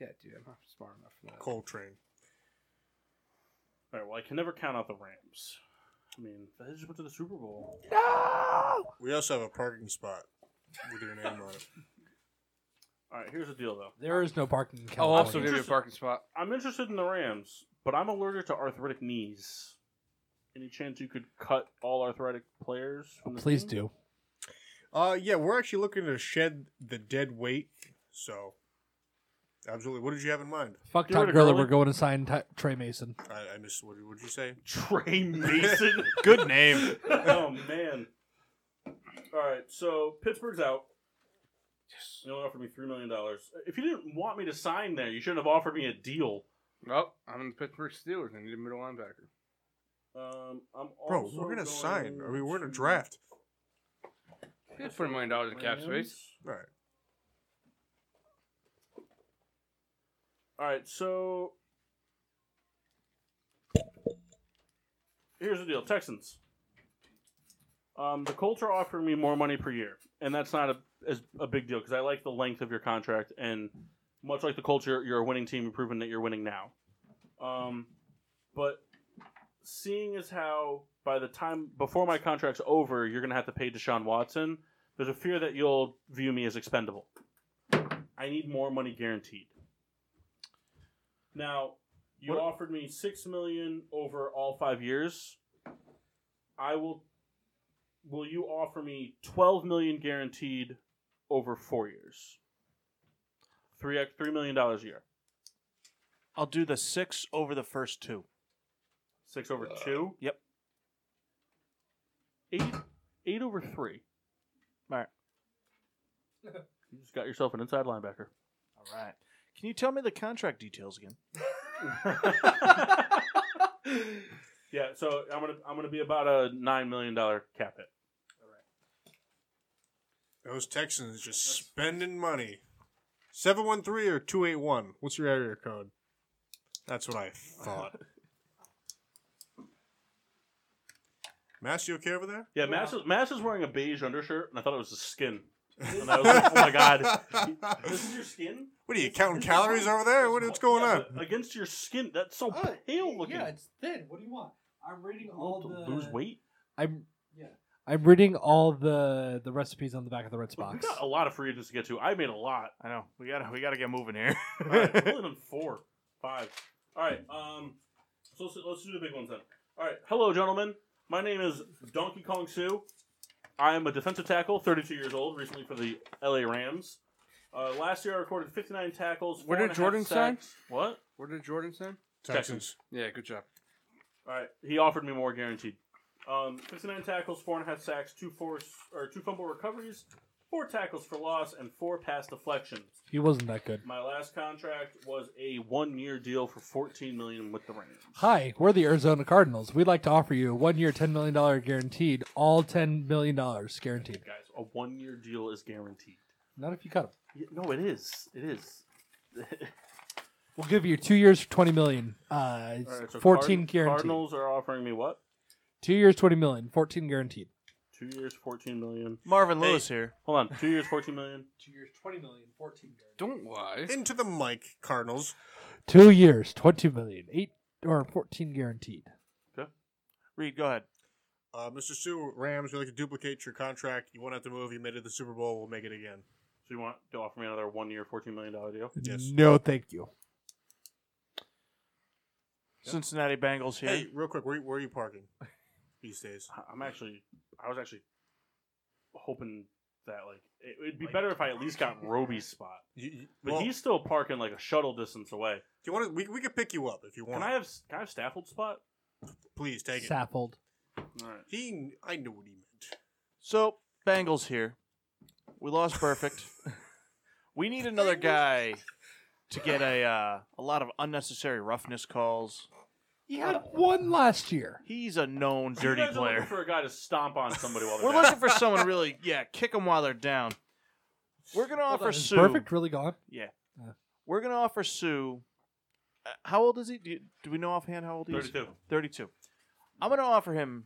C: Yeah, dude, I'm not smart enough for that.
D: Coal train.
A: All right, well, I can never count out the Rams. I mean, they just went to the Super Bowl.
D: We also have a parking spot with your name on it.
A: All right, here's the deal, though.
F: There is no parking in
A: Oh,
C: I'll
F: California.
C: also give you a parking spot.
A: I'm interested in the Rams, but I'm allergic to arthritic knees. Any chance you could cut all arthritic players? From the
F: Please
A: team?
F: do.
D: Uh, yeah, we're actually looking to shed the dead weight. So, absolutely. What did you have in mind?
F: Fuck
A: Get
F: Todd
A: rid of
F: Gurley.
A: Gurley.
F: We're going to sign Ty- Trey Mason.
D: I, I missed. What did you say?
A: Trey Mason.
B: Good name.
A: oh man. All right, so Pittsburgh's out. Yes. You only offered me three million dollars. If you didn't want me to sign there, you shouldn't have offered me a deal.
C: Well, oh, I'm in the Pittsburgh Steelers. I need a middle linebacker.
A: Um, I'm
D: Bro,
A: also
D: we're gonna
A: going
D: sign. I mean, we're gonna
A: to-
D: draft.
C: We have $20 million in cap space.
D: All right.
A: All right, so here's the deal: Texans. Um, the Colts are offering me more money per year, and that's not a as a big deal because I like the length of your contract, and much like the Colts, you're, you're a winning team, you've proven that you're winning now. Um, but seeing as how by the time before my contract's over, you're going to have to pay Deshaun Watson, there's a fear that you'll view me as expendable. I need more money guaranteed. Now, you
B: What-
A: offered me six million over all five years. I will. Will you offer me twelve million guaranteed over four years? Three ex- three million dollars a year.
B: I'll do the six over the first two.
A: Six over two.
B: yep.
A: Eight eight over three.
B: All right.
A: You just got yourself an inside linebacker.
B: All right. Can you tell me the contract details again?
A: yeah, so I'm gonna I'm gonna be about a nine million dollar cap hit.
D: Those Texans just spending money. 713 or 281? What's your area code? That's what I thought. Mass, you okay over there?
A: Yeah, Mass is, Mass is wearing a beige undershirt, and I thought it was his skin. And I was like, oh my god, this is your skin?
D: What are you counting calories over there? What, what's going
A: Yeah,
D: on?
A: but Against your skin, that's so
F: Oh,
A: pale looking.
F: Yeah, it's thin. What do you want? I'm reading
A: You want
F: all
A: to
F: the
A: lose weight.
F: I'm yeah. I'm reading all the the recipes on the back of the Ritz
A: Look,
F: box.
A: we got a lot of free agents to get to. I made a lot.
B: I know. We gotta we gotta get moving here.
A: All right, we're only done four, five. All right, um, so let's, let's do the big ones then. All right, hello, gentlemen. My name is Donkey Kong Sue. I am a defensive tackle, 32 years old, recently for the LA Rams. Uh, last year, I recorded 59 tackles. four
C: Where did
A: and a half
C: Jordan sign?
A: sacks. What?
C: Where did Jordan sign?
A: Texans.
C: Yeah, good job.
A: All right, he offered me more guaranteed. Um, 59 tackles, four and a half sacks, two force or two fumble recoveries, four tackles for loss, and four pass deflections.
F: He wasn't that good.
A: My last contract was a one-year deal for 14 million with the Rams.
F: Hi, we're the Arizona Cardinals. We'd like to offer you a one year, $10 million guaranteed, all $10 million guaranteed.
A: guys. A one-year deal is guaranteed.
F: Not if you cut him.
A: Yeah, no, it is. It is.
F: We'll give you two years for $20 million. Uh, it's
A: All right, so
F: 14
A: Card-
F: guaranteed.
A: Cardinals are offering me what?
F: Two years, $20 million, 14 guaranteed.
A: Two years, 14 million.
B: Marvin Lewis here.
A: Hold on, two years, 14 million.
F: Two years, $20 million, 14 guaranteed.
C: Don't lie.
D: Into the mic, Cardinals.
F: Two years, $20 million, 8 or 14 guaranteed.
B: Reed, go ahead.
D: Uh, Mr. Sue, Rams, we'd like to duplicate your contract. You won't have to move. You made it to the Super Bowl. We'll make it again.
A: So you want to offer me another one-year, 14 million dollar deal?
D: Yes.
F: No, thank you.
B: Cincinnati Bengals here.
D: Hey, real quick, where, where are you parking these days?
A: I- I'm actually, I was actually hoping that like it, it'd be better if I at least got Roby's spot.
D: You, you,
A: But
D: well,
A: he's still parking like a shuttle distance away.
D: do you want to? We, we could pick you up if you
A: Can
D: want.
A: I have can I have Stafford's spot?
D: Please take it.
F: Saffold.
A: All right.
D: He, I knew what he meant.
B: So, Bengals here. We lost perfect. we need another guy to get a uh, a lot of unnecessary roughness calls.
F: He had one last year.
B: He's a known dirty
A: you guys are looking
B: player.
A: for a guy to stomp on somebody while they're
B: We're
A: down.
B: looking for someone really, yeah, kick them while they're down. We're gonna
F: Hold on,
B: offer
F: is
B: Sue.
F: Perfect, really gone.
B: Yeah,
F: Yeah.
B: we're gonna offer Sue. Uh, how old is he? Do, you, do we know offhand how old he is?
A: 32.
B: 32. I'm going to offer him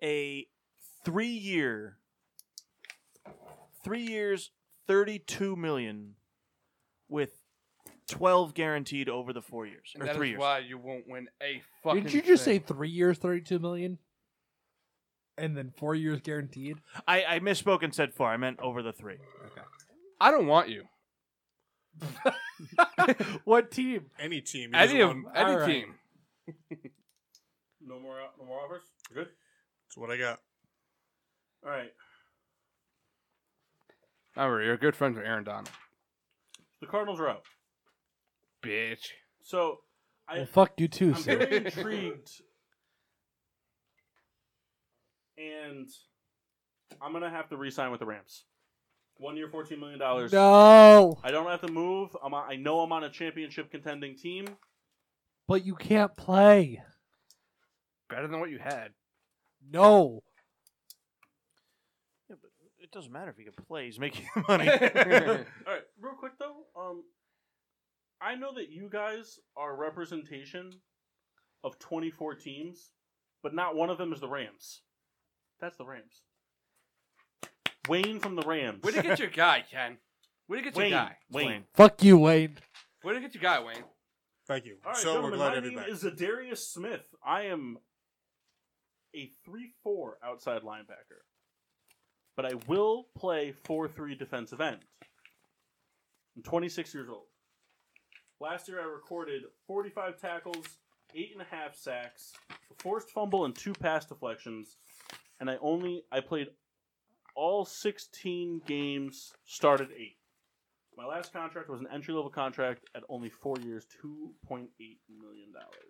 B: a three year, three years, 32 million with 12 guaranteed over the four years.
C: And
B: Or
C: that
B: three
C: is
B: years.
C: why you won't win a fucking.
F: Didn't you just say
C: thing.
F: three years, thirty-two million, and then four years guaranteed?
B: I, I misspoke and said four. I meant over the three.
C: I don't want you.
F: What team?
D: Any team. he
C: Any
D: doesn't
C: of
D: want-
C: any
F: All right.
C: team.
A: No more uh, no more offers. We're good.
D: That's what I got.
A: All right.
C: Remember, you're good friends with Aaron Donald.
A: The Cardinals are out.
C: Bitch.
A: So I,
F: Well, fuck you
A: I'm
F: too, sir.
A: very intrigued, and I'm gonna have to re-sign with the Rams. One year, fourteen million dollars.
F: No,
A: I don't have to move. I'm on, I know I'm on a championship contending team.
F: but you can't play.
C: Better than what you had.
F: No,
B: Yeah, but it doesn't matter if he can play. He's making money.
A: All right, real quick though, um, I know that you guys are representation of 24 teams, but not one of them is the Rams. That's the Rams. Wayne from the Rams.
C: Where'd you get your guy, Ken? Where'd you get
A: Wayne.
C: your guy?
A: Wayne.
F: fuck you, Wayne.
C: Where'd you get your guy, Wayne?
D: Thank you.
A: All right,
D: so we're
A: gentlemen,
D: glad
A: my
D: to be
A: name
D: back.
A: is Zadarius Smith. I am a three-four outside linebacker, but I will play four-three defensive end. I'm 26 years old. Last year, I recorded 45 tackles, eight and a half sacks, a forced fumble, and two pass deflections, and I only I played all 16 games, started eight. My last contract was an entry level contract at only four years, two point eight million dollars.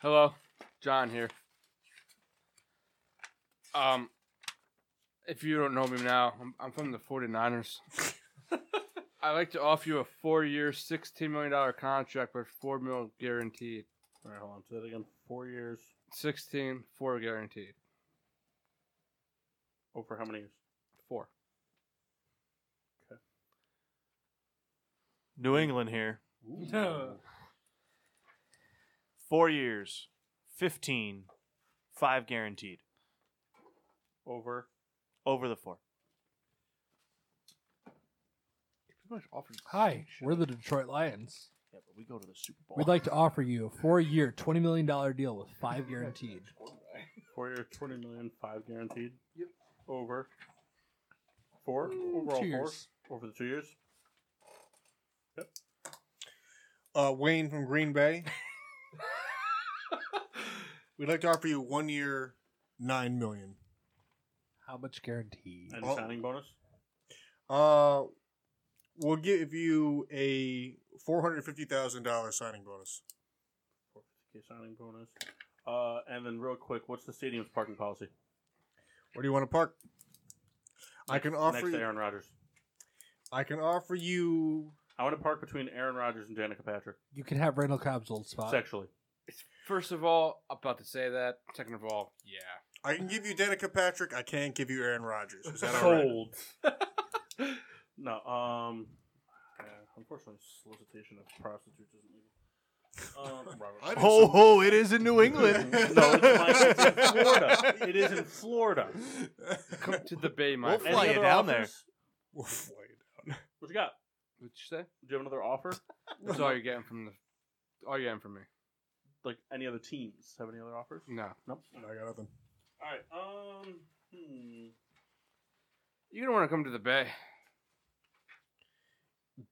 C: Hello, John here. Um, if you don't know me now, I'm, I'm from the 49ers. I like to offer you a four-year, $16 million contract with four mil guaranteed.
A: All right, hold on. Say that again. Four years.
C: 16, four guaranteed.
A: Oh, for how many years?
C: Four.
B: New England here.
F: No.
B: Four years, 15, five guaranteed
A: Over.
B: over the four.
F: Hi, we're the Detroit Lions.
B: Yeah, but we go to the Super Bowl.
F: We'd like to offer you a four-year, twenty million dollar deal with five guaranteed.
A: Four year, twenty million, five guaranteed. Yep. Over. Four
F: Mm,
A: overall.
F: two
A: Four
F: years.
A: over the two years.
D: uh, Wayne from Green Bay. We'd like to offer you one year, nine million.
F: How much guaranteed?
A: And
D: Oh.
A: signing bonus.
D: Uh, we'll give you a four hundred fifty thousand dollars signing bonus.
A: Okay, signing bonus. Uh, and then real quick, what's the stadium's parking policy?
D: Where do you want to park? I can offer
A: Next to
D: you.
A: Aaron Rodgers.
D: I can offer you.
A: I want to park between Aaron Rodgers and Danica Patrick.
F: You can have Randall Cobb's old spot.
A: Sexually.
C: First of all, about to say that. Second of all, yeah.
D: I can give you Danica Patrick. I can't give you Aaron Rodgers. Is that all right?
A: Sold. no, um, yeah, unfortunately, solicitation of prostitutes isn't legal. Um, Robert.
D: I did
B: Ho
D: some-
B: ho! Oh, It is in New England.
A: no, it's, my, it's in Florida. It is in Florida.
C: Come to the bay, my
B: We'll
C: friend.
B: fly
A: Any
B: you
A: other
B: down
A: offers?
D: We'll fly it down.
A: What you got?
C: What'd you say?
A: Do you have another offer?
C: That's all you're getting from the. All you're getting from me.
A: Like any other teams have any other offers?
C: No.
A: Nope.
D: No, I got nothing.
A: All right. Um. Hmm.
C: You're gonna want to come to the bay.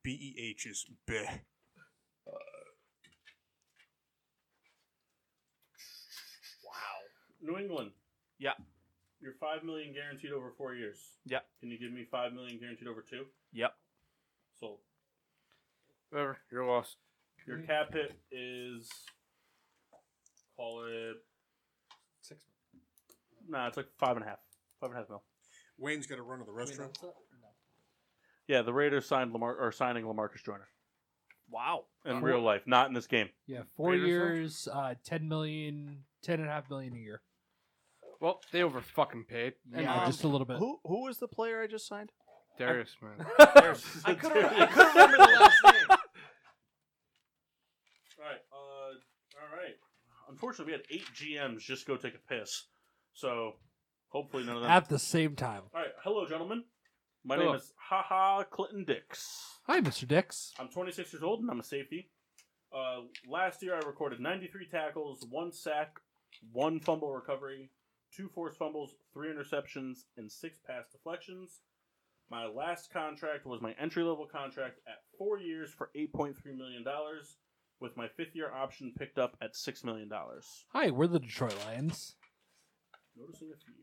D: B E H is beh.
A: New England.
B: Yeah.
A: You're five million guaranteed over four years.
B: Yeah.
A: Can you give me five million guaranteed over two?
B: Yep.
A: Sold.
C: Whatever. You're lost.
A: Your cap hit is call it
F: Six.
A: nah, it's like five and a half. Five and a half mil.
D: Wayne's got to run to the
F: Wait,
D: restroom.
F: that's not- no.
A: Yeah, the Raiders signed Lamar or signing Lamarcus Joyner
B: Wow.
A: in
C: Cool.
A: real life, not in this game.
F: Yeah, four
C: Raiders, though?
F: years, uh, 10 million, 10 and a half million a year.
C: Well, they over fucking paid. And
F: Yeah,
B: um,
F: just a little bit.
B: Who who was the player I just signed?
C: Darius, man.
B: I couldn't remember the last name.
A: All right. Uh, all right. Unfortunately, we had eight GMs just go take a piss. So hopefully none of them.
F: At the same time.
A: all right. Hello, gentlemen. My
C: Hello.
A: name is Haha Clinton Dix.
F: Hi, Mr. Dix.
A: I'm 26 years old and I'm a safety. Uh, last year I recorded 93 tackles, one sack, one fumble recovery, two forced fumbles, three interceptions, and six pass deflections. My last contract was my entry level contract at four years for 8.3 million dollars, with my fifth year option picked up at six million dollars.
F: Hi, we're the Detroit Lions.
A: Noticing a theme.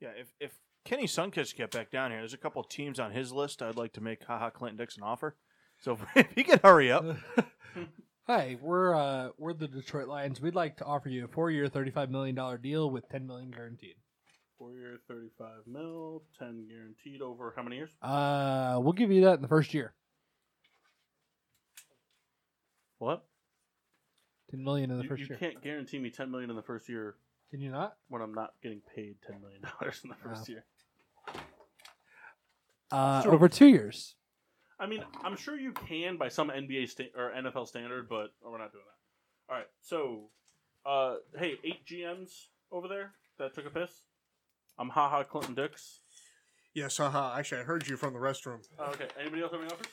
B: Yeah, if if Kenny Sunkist get back down here, there's a couple teams on his list I'd like to make haha Clinton Dix an offer. So if he could hurry up.
F: Hi, we're uh, we're the Detroit Lions. We'd like to offer you a four-year, thirty-five million dollar deal with ten million guaranteed.
A: Four year, 35 mil, 10 guaranteed over how many years?
F: Uh, we'll give you that in the first year.
A: What?
F: Ten million in the
A: You,
F: first
A: you
F: year.
A: can't guarantee me 10 million in the first year
F: Can you not?
A: when I'm not getting paid ten million dollars in the first year.
F: Uh,
A: Sure.
F: over two years.
A: I mean, I'm sure you can by some NBA sta- or NFL standard, but oh, we're not doing that. All right, so uh, hey, eight GMs over there that took a piss. I'm haha Clinton Dix.
D: Yes, haha. Actually, I heard you from the restroom. Uh-huh.
A: Uh, okay, anybody else have any offers?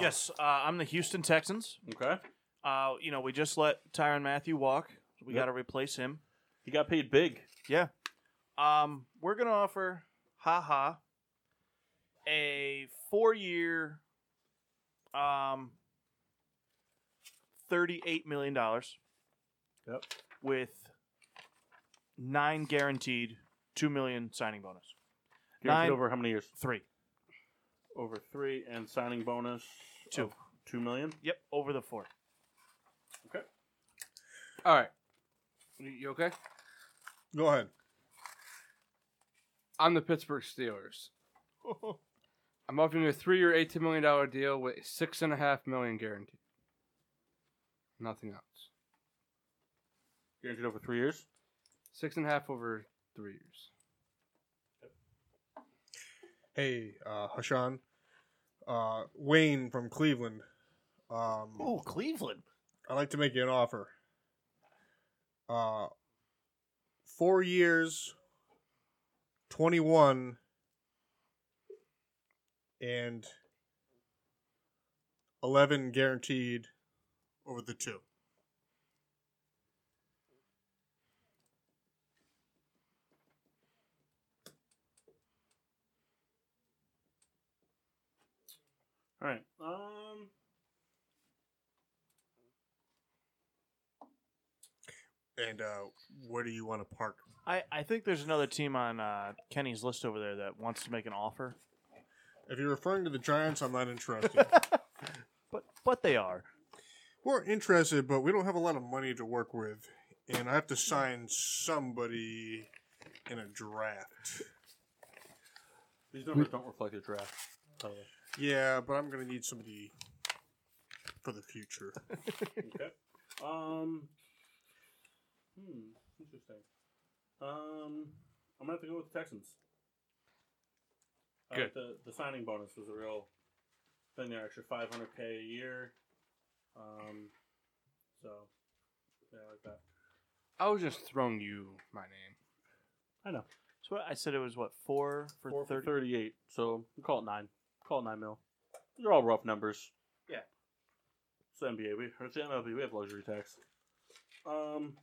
B: Yes, uh, I'm the Houston Texans.
A: Okay,
B: Uh, you know, we just let Tyron Matthew walk. So we
A: Yep.
B: got to replace him.
A: he got paid big.
B: Um, we're gonna offer haha a four year um thirty eight million dollars.
A: Yep.
B: With nine guaranteed, two million signing bonus.
A: Guaranteed
B: Nine-
A: over how many years?
B: Three.
A: Over three, and signing bonus
B: Two.
A: of two million.
B: Yep, over the four.
C: All right. You, you okay?
D: Go ahead.
C: I'm the Pittsburgh Steelers. I'm offering you a three-year, eighteen million dollar deal with six and a half million guaranteed. Nothing else.
A: Guaranteed over three years.
C: Six and a half over three years.
D: Hey, uh, Hashan. Uh, Wayne from Cleveland. Um,
B: Oh, Cleveland.
D: I'd like to make you an offer. Uh, four years, 21, and 11 guaranteed over the two.
A: All right. Um.
D: And uh, where do you want to park?
B: I, I think there's another team on uh, Kenny's list over there that wants to make an offer.
D: If you're referring to the Giants, I'm not interested.
B: but but they are.
D: We're interested, but we don't have a lot of money to work with. And I have to sign somebody in a draft.
A: These numbers don't reflect your draft. by the way.
D: Yeah, but I'm going to need somebody for the future.
A: okay. Um. Hmm. Interesting. Um. I'm gonna have to go with the Texans. I like the the signing bonus was a real thing there. Extra 500k a year. Um. So. Yeah, I like that.
C: I was just throwing you my name.
A: I know.
B: So I said it was what four for
A: Four for
B: thirty.
A: 38. So we call it nine. Call it nine mil. These are all rough numbers.
B: Yeah.
A: It's the NBA. We or it's the MLB. We have luxury tax. Um.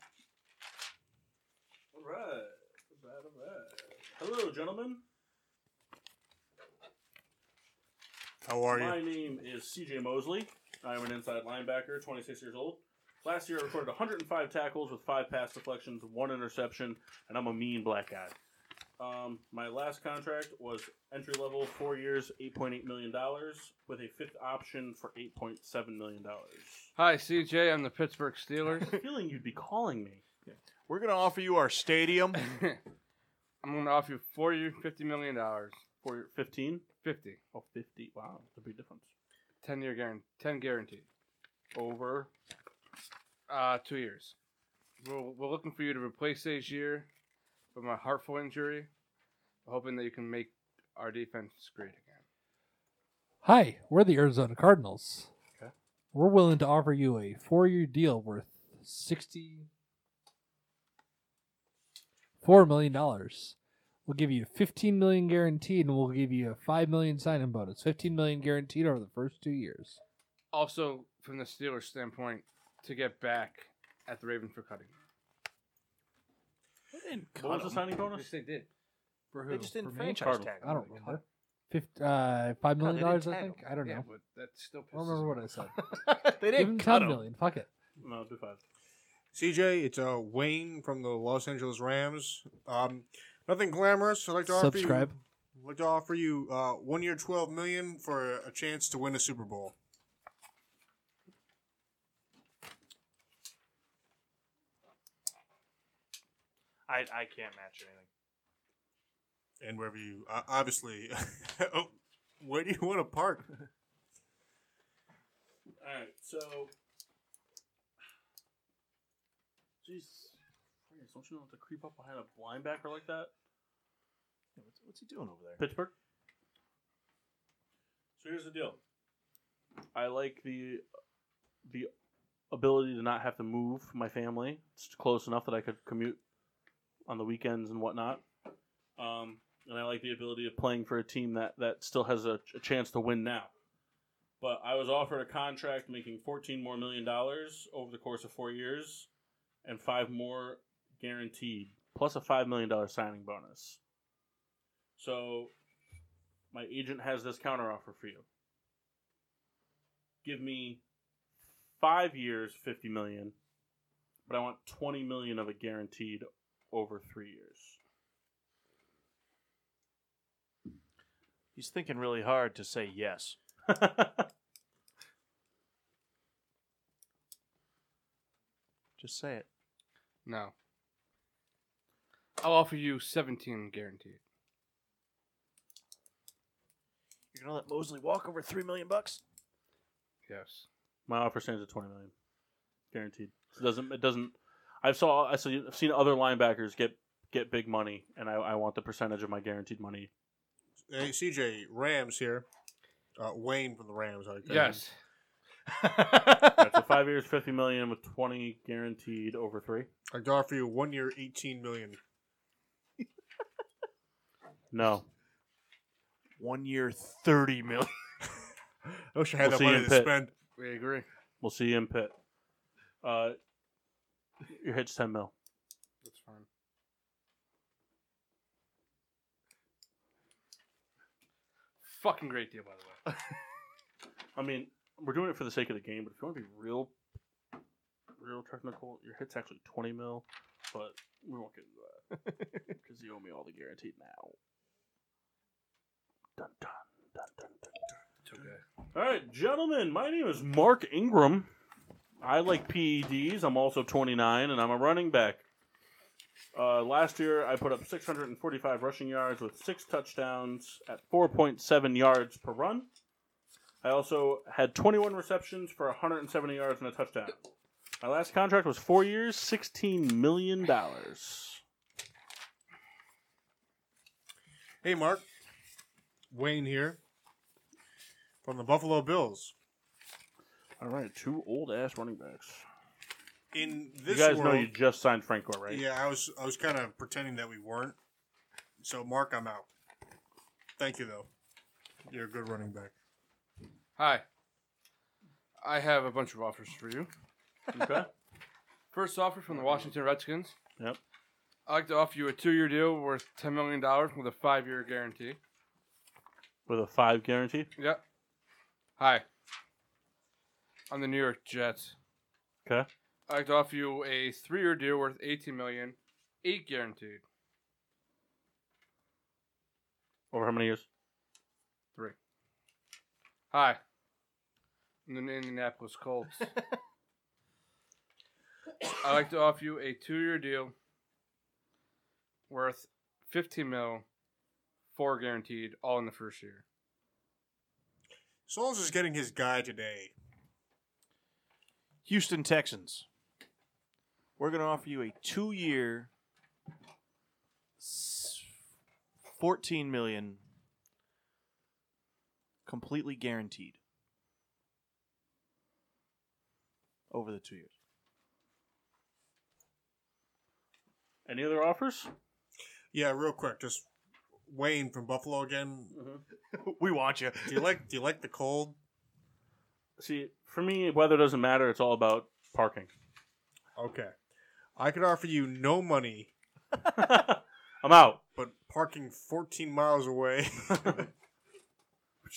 A: All right. All right. All right. Hello, gentlemen.
D: How are you?
A: My name is CJ Mosley. I am an inside linebacker, 26 years old. Last year, I recorded 105 tackles with five pass deflections, one interception, and I'm a mean black guy. Um, my last contract was entry level, four years, eight point eight million dollars, with a fifth option for eight point seven million dollars.
C: Hi, CJ. I'm the Pittsburgh Steelers.
A: Feeling you'd be calling me.
B: We're gonna offer you our stadium.
C: I'm going to offer you four year, fifty million dollars.
A: For fifteen?
C: 50.
A: Oh, 50. Wow, that's a big difference.
C: 10 year guarantee. 10 guaranteed.
A: Over.
C: Uh, two years. We're, we're looking for you to replace this year with my heartful injury. hoping that you can make our defense great again.
F: Hi, we're the Arizona Cardinals.
A: Okay.
F: We're willing to offer you a four-year deal worth sixty-four million dollars. We'll give you fifteen million guaranteed, and we'll give you a five million sign-in bonus. Fifteen million guaranteed over the first two years.
C: Also, from the Steelers standpoint, to get back at the Raven for cutting.
A: What was the signing bonus?
C: Yes, they did.
F: For
B: They just didn't
F: me?
B: franchise
A: Cardinal.
B: tag.
F: I don't
B: him.
F: remember. Fif- uh, five million
B: God, they didn't
F: dollars, I
B: tag
F: think. I don't
C: yeah,
F: know.
C: but that still pisses
F: I don't remember
C: me
F: what
C: off.
F: I said.
B: they
F: Give him
B: didn't cut
F: ten
B: him.
F: million. Fuck it.
A: No, do five.
D: CJ, it's uh, Wayne from the Los Angeles Rams. Um, nothing glamorous. I'd like to offer
F: Subscribe.
D: you. I'd like to offer you uh, one year, twelve million for a chance to win a Super Bowl.
B: I, I can't match anything.
D: And wherever you, uh, obviously, oh, where do you want to park?
A: All right, so. Jesus. Christ, Don't you know how to creep up behind a linebacker like that?
B: What's, what's he doing over there?
A: Pittsburgh. So here's the deal. I like the the ability to not have to move my family. It's close enough that I could commute on the weekends and whatnot. Um, and I like the ability of playing for a team that that still has a, a chance to win now. But I was offered a contract making 14 more million dollars over the course of four years, and five more guaranteed, plus a five million dollar signing bonus. So my agent has this counteroffer for you. Give me five years, fifty million, but I want twenty million of it guaranteed over three years.
B: He's thinking really hard to say yes. Just say it.
C: No. I'll offer you 17 guaranteed.
B: You're gonna let Mosley walk over three million bucks?
C: Yes.
A: my offer stands at twenty million, guaranteed. So it doesn't it doesn't? I saw I saw I've seen other linebackers get get big money, and I, I want the percentage of my guaranteed money.
D: Hey, CJ, Rams here. Uh, Wayne from the Rams. I think.
C: Yes.
A: That's so five years, fifty million with twenty guaranteed over three.
D: I'd like to offer you one year, eighteen million.
A: No,
B: One year, thirty million.
D: I wish I had
A: We'll
D: that
A: see you
D: money
A: in
D: to
A: pit.
D: spend.
C: We agree.
A: We'll see you in pit. Uh, your hit's ten mil.
C: That's fine. Fucking great deal, by the way.
A: I mean, we're doing it for the sake of the game, but if you want to be real, real technical, your hit's actually twenty mil. But we won't get into that because you owe me all the guaranteed now. Dun dun dun dun dun.
C: It's okay.
A: All right, gentlemen, my name is Mark Ingram. I like PEDs. I'm also 29, and I'm a running back. Uh, last year, I put up 645 rushing yards with six touchdowns at 4.7 yards per run. I also had 21 receptions for 170 yards and a touchdown. My last contract was four years, $16 million.
D: Hey, Mark. Wayne here from the Buffalo Bills.
A: All right, two old ass running backs.
D: In this
A: you guys
D: world,
A: know you just signed Frank Gore, right?
D: yeah, I was I was kind of pretending that we weren't. So, Mark, I'm out. Thank you, though. You're a good running back.
C: Hi. I have a bunch of offers for you.
A: Okay.
C: First offer from the Washington Redskins.
A: Yep.
C: I'd like to offer you a two year deal worth $10 million with a five year guarantee.
A: With a five guarantee.
C: Yep. Hi. I'm the New York Jets.
A: Okay.
C: I'd like to offer you a three year deal worth $18 million, eight guaranteed.
A: Over how many years?
C: Hi. I'm the Indianapolis Colts. I'd like to offer you a two year deal worth 15 mil, four guaranteed, all in the first year.
D: Souls is getting his guy today.
B: Houston Texans. We're going to offer you a two year, 14 million, completely guaranteed over the two years.
A: Any other offers?
D: Yeah, real quick, just Wayne from Buffalo again.
B: we want you.
D: Do you like do you like the cold?
A: See, for me, weather doesn't matter. It's all about parking.
D: Okay. I could offer you no money,
A: I'm out.
D: but parking 14 miles away.
A: But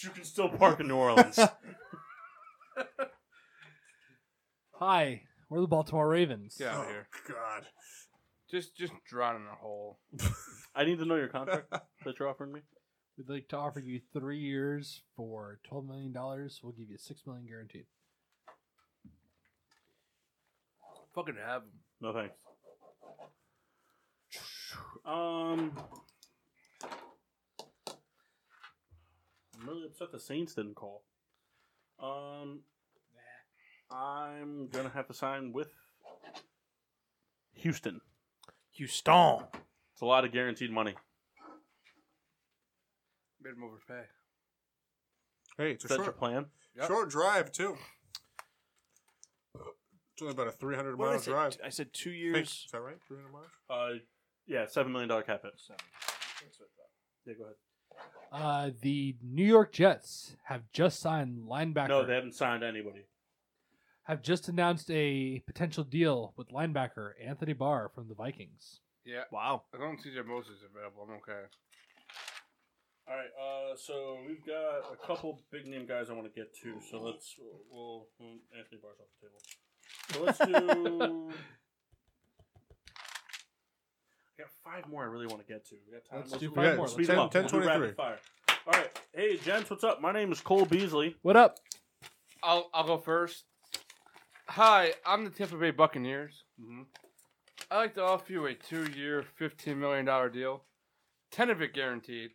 A: you can still park in New Orleans.
F: Hi, we're the Baltimore Ravens.
C: Get out
D: oh
C: of here.
D: god.
C: Just, just drown in a hole.
A: I need to know your contract that you're offering me.
F: We'd like to offer you three years for twelve million dollars. We'll give you six million guaranteed.
C: Fucking have him.
A: No thanks. Um, I'm really upset the Saints didn't call. Um, I'm gonna have to sign with Houston.
B: Houston.
A: It's a lot of guaranteed money.
C: Made him overpay.
D: Hey, it's
A: Is
D: a
A: that your
D: short,
A: plan?
C: Yep.
D: short drive too. It's only about a 300
B: What did
D: mile
B: I, say?
D: drive.
B: I said two
D: I think.
B: years.
D: Is that right? 300 miles?
A: Uh, yeah, seven million dollar cap hit. Yeah, go ahead.
F: Uh, the New York Jets have just signed linebacker.
A: No, they haven't signed anybody.
F: have just announced a potential deal with linebacker Anthony Barr from the Vikings.
C: Yeah.
B: Wow.
C: As long as CJ Moses is available, I'm okay.
A: All right, uh, so we've got a couple big name guys I want to get to. So let's we'll, we'll Anthony Barr's off the table. So let's do. I got five more I really want to get to. We got time.
F: Let's do
A: do
F: five
A: rapid-
F: more.
A: Speed
D: Ten-
A: them up.
D: ten
A: we'll do
D: 23.
A: rapid fire. All right, hey gents, what's up? My name is Cole Beasley.
F: What up?
C: I'll, I'll go first. Hi, I'm the Tampa Bay Buccaneers.
A: Mhm.
C: I'd like to offer you a two year, $15 million deal, 10 of it guaranteed.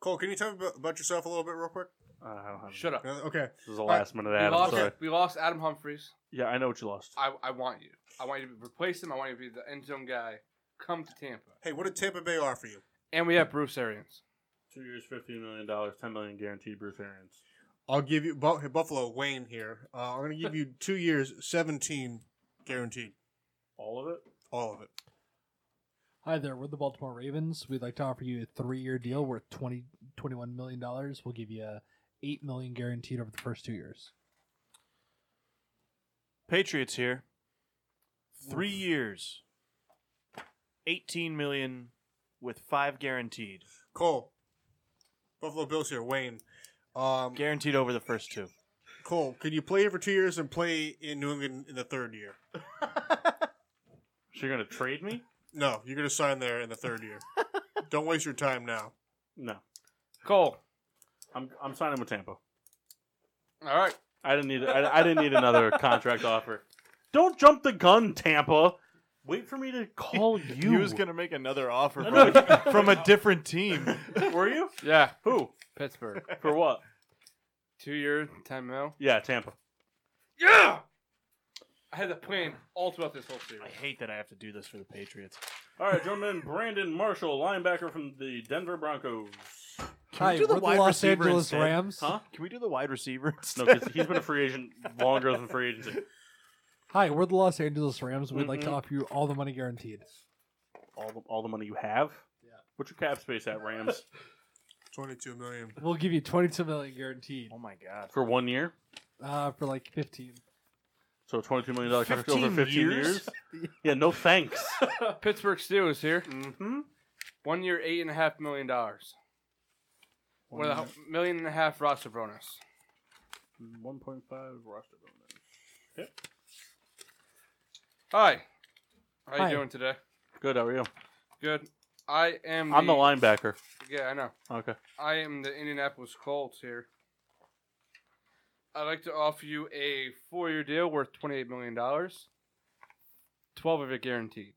D: Cole, can you tell me about- about yourself a little bit real quick?
A: Uh, I don't have.
C: Shut up.
D: Uh, Okay.
A: This is the last minute, Adam.
C: we, lost,
A: Sorry.
C: we lost Adam Humphries.
A: Yeah, I know what you lost.
C: I, I want you. I want you to replace him. I want you to be the end zone guy. Come to Tampa.
D: Hey, what did Tampa Bay offer you?
C: And we have Bruce Arians.
A: Two years, fifteen million dollars, ten million guaranteed. Bruce Arians.
D: I'll give you Bu- Buffalo Wayne here. Uh, I'm going to give you two years, 17 guaranteed.
A: All of it.
D: All of it.
F: Hi there, we're the Baltimore Ravens. We'd like to offer you a three-year deal worth 20, $21 million. We'll give you a $8 million guaranteed over the first two years.
B: Patriots here. Three years. 18 million with five guaranteed.
D: Cole, Buffalo Bills here. Wayne, um,
B: Guaranteed over the first two.
D: Cole, can you play here for two years and play in New England in the third year?
A: So you're gonna trade me?
D: No, you're going to sign there in the third year. Don't waste your time now.
A: No,
C: Cole.
A: I'm I'm signing with Tampa.
C: All right.
A: I didn't need. I, I didn't need another contract offer. Don't jump the gun, Tampa. Wait for me to call you.
B: He was going to make another offer
A: I
B: from,
A: know.
B: a- from a different team.
A: Were you?
C: Yeah.
A: Who?
C: Pittsburgh.
A: For what?
C: two year, 10 mil.
A: Yeah, Tampa.
C: Yeah! I had the plan all throughout this whole series.
B: I hate that I have to do this for the Patriots.
A: All right, drum in Brandon Marshall, linebacker from the Denver Broncos.
F: Hi,
B: do the
F: we're the
B: wide
F: Los
B: receiver
F: Angeles
B: instead?
F: Rams.
A: Huh?
B: Can we do the wide receiver?
A: No,
B: instead?
A: 'cause he's been a free agent longer than free agency.
F: Hi, we're the Los Angeles Rams. We'd like to Mm-hmm.
A: Mhm.
F: offer you all the money guaranteed.
A: All the, all the money you have.
F: Yeah.
A: What's your cap space at Rams
D: 22 million.
F: We'll give you 22 million guaranteed
B: Oh my god.
A: for one year?
F: uh, for like 15.
A: So twenty-two million dollars over
B: 15
A: fifteen years.
B: years?
A: Yeah, no thanks.
C: Pittsburgh Steelers here.
A: mm-hmm.
C: One year, eight and a half million dollars. With a h- million and a half roster bonus.
A: One point five roster bonus.
C: Hi. How you
F: Hi.
C: doing today?
A: Good. How are you?
C: Good. I I am.
A: I'm the linebacker.
C: Yeah, I know.
A: Okay.
C: I am the Indianapolis Colts here. I'd like to offer you a four-year deal worth twenty-eight million dollars. Twelve of it guaranteed.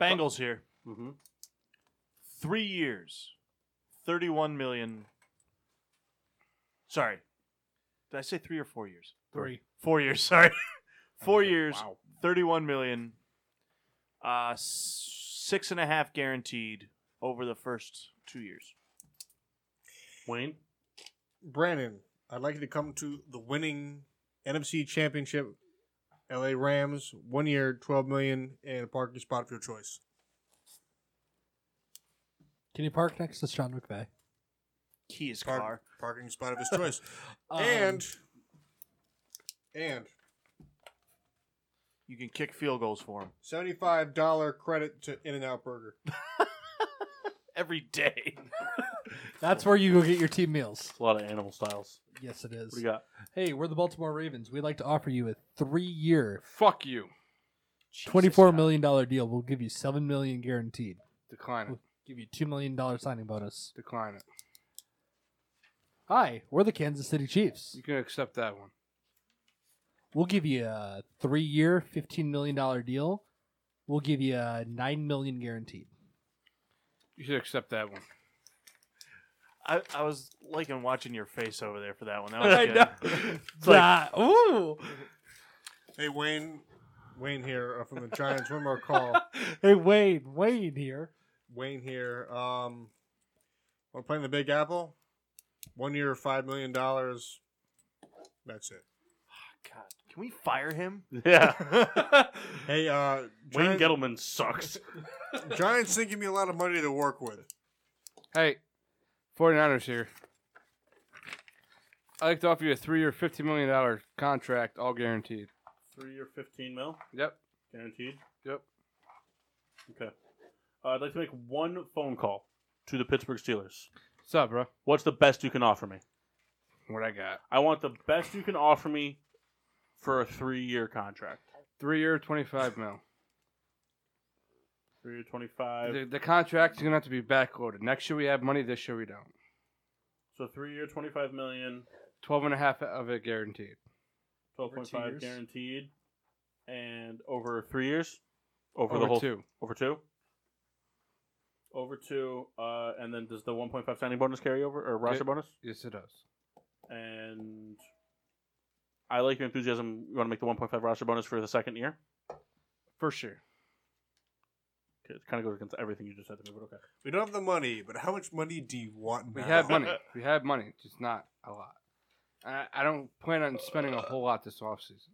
B: Bengals here.
A: Mm-hmm.
B: Three years, thirty-one million. Sorry, did I say three or four years?
F: Three.
B: Four years. Sorry, four years, thirty-one million. Uh, s- six and a half guaranteed over the first two years.
A: Wayne.
D: Brandon, I'd like you to come to the winning NFC Championship, LA Rams, one year, twelve million, and a parking spot of your choice.
F: Can you park next to Sean McVay?
B: Key is
D: Park-
B: car.
D: Parking spot of his choice,
F: Um,
D: and and
B: You can kick field goals for him
D: seventy five dollar credit to In and Out Burger.
B: every day.
F: that's where you go get your team meals.
A: It's a lot of animal styles.
F: Yes, it
A: What do
F: is.
A: you got?
F: Hey, we're the Baltimore Ravens. We'd like to offer you a three-year,
C: Fuck you.
F: twenty-four million dollar deal. We'll give you seven million guaranteed.
C: Decline it.
F: Give you two million dollar signing bonus.
C: Decline it.
F: Hi, we're the Kansas City Chiefs.
C: You can accept that one.
F: We'll give you a three-year, fifteen million dollar deal. We'll give you a nine million guaranteed.
C: You should accept that one.
B: I, I was liking watching your face over there for that one. That was
F: I
B: good.
F: know. Nah, ooh.
D: Hey Wayne, Wayne here uh, from the Giants. One more call.
F: Hey, Wayne, Wayne here.
D: Wayne here. Um, we're playing the Big Apple. One year, five million dollars. That's it.
B: God, can we fire him?
A: Yeah.
D: Hey, uh,
A: Wayne
D: Giants,
A: Gettleman sucks.
D: Giants didn't give me a lot of money to work with.
C: Hey, 49ers here. I'd like to offer you a three year, $50 million contract, all guaranteed.
A: Three or fifteen mil
C: Yep.
A: guaranteed.
C: Yep.
A: Okay. Uh, I'd like to make one phone call to the Pittsburgh Steelers.
C: What's up, bro?
A: What's the best you can offer me?
C: What I got?
A: I want the best you can offer me for a three-year contract.
C: Three year, 25 mil.
A: Three to twenty-five.
C: The, the contract's going to have to be backloaded. Next year we have money, this year we don't.
A: So three-year, twenty-five million,
C: 12 and a half of it guaranteed.
A: twelve point five
F: years.
A: guaranteed, and over three years, over,
C: Over
A: the whole
C: two.
A: over two, over two, uh, and then does the one point five signing bonus carry over or roster
C: Yeah.
A: bonus?
C: Yes, it does.
A: And I like your enthusiasm. You want to make the one point five roster bonus for the second year?
C: For sure.
A: Okay, It kind of goes against everything you just said to me, but okay.
D: We don't have the money, but how much money do you want?
C: We
D: now?
C: have money. We have money, just not a lot. I, I don't plan on spending a whole lot this offseason.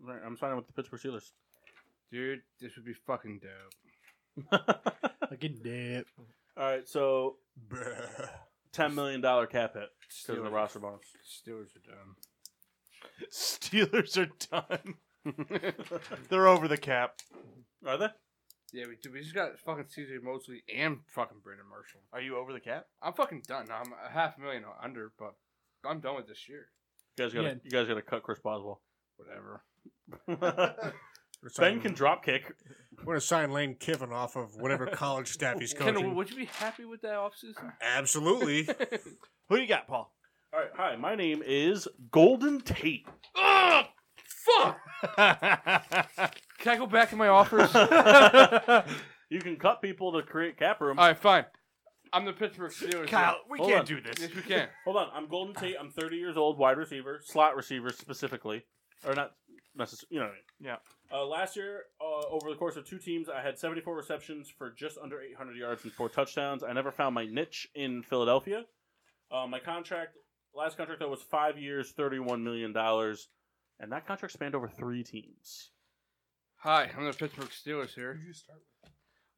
A: Right, I'm signing with the Pittsburgh Steelers.
C: Dude, this would be fucking dope.
F: Like a dip.
A: All right, so
D: Bruh.
A: ten million dollar cap hit because of the
C: Steelers.
A: roster bonus.
C: Steelers are done.
B: Steelers are done. They're over the cap.
A: Are they?
C: Yeah, we, dude, we just got fucking CJ Mosley and fucking Brandon Marshall.
B: Are you over the cap?
C: I'm fucking done. I'm a half million under, but I'm done with this year.
A: You guys gotta,
F: Yeah.
A: you guys gotta cut Chris Boswell.
C: Whatever.
D: We're signing-
A: ben can drop kick.
D: We're gonna sign Lane Kiffin off of whatever college staff he's
C: Kendall,
D: coaching.
C: would you be happy with that offseason?
D: Absolutely.
B: Who you got, Paul?
A: All right, hi, my name is Golden Tate.
C: oh, fuck! Can I go back to my offers? All
A: you can cut people to create cap room.
C: right, fine. I'm the Pittsburgh Steelers.
B: Kyle, we
A: Hold
B: can't
A: on.
B: do this.
C: Yes, we can.
A: Hold on, I'm Golden Tate. I'm 30 years old, wide receiver, slot receiver specifically, or not necessarily. You know what I mean?
B: Yeah.
A: Uh, last year, uh, over the course of two teams, I had 74 receptions for just under 800 yards and four touchdowns. I never found my niche in Philadelphia. Uh, my contract, last contract, though, was five years, 31 million dollars, and that contract spanned over three teams.
C: Hi, I'm the Pittsburgh Steelers here.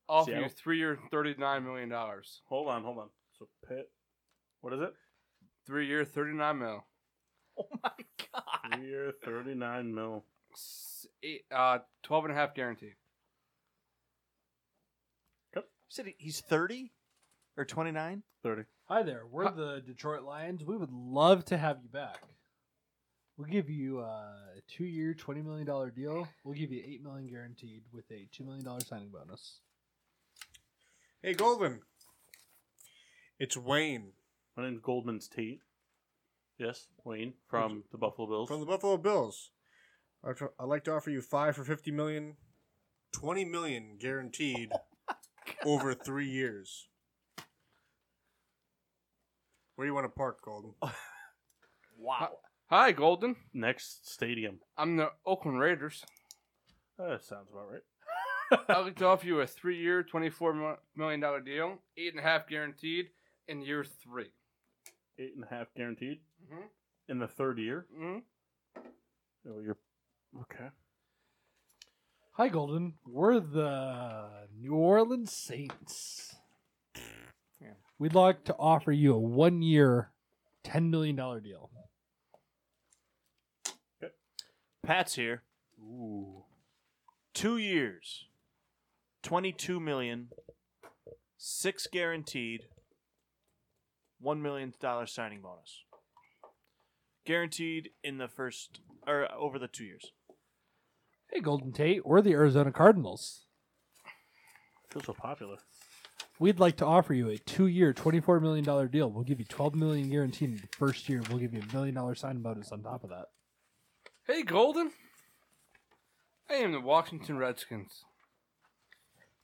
C: Offer you
A: Seattle?
C: three year, $39 million.
A: Hold on, hold on. So Pitt, what is it?
C: Three year, 39 mil.
A: Three year, 39 mil.
C: S- Eight, uh, 12 and a half guaranteed.
B: said he- he's 30 or 29?
A: 30.
F: Hi there. We're
C: Hi.
F: the Detroit Lions. We would love to have you back. We'll give you a two-year, twenty million dollar deal. We'll give you eight million guaranteed with a two million dollar signing bonus.
D: Hey, Golden. It's Wayne
A: My name's Goldman's Tate. Yes, Wayne from the Buffalo Bills.
D: from the Buffalo Bills. I'd tr- I'd like to offer you five for fifty million, twenty million guaranteed
A: Oh
D: over three years. Where do you want to park, Golden?
B: Wow.
C: Hi, Golden.
A: Next stadium.
C: I'm the Oakland Raiders.
A: That sounds about right.
C: I'd like to offer you a three-year, twenty-four million dollar deal, eight and a half guaranteed in year three.
A: Eight and a half guaranteed
C: Mhm.
A: in the third year.
C: Mm-hmm.
A: Oh, you're okay.
F: Hi, Golden. We're the New Orleans Saints. We'd like to offer you a one year, $10 million deal.
B: Pat's here.
A: Ooh.
B: Two years, twenty-two million, six guaranteed, one million dollar signing bonus. Guaranteed in the first or over the two years.
F: Hey, Golden Tate. We're the Arizona Cardinals.
A: Feels so popular.
F: We'd like to offer you a two year, $24 million deal. We'll give you $12 million guaranteed in the first year. We'll give you a million dollar signing bonus on top of that.
C: Hey, Golden. I am the Washington Redskins.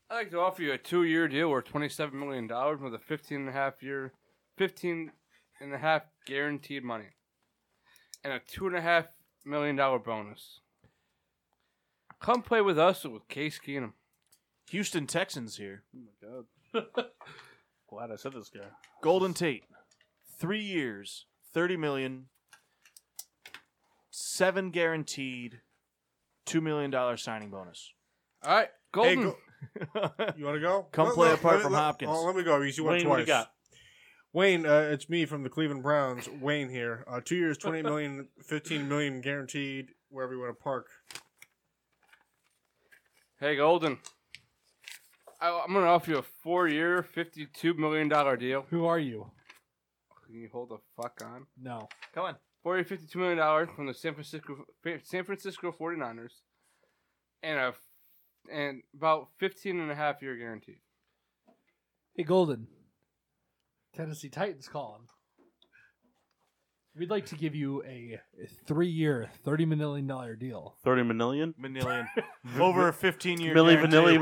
C: I'd like to offer you a two-year deal worth twenty-seven million dollars with a fifteen and a half year, fifteen and a half guaranteed money, and a two and a half million dollar bonus. Come play with us or with Case Keenum.
B: Houston Texans here.
A: Oh my god. Glad I said this guy.
B: Golden Tate, three years, thirty million, seven guaranteed, two million dollar signing bonus.
C: All right, Golden.
D: Hey, Go- you want to go?
B: Come
D: Let-
B: play
D: let-
B: apart
D: let-
B: from
D: let-
B: Hopkins.
D: Oh, let me go. because You went
A: Wayne,
D: twice.
A: what do you got?
D: Wayne, uh, it's me from the Cleveland Browns. Wayne here. Uh, two years, 20 million, 15 million guaranteed, wherever you want to park.
C: Hey, Golden. I, I'm going to offer you a four year, $52 million deal.
F: Who are you?
C: Can you hold the fuck on?
F: No.
B: Come on.
C: Four year, $52 million from the San Francisco San Francisco 49ers. And a and about 15 and a half year guarantee.
F: Hey, Golden. Tennessee Titans calling. We'd like to give you a three year, $30 million deal.
A: Thirty million.
B: Manillion. Over a 15 year
A: Millie
B: guarantee.
A: Vanilli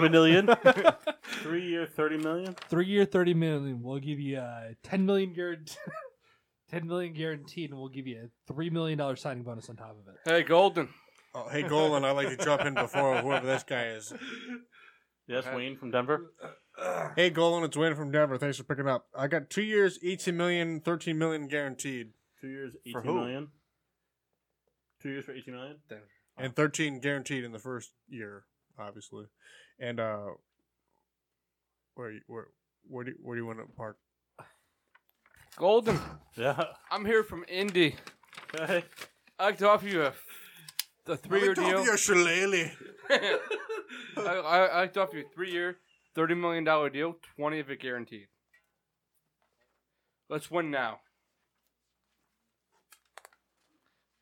A: Vanillion. Three year thirty million.
F: Three year, $30 million. We'll give you a $10 million guaranteed. 10 million guaranteed and we'll give you a $3 million signing bonus on top of it.
C: Hey, Golden.
D: Oh, hey, Golan, I'd like to jump in before whoever this guy is.
A: Yes,
C: Okay.
A: Wayne from Denver.
D: Hey, Golan, it's Wayne from Denver. Thanks for picking up. I got two years, 18 million, 13 million guaranteed,
A: Two years,
B: For
A: eighteen
B: who?
A: million. Two years for eighteen million.
D: and 13 guaranteed in the first year, obviously. And uh, where where where do you, where do you want to park?
C: Golden.
A: Yeah.
C: I'm here from Indy.
A: Okay.
C: I'd like to offer you a, a three year deal.
D: shillelagh.
C: I, I, I'd like to offer you a three-year, thirty million dollar deal, twenty of it guaranteed. Let's win now.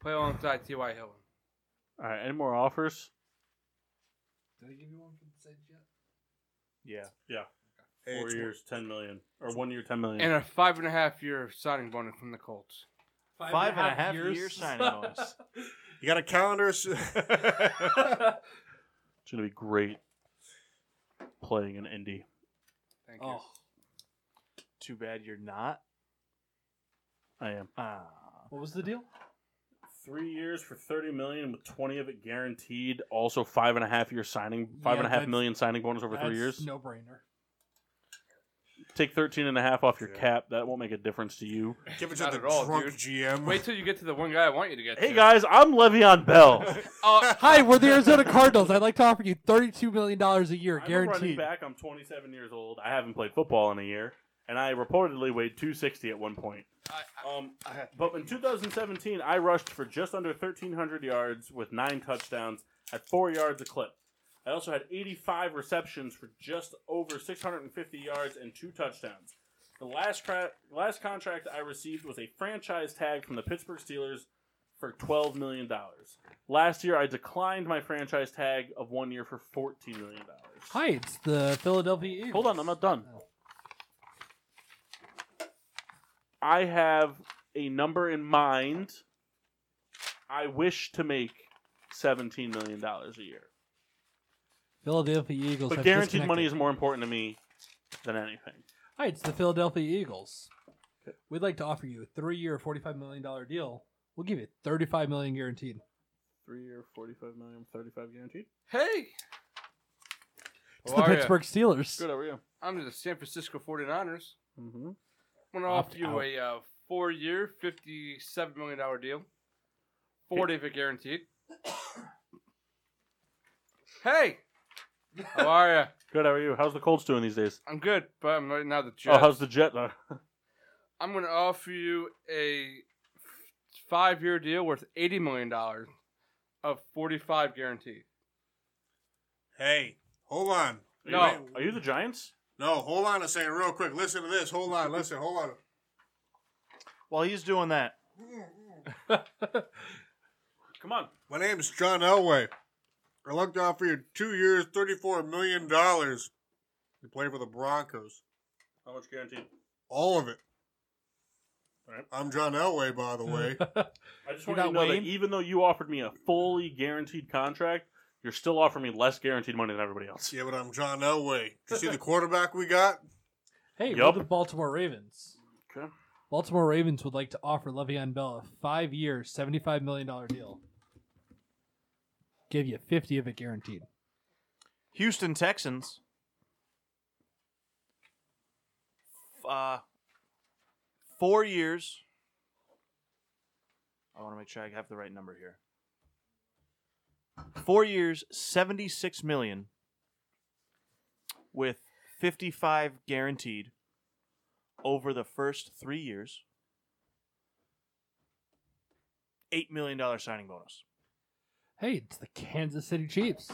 C: Play alongside T.Y. Hillen.
A: All right. Any more offers?
F: Did I give you one for the Saints yet?
B: Yeah.
A: Four years, ten million, or one year, ten million.
C: And a five and a half year signing bonus from the Colts.
B: Five and a half year signing bonus.
D: You got a calendar? s-
A: it's gonna be great playing in Indy.
C: Thank you.
F: Oh,
B: Too bad you're not.
A: I am.
B: Ah.
F: what was the deal?
A: Three years for thirty million, with twenty of it guaranteed. Also, five and a half year signing, five
F: Yeah,
A: and a half
F: that's-
A: million signing bonus over three years.
F: No brainer.
A: Take thirteen and a half off your
D: Yeah.
A: cap. That won't make a difference to you.
D: Give it to
C: Not
D: the
C: at all,
D: drunk
C: dude.
D: GM.
C: Wait till you get to the one guy I want you to get.
A: Hey
C: to.
A: guys, I'm Le'Veon Bell.
C: Uh,
F: Hi, we're the Arizona Cardinals. I'd like to offer you $32 million a year
A: I'm a running
F: guaranteed.
A: back. I'm 27 years old. I haven't played football in a year, and I reportedly weighed 260 at one point.
C: I-
A: Um, but in 2017, I rushed for just under 1,300 yards with nine touchdowns at four yards a clip. I also had 85 receptions for just over 650 yards and two touchdowns. The last cra- last contract I received was a franchise tag from the Pittsburgh Steelers for 12 million dollars. Last year, I declined my franchise tag of one year for 14 million dollars.
F: Hi, it's the Philadelphia Eagles.
A: Hold on, I'm not done. I have a number in mind. I wish to make seventeen million dollars a year,
F: Philadelphia Eagles.
A: but
F: have
A: guaranteed money is
F: disconnected.
A: more important to me than anything.
F: Hi, it's the Philadelphia Eagles. We'd like to offer you a three-year, forty-five million dollar deal. We'll give you thirty-five million guaranteed.
A: Three year, forty-five million, thirty-five guaranteed.
C: Hey!
F: It's
C: How
F: the
C: are ya?
F: Pittsburgh Steelers.
A: Good, how are you?
C: I'm the San Francisco 49ers.
A: Mm-hmm.
C: I'm going to
F: Opt
C: offer you
F: out.
C: a uh, four year, $57 million deal. Four of it guaranteed. hey! How are ya?
A: Good, how are you? How's the Colts doing these days?
C: I'm good, but I'm right now the
A: Oh,
C: Jets.
A: how's the Jet? uh,
C: I'm going to offer you a five year deal worth $80 million of 45 guaranteed.
D: Hey, hold on.
A: Are
C: No.
A: you, are you the Giants?
D: No, hold on a second, real quick. Listen to this. Hold on. Listen. Hold on.
B: While he's doing that,
A: Come on.
D: My name is John Elway. I looked out for you two years, thirty-four million dollars. You play for the Broncos.
A: How much guaranteed?
D: All of it.
A: Alright.
D: I'm John Elway, by the way.
A: I just want
F: You're
A: you to
F: not
A: know
F: Wayne?
A: that even though you offered me a fully guaranteed contract, you're still offering me less guaranteed money than everybody else.
D: yeah, but I'm John Elway. Did you see the quarterback we got?
F: Hey,
A: Yup.
F: we're the Baltimore Ravens.
A: Okay.
F: Baltimore Ravens would like to offer Le'Veon Bell a five-year, seventy-five million dollar deal. Give you fifty of it guaranteed.
B: Houston Texans. f- Uh, four years. I want to make sure I have the right number here. Four years, seventy-six million, with fifty-five guaranteed over the first three years. Eight million dollar signing bonus.
F: Hey, it's the Kansas City Chiefs.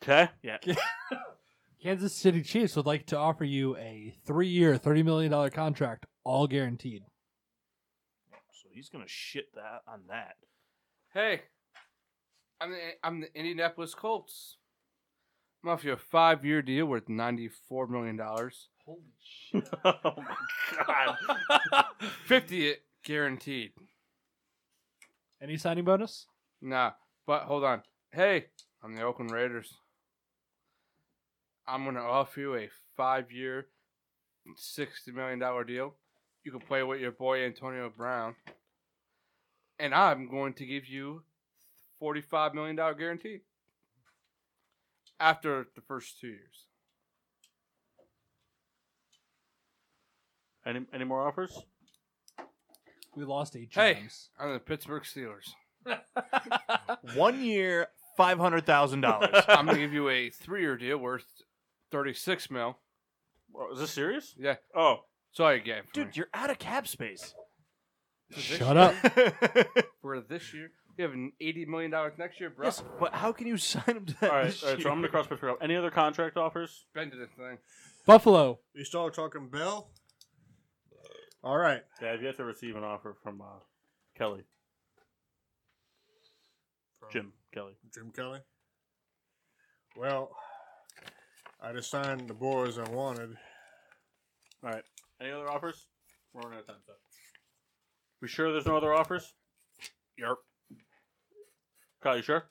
A: Okay.
F: Kansas City Chiefs would like to offer you a three-year, thirty million dollar contract, all guaranteed.
B: So he's gonna shit that on that.
C: Hey, I'm the, I'm the Indianapolis Colts. I'm off you a five year deal worth $94 million.
F: Holy shit!
A: oh my god.
C: 50 it guaranteed.
F: Any signing bonus?
C: Nah, but hold on. Hey, I'm the Oakland Raiders. I'm going to offer you a five year, $60 million deal. You can play with your boy Antonio Brown. And I'm going to give you $45 million guarantee after the first two years.
A: Any any more offers?
F: We lost eight
C: Hey.
F: times.
C: I'm the Pittsburgh Steelers.
B: One year, five hundred thousand dollars.
C: I'm going to give you a three year deal worth 36 mil.
A: Well, is this serious?
C: Yeah,
A: Oh,
C: that's all you get. from me.
B: Dude, you're out of cap space.
F: Shut up.
C: for this year. We have an eighty million dollars next year, bro.
B: yes, but how can you sign him to that?
A: all right.
B: this
A: All right. So
B: year?
A: I'm gonna cross my fingers. Any other contract offers?
C: Bend to this thing.
F: Buffalo.
D: You still talking Bell? All right.
A: Yeah, I've yet to receive an offer from uh, Kelly. Jim Kelly.
D: Jim Kelly. Well, I just signed the boys I wanted.
A: All right. Any other offers? We're running out of time. So. We sure there's no other offers? Yep. Kyle, you sure?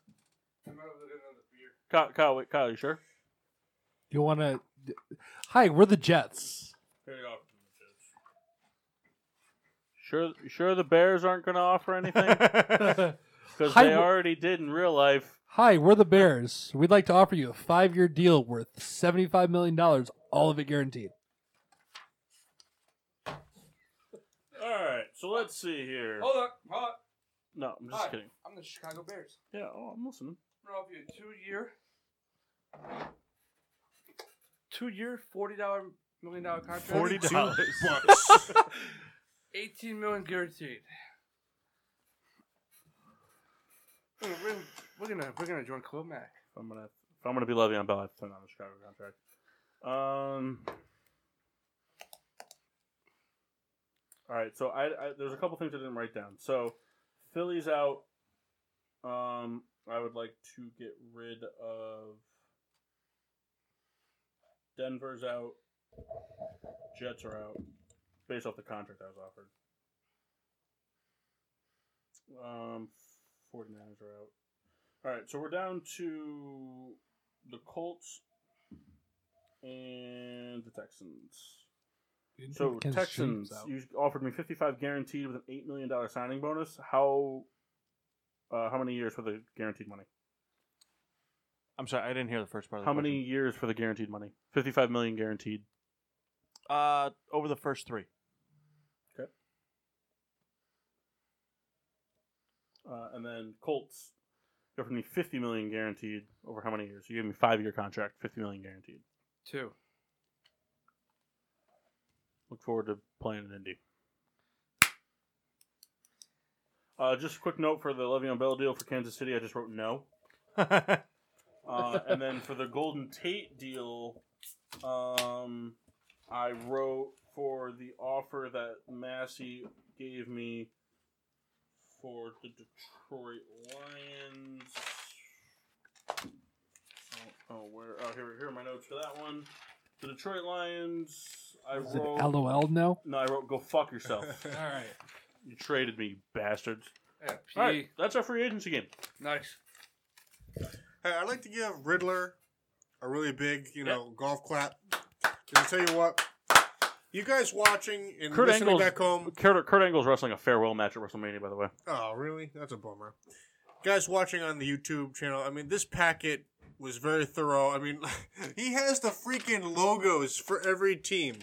A: Kyle, Kyle, wait, Kyle, you sure?
F: You want to? Hi, we're the Jets.
A: Sure, you sure the Bears aren't going to offer anything
F: Hi,
A: because
F: I
A: they
F: w-
A: already did in real life.
F: we're the Bears. We'd like to offer you a five-year deal worth seventy-five million dollars, all of it guaranteed.
A: All right, so let's see here.
C: Hold on, hold on.
A: Oh, No, I'm just
C: Hi.
A: kidding.
C: I'm the Chicago Bears.
A: Yeah, oh, I'm listening.
C: I'm gonna offer you a two-year, two-year, forty-dollar million dollar contract.
B: Forty dollars.
D: Bucks.
C: Eighteen million guaranteed. We're gonna, we're gonna, we're gonna join Club Mac.
A: If I'm gonna, if I'm gonna be Le'Veon Bell, I have to turn on the Chicago contract. Um. All right, so I, I there's a couple things I didn't write down. So Philly's out. Um, I would like to get rid of. Denver's out. Jets are out. Based off the contract I was offered. Um, 49ers are out. All right, so we're down to the Colts and the Texans. So Texans, you offered me fifty-five guaranteed with an eight million dollar signing bonus. How, uh, how many years for the guaranteed money?
B: I'm sorry, I didn't hear the first part. Of the
A: How many years for the guaranteed money? Fifty-five million guaranteed.
B: question. Uh, over the first three.
A: Uh, and then Colts, you offered me fifty million guaranteed over how many years? You gave me five-year contract, fifty million guaranteed.
C: Two.
A: Look forward to playing in Indy. Uh, just a quick note for the Le'Veon Bell deal for Kansas City. I just wrote no. Uh, and then for the Golden Tate deal, um, I wrote for the offer that Massey gave me for the Detroit Lions. Oh, oh where? Oh, here, here are my notes for that one. The Detroit Lions. I
F: Is it
A: wrote.
F: LOL now?
A: no, I wrote. Go fuck yourself.
C: All right.
A: you traded me, you bastards.
C: Yeah, P.
A: All right, that's our free agency game.
C: Nice.
D: Hey, I'd like to give Riddler a really big, you know, golf clap. 'Cause I tell you what, you guys watching and
A: Kurt
D: listening
A: Angle's-
D: back home.
A: Kurt, Kurt Angle's wrestling a farewell match at WrestleMania, by the way.
D: Oh, really? That's a bummer. Guys watching on the YouTube channel, I mean, this packet was very thorough. I mean, he has the freaking logos for every team.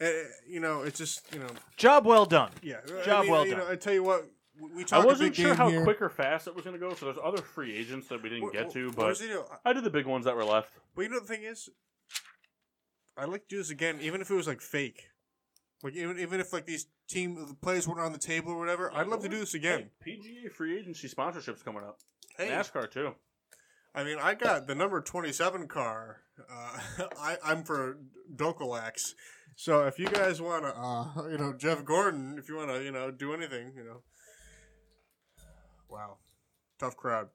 D: Uh, you know, it's just you know,
B: Job well done.
D: yeah. I
B: Job
D: mean,
B: well
D: you
B: done.
D: Know, I tell you what, we- we
A: I
D: talked.
A: wasn't sure how quick or fast it was going to go, so there's other free agents that we didn't get to, but I did the big ones that were left.
D: But you know the thing is, I'd like to do this again, even if it was like fake, like even even if like these team the players weren't on the table or whatever. I'd love to do this again.
A: Hey, PGA free agency sponsorships coming up.
D: Hey,
A: NASCAR too.
D: I mean, I got the number twenty-seven car. Uh, I I'm for Dokalax. So if you guys want to, uh, you know, Jeff Gordon, if you want to, you know, do anything, you know. Wow, tough crowd.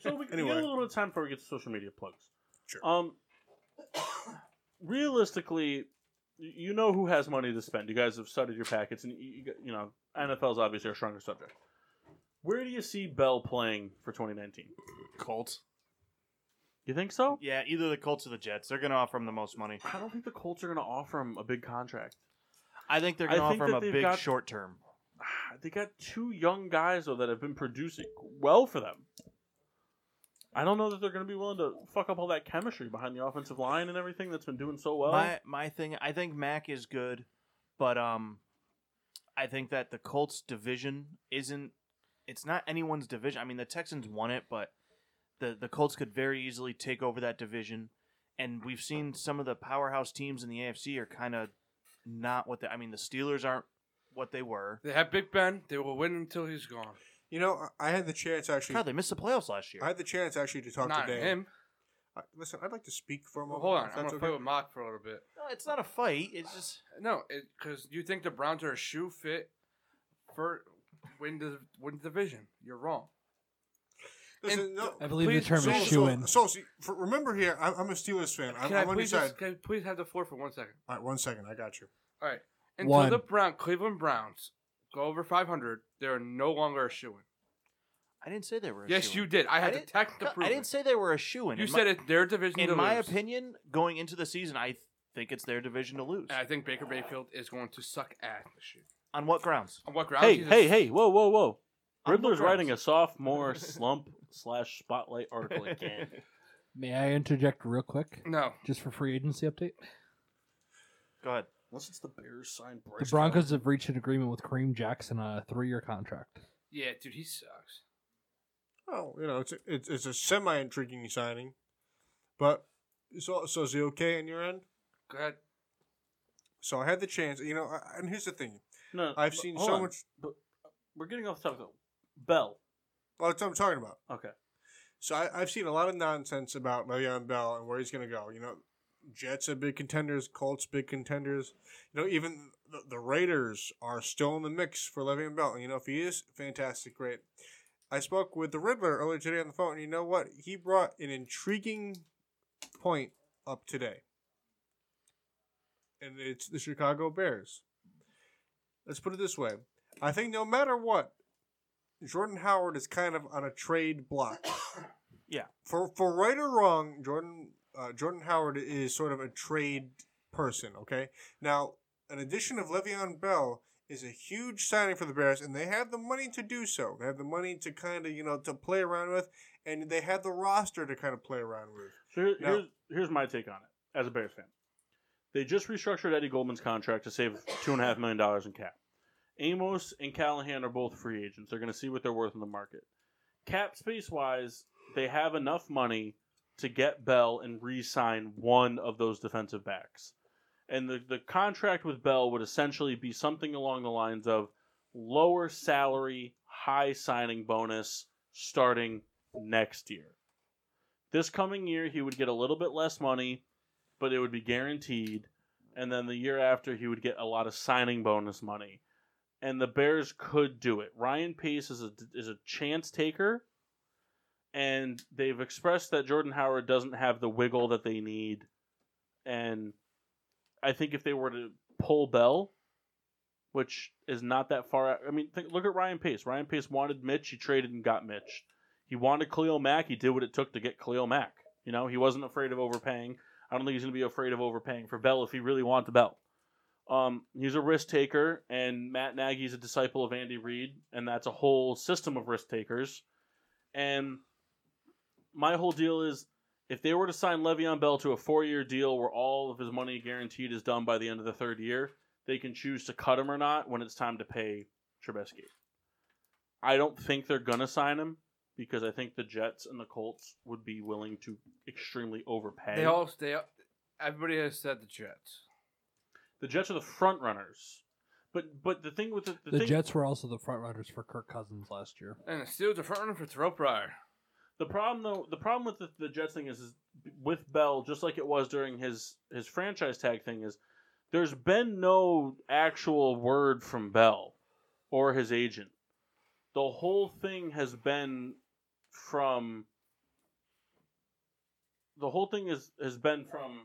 A: So we, we
D: Anyway.
A: got a little bit of time before we get to social media plugs.
D: Sure.
A: Um, realistically, y- you know who has money to spend. You guys have studied your packets, and you, you, got- you know NFL's obviously our stronger subject. Where do you see Bell playing for 2019?
B: Colts.
A: You think so?
B: Yeah, either the Colts or the Jets. They're going to offer him the most money.
A: I don't think the Colts are going to offer him a big contract.
B: I think they're
A: I
B: going to
A: think
B: offer him
A: that
B: a
A: they've
B: big
A: got-
B: short term.
A: Ah, They got two young guys though that have been producing well for them. I don't know that they're going to be willing to fuck up all that chemistry behind the offensive line and everything that's been doing so well.
B: my my thing, I think Mac is good, but um, I think that the Colts division isn't. It's not anyone's division. I mean, the Texans won it, but the the Colts could very easily take over that division, and we've seen some of the powerhouse teams in the AFC are kind of not what they. I mean, the Steelers aren't what they were.
C: They have Big Ben. They will win until he's gone.
D: You know, I I had the chance actually.
B: God, they missed the playoffs last year.
D: I had the chance actually to talk
C: Not
D: to Dan.
C: him.
D: I, listen, I'd like to speak for a
C: Well,
D: moment.
C: hold on.
D: if
C: I'm
D: that's
C: gonna fight
D: okay.
C: with Mock for a little bit.
B: no, it's not a fight. It's just
C: No, because you think the Browns are a shoe fit for win the win the division. You're wrong.
D: Listen,
C: And
D: no.
F: I believe
C: Please-
F: the term
D: So,
F: is
D: so-
F: shoe in.
D: so, see, for, remember here, I'm, I'm a Steelers fan. I'm,
C: Can I
D: I'm on your
C: please
D: side.
C: just, can I please have the floor for one second?
D: All right, one second. I got you.
C: All right. Until
F: One.
C: the Brown Cleveland Browns go over 500, they are no longer a shoe in.
B: I didn't say they were. A
C: Yes,
B: shoo-in.
C: you did. I
B: I
C: had the
B: didn't-
C: text to
B: No,
C: prove
B: I didn't
C: it.
B: say they were a shoe in.
C: You said it's their division.
B: In
C: to
B: my
C: lose.
B: opinion, going into the season, I think it's their division to lose.
C: and I think Baker Mayfield is going to suck ass this year.
B: On what grounds?
C: On what grounds?
A: hey,
C: He's a-
A: hey, hey! Whoa, whoa, whoa!
B: I'm
A: Riddler's
B: Browns.
A: writing a sophomore slump slash spotlight article again.
F: May I interject real quick?
C: No,
F: Just for free agency update?
B: Go ahead.
A: Unless it's the Bears signed
F: The
A: Bryce.
F: Broncos have reached an agreement with Kareem Jackson on a three year contract.
C: yeah, dude, he sucks.
D: Oh, you know, it's a, it's, it's a semi intriguing signing, but so so is he okay on your end?
C: Go ahead.
D: So I had the chance. You know, I, and here's the thing.
A: No, no,
D: I've
A: but
D: seen
A: hold
D: so
A: on.
D: much.
A: But we're getting off topic though. Bell.
D: Well, that's what I'm talking about.
A: Okay.
D: So I, I've seen a lot of nonsense about Le'Veon Bell and where he's going to go. You know, Jets are big contenders, Colts big contenders. You know, even the, the Raiders are still in the mix for Le'Veon Bell. You know, if he is fantastic, great. I spoke with the Riddler earlier today on the phone. and You know what? He brought an intriguing point up today. And it's the Chicago Bears. Let's put it this way. I think no matter what, Jordan Howard is kind of on a trade block.
B: Yeah.
D: For for right or wrong, Jordan uh, Jordan Howard is sort of a trade person, okay? Now, an addition of Le'Veon Bell is a huge signing for the Bears, and they have the money to do so. They have the money to kind of, you know, to play around with, and they have the roster to kind of play around with.
A: So here,
D: No.
A: here's, here's my take on it as a Bears fan. They just restructured Eddie Goldman's contract to save two and a half million dollars in cap. Amos and Callahan are both free agents. They're going to see what they're worth in the market. Cap space wise, they have enough money to get Bell and re-sign one of those defensive backs. And the, the contract with Bell would essentially be something along the lines of lower salary, high signing bonus starting next year. This coming year, he would get a little bit less money, but it would be guaranteed. And then the year after, he would get a lot of signing bonus money. And the Bears could do it. Ryan Pace is a, is a chance taker, and they've expressed that Jordan Howard doesn't have the wiggle that they need. And I think if they were to pull Bell, which is not that far out, I mean, think, look at Ryan Pace. Ryan Pace wanted Mitch, he traded and got Mitch. He wanted Cleo Mack. He did what it took to get Cleo Mack. You know, he wasn't afraid of overpaying. I don't think he's going to be afraid of overpaying for Bell if he really wants Bell. Um, he's a risk taker, and Matt Nagy's a disciple of Andy Reid, and that's a whole system of risk takers. And my whole deal is if they were to sign Le'Veon Bell to a four year deal where all of his money guaranteed is done by the end of the third year, they can choose to cut him or not when it's time to pay Trubisky. I don't think they're going to sign him because I think the Jets and the Colts would be willing to extremely overpay.
C: They all they all- everybody has said the Jets.
A: the Jets are the front runners, but but the thing with the, the,
F: The
A: thing,
F: Jets were also the front runners for Kirk Cousins last year.
C: And the Steelers are front runner for Terrell Pryor.
A: the problem though the problem with the, the Jets thing is, is with Bell just like it was during his his franchise tag thing is there's been no actual word from Bell or his agent. The whole thing has been from the whole thing is has been from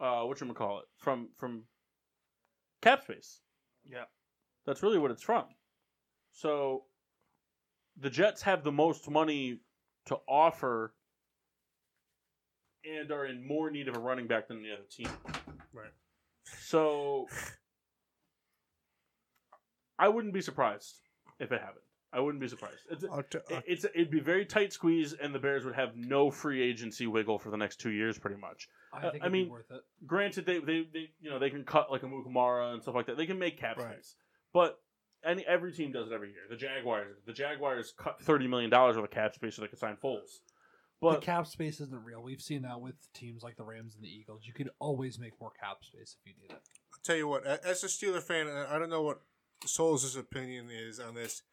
A: uh what you call it from from cap space.
B: Yeah.
A: That's really what it's from. So the Jets have the most money to offer and are in more need of a running back than the other team.
D: Right.
A: So I wouldn't be surprised if it happened. I wouldn't be surprised. It's,
D: I'll t- I'll-
A: it- it's it'd be very tight squeeze, and the Bears would have no free agency wiggle for the next two years, pretty much.
F: I
A: Uh,
F: think
A: I
F: it'd be
A: mean-
F: worth it.
A: Granted, they, they, they you know they can cut like a Mukamara and stuff like that. They can make cap space,
D: Right.
A: but any every team does it every year. The Jaguars, the Jaguars cut thirty million dollars worth of cap space so they could sign Foles.
F: the
A: But
F: cap space isn't real. We've seen that with teams like the Rams and the Eagles. You could always make more cap space if you need it.
D: I'll tell you what, a- as a Steeler fan, and I don't know what Souls' opinion is on this.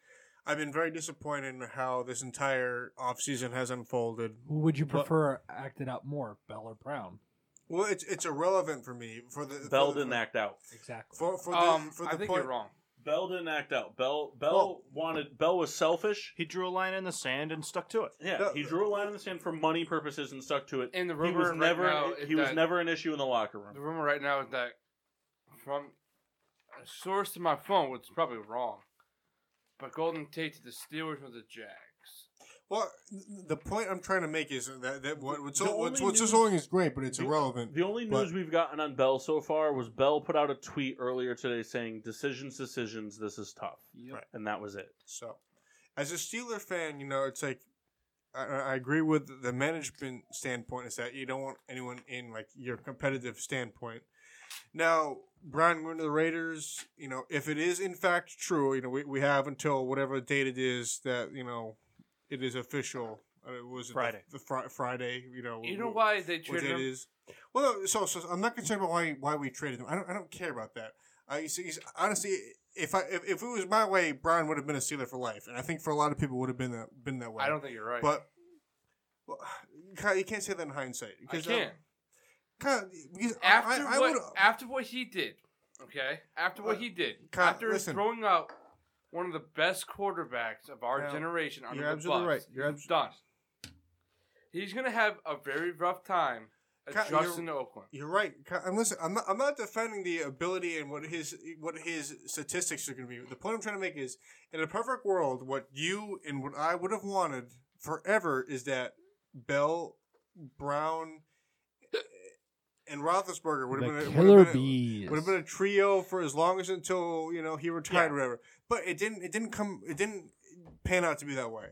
D: I've been very disappointed in how this entire offseason has unfolded.
F: Who would you
D: But-
F: prefer acted out more, Bell or Brown?
D: Well, it's it's irrelevant for me for the
A: Bell
D: for the-
A: didn't act out.
F: Exactly.
D: for for the,
C: Um,
D: for the
C: I think
D: point.
C: you're wrong.
A: Bell didn't act out. Bell Bell
D: Well-
A: wanted Bell was selfish.
B: He drew a line in the sand and stuck to it.
A: Yeah,
D: No,
A: he
D: the-
A: drew a line in the sand for money purposes and stuck to it.
C: And the
A: he
C: rumor
A: was
C: right
A: never
C: now is
A: he was
C: that-
A: never an issue in the locker room.
C: The rumor right now is that from a source to my phone, which is probably wrong, but Golden Tate to the Steelers or the Jags.
D: Well, the point I'm trying to make is that, that what what's
A: The
D: so, what's,
A: only
D: what's
A: news-
D: going is great, but it's
A: the-
D: irrelevant.
A: The only
D: But-
A: news we've gotten on Bell so far was Bell put out a tweet earlier today saying decisions decisions this is tough.
D: Right.
A: And that was it.
D: So, as a Steeler fan, you know it's like I, I agree with the management standpoint is that you don't want anyone in like your competitive standpoint. Now, Brian going to the Raiders, you know, if it is in fact true, you know, we, we have until whatever date it is that you know it is official. Uh, was it
B: Friday.
D: the, the fri- Friday? You know,
C: You know
D: wh-
C: why they
D: what
C: traded
D: that
C: him?
D: is. Well, no, so, so I'm not concerned about why why we traded him. I don't I don't care about that. I you see, you see, honestly, if I if, if it was my way, Brian would have been a Steeler for life, and I think for a lot of people would have been that been that way.
C: I don't think you're right.
D: but well, Kyle, you can't say that in hindsight.
C: I
D: Because, um,
C: can't.
D: Kyle, because I-
C: After
D: I, I,
C: what?
D: would,
C: after what he did, okay. After what
D: Uh,
C: he did,
D: Kyle,
C: after
D: listen.
C: throwing out one of the best quarterbacks of our
D: No,
C: generation under
D: you're
C: the
D: absolutely
C: bus,
D: right. You're
C: he's
D: abs-
C: done. He's gonna have a very rough time
D: Ca-
C: adjusting to
D: you're-
C: Oakland.
D: You're right. I'm listen. I'm not, I'm not defending the ability and what his what his statistics are going to be. The point I'm trying to make is, in a perfect world, what you and what I would have wanted forever is that Bell, Brown, eh, and Roethlisberger would have
F: The
D: been a,
F: killer
D: would have been a-
F: bees.
D: would have been a trio for as long as until you know he retired
B: Yeah.
D: or whatever. But it didn't. It didn't come. It didn't pan out to be that way.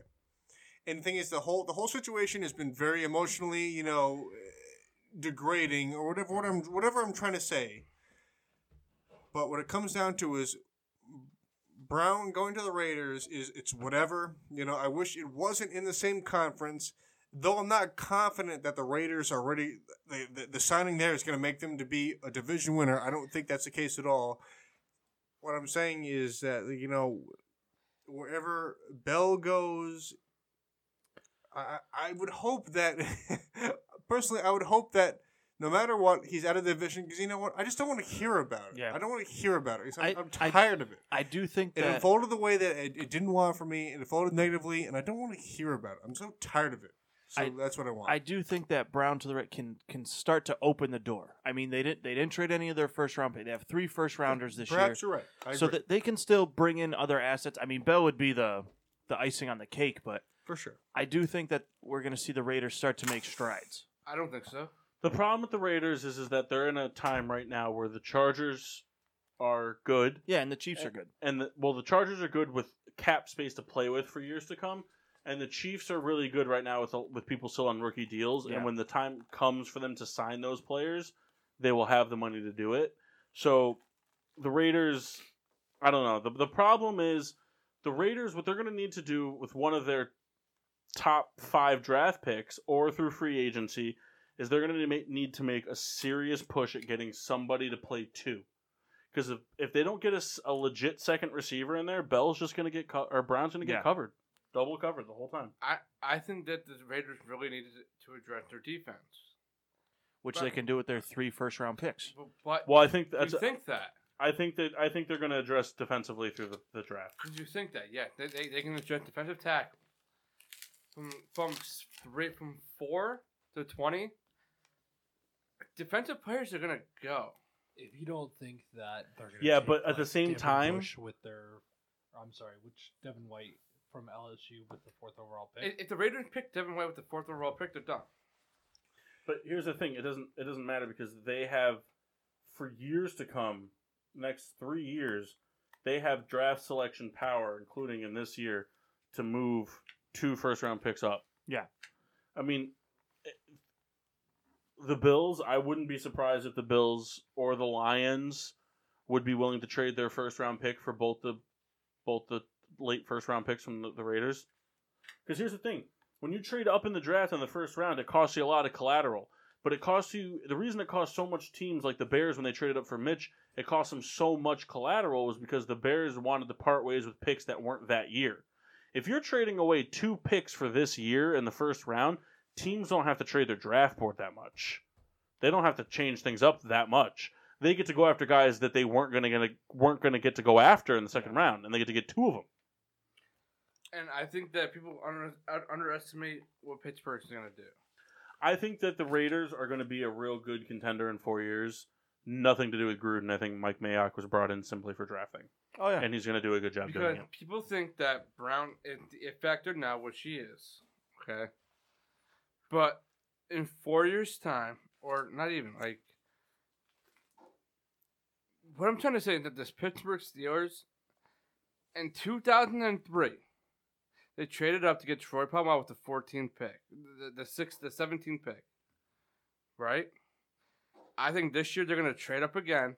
D: And the thing is, the whole the whole situation has been very emotionally, you know, degrading or whatever. What I'm whatever I'm trying to say. But what it comes down to is Brown going to the Raiders is it's whatever. You know, I wish it wasn't in the same conference. Though I'm not confident that the Raiders are ready, the, the, the signing there is going to make them to be a division winner. I don't think that's the case at all. What I'm saying is that you know, wherever Bell goes, I I I would hope that personally, I would hope that no matter what, he's out of the division because you know what, I just don't want to hear about it.
B: Yeah.
D: I don't want to hear about it. I'm,
B: I-
D: I'm
B: I-
D: tired of it.
B: I do think
D: It
B: that
D: unfolded the way that it, it didn't want for me. It unfolded negatively, and I don't want to hear about it. I'm so tired of it. So
B: I-
D: that's what I want.
B: I do think that Brown to the right can can start to open the door. I mean, they didn't they didn't trade any of their first round pick. They have three first rounders this year.
D: Perhaps you're right. I
B: so
D: agree.
B: that they can still bring in other assets. I mean, Bell would be the the icing on the cake, but
D: for sure.
B: I do think that we're going to see the Raiders start to make strides.
C: I don't think so.
A: The problem with the Raiders is, is that they're in a time right now where the Chargers are good,
B: Yeah, and the Chiefs are good.
A: and the, well, the Chargers are good with cap space to play with for years to come, and the Chiefs are really good right now with with people still on rookie deals,
B: Yeah.
A: and when the time comes for them to sign those players, they will have the money to do it. So, the Raiders, I don't know. The the problem is the Raiders. What they're going to need to do with one of their top five draft picks or through free agency is they're going to need to make a serious push at getting somebody to play two. Because if, if they don't get a, s- a legit second receiver in there, Bell's just going to get co- or Brown's going to get
B: Yeah.
A: covered, double covered the whole time.
C: I, I think that the Raiders really needed to address their defense.
B: Which they can do with their three first round picks.
C: But, but
A: Well, I think
C: you
A: that's
C: think that?
A: I think that I think they're going to address defensively through the, the draft.
C: Did you think that? Yeah, they, they, they can adjust defensive tackle from from s- three from four to twenty. Defensive players are gonna go.
F: if you don't think that they're gonna
A: Yeah,
F: take,
A: but at the
F: like,
A: same
F: Devin
A: time-
F: Bush with their, I'm sorry, which Devin White from LSU with the fourth overall pick.
C: If, if the Raiders pick Devin White with the fourth overall pick, they're done.
A: But here's the thing: it doesn't it doesn't matter because they have for years to come, next three years, they have draft selection power, including in this year, to move two first round picks up.
B: Yeah.
A: I mean, it- the Bills. I wouldn't be surprised if the Bills or the Lions would be willing to trade their first round pick for both the both the late first round picks from the, the Raiders. Because here's the thing: when you trade up in the draft in the first round, it costs you a lot of collateral. But it costs you the reason it cost so much teams like the Bears when they traded up for Mitch, it cost them so much collateral was because the Bears wanted to part ways with picks that weren't that year. If you're trading away two picks for this year in the first round, teams don't have to trade their draft board that much. They don't have to change things up that much. They get to go after guys that they weren't gonna, gonna weren't gonna get to go after in the second round, and they get to get two of them.
C: And I think that people under, un- underestimate what Pittsburgh's gonna do.
A: I think that the Raiders are going to be a real good contender in four years. Nothing to do with Gruden. I think Mike Mayock was brought in simply for drafting,
B: Oh yeah.
A: and he's going to do a good job
C: Because
A: doing it.
C: people think that Brown is effective now, what she is. Okay. But in four years' time, or not even, like, what I'm trying to say is that this Pittsburgh Steelers in 2003, they traded up to get Troy Palmer with the 14th pick, the, the sixth, the 17th pick, right? I think this year they're going to trade up again.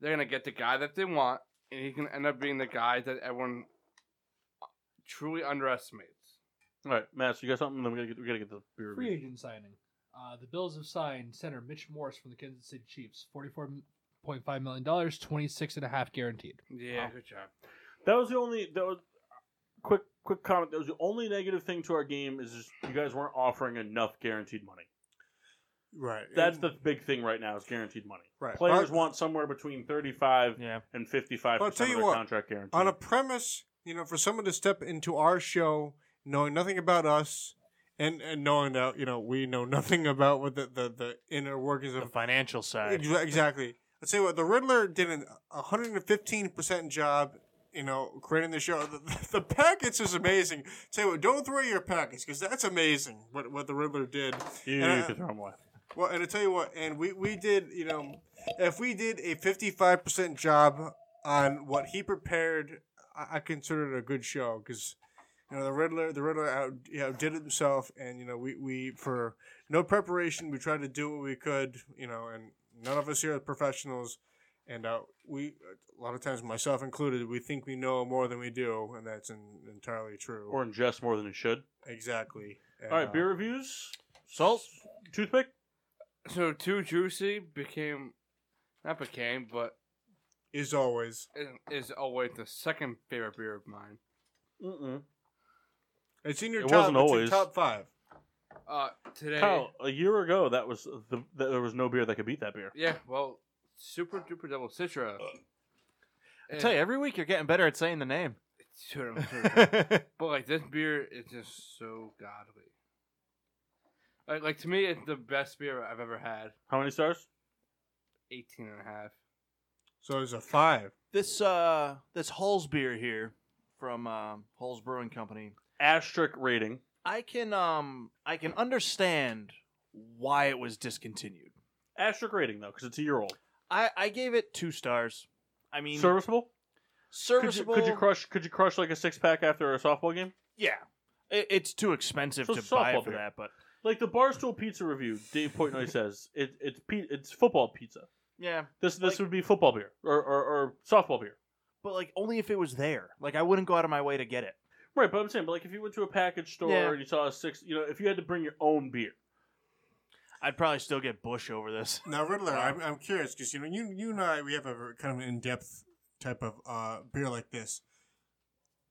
C: They're going to get the guy that they want and he can end up being the guy that everyone uh, truly underestimates.
A: All right, Matt, so you got something? Then we got to get we got to get the beer
F: Free
A: review.
F: agent signing. Uh, the Bills have signed center Mitch Morse from the Kansas City Chiefs, forty-four point five million dollars, twenty-six and a half guaranteed.
C: Yeah, good job.
A: That was the only that was uh, quick quick comment. That was the only negative thing to our game is just you guys weren't offering enough guaranteed money.
D: Right.
A: That's the big thing right now is guaranteed money.
D: Right.
A: Players
D: But-
A: want somewhere between thirty five
B: Yeah.
A: and fifty five
D: But I'll tell
A: percent
D: you
A: of their
D: what,
A: contract guarantee.
D: on a premise, you know, for someone to step into our show knowing nothing about us and and knowing that you know we know nothing about what the the, the inner workings
B: The
D: of
B: financial side.
D: Exa- exactly. Let's say what the Riddler did an 115 percent job. You know, creating the show. The, the, packets is amazing. Tell you what, don't throw your packets because that's amazing. What what the Riddler did.
A: You,
D: And I-
A: can throw them away.
D: Well, and I tell you what, and we we did. You know, if we did a 55 percent job on what he prepared, I, I consider it a good show because. You know, the Riddler, the Riddler out, you know, did it himself, and you know, we, we for no preparation, we tried to do what we could, you know, and none of us here are professionals, and uh, we a lot of times, myself included, we think we know more than we do, and that's in, entirely true.
A: Or ingest more than it should.
D: exactly. And,
A: All right,
D: uh,
A: beer reviews.
B: Salt.
A: Toothpick.
C: So too juicy became, not became, but
D: is always.
C: is- is always the second favorite beer of mine.
A: Mm-mm.
D: It's in your
A: It
D: top.
A: wasn't
D: it's in
A: always.
D: top five.
C: Uh, today.
A: Kyle, a year ago, that was the that there was no beer that could beat that beer.
C: Yeah, well, super duper double citra. Eh,
B: I tell you, every week you're getting better at saying the name.
C: But like this beer is just so godly. Like, like to me, it's the best beer I've ever had.
A: How many stars?
C: 18 and a half.
D: So it's a five.
B: this uh, this Hull's beer here from um Hull's Brewing Company.
A: Asterisk rating.
B: I can um, I can understand why it was discontinued.
A: Asterisk rating though, because it's a year old.
B: I I gave it two stars. I mean,
A: Serviceable. Could you,
B: serviceable.
A: could you crush? Could you crush like a six pack after a softball game?
B: yeah, it, it's too expensive
A: So
B: to buy
A: softball
B: for
A: beer.
B: that, but
A: Like the Barstool Pizza review, Dave Portnoy says it, it's pe- it's football pizza.
B: yeah.
A: This this
B: Like-
A: would be football beer or, or, or softball beer,
B: But like only if it was there. Like I wouldn't go out of my way to get it.
A: right? But I'm saying, but like if you went to a package store
B: Yeah.
A: and you saw a six, you know, if you had to bring your own beer,
B: I'd probably still get Bush over this.
D: Now, Riddler, I'm, I'm curious because you know you you and I we have a very kind of in depth type of uh, beer like this.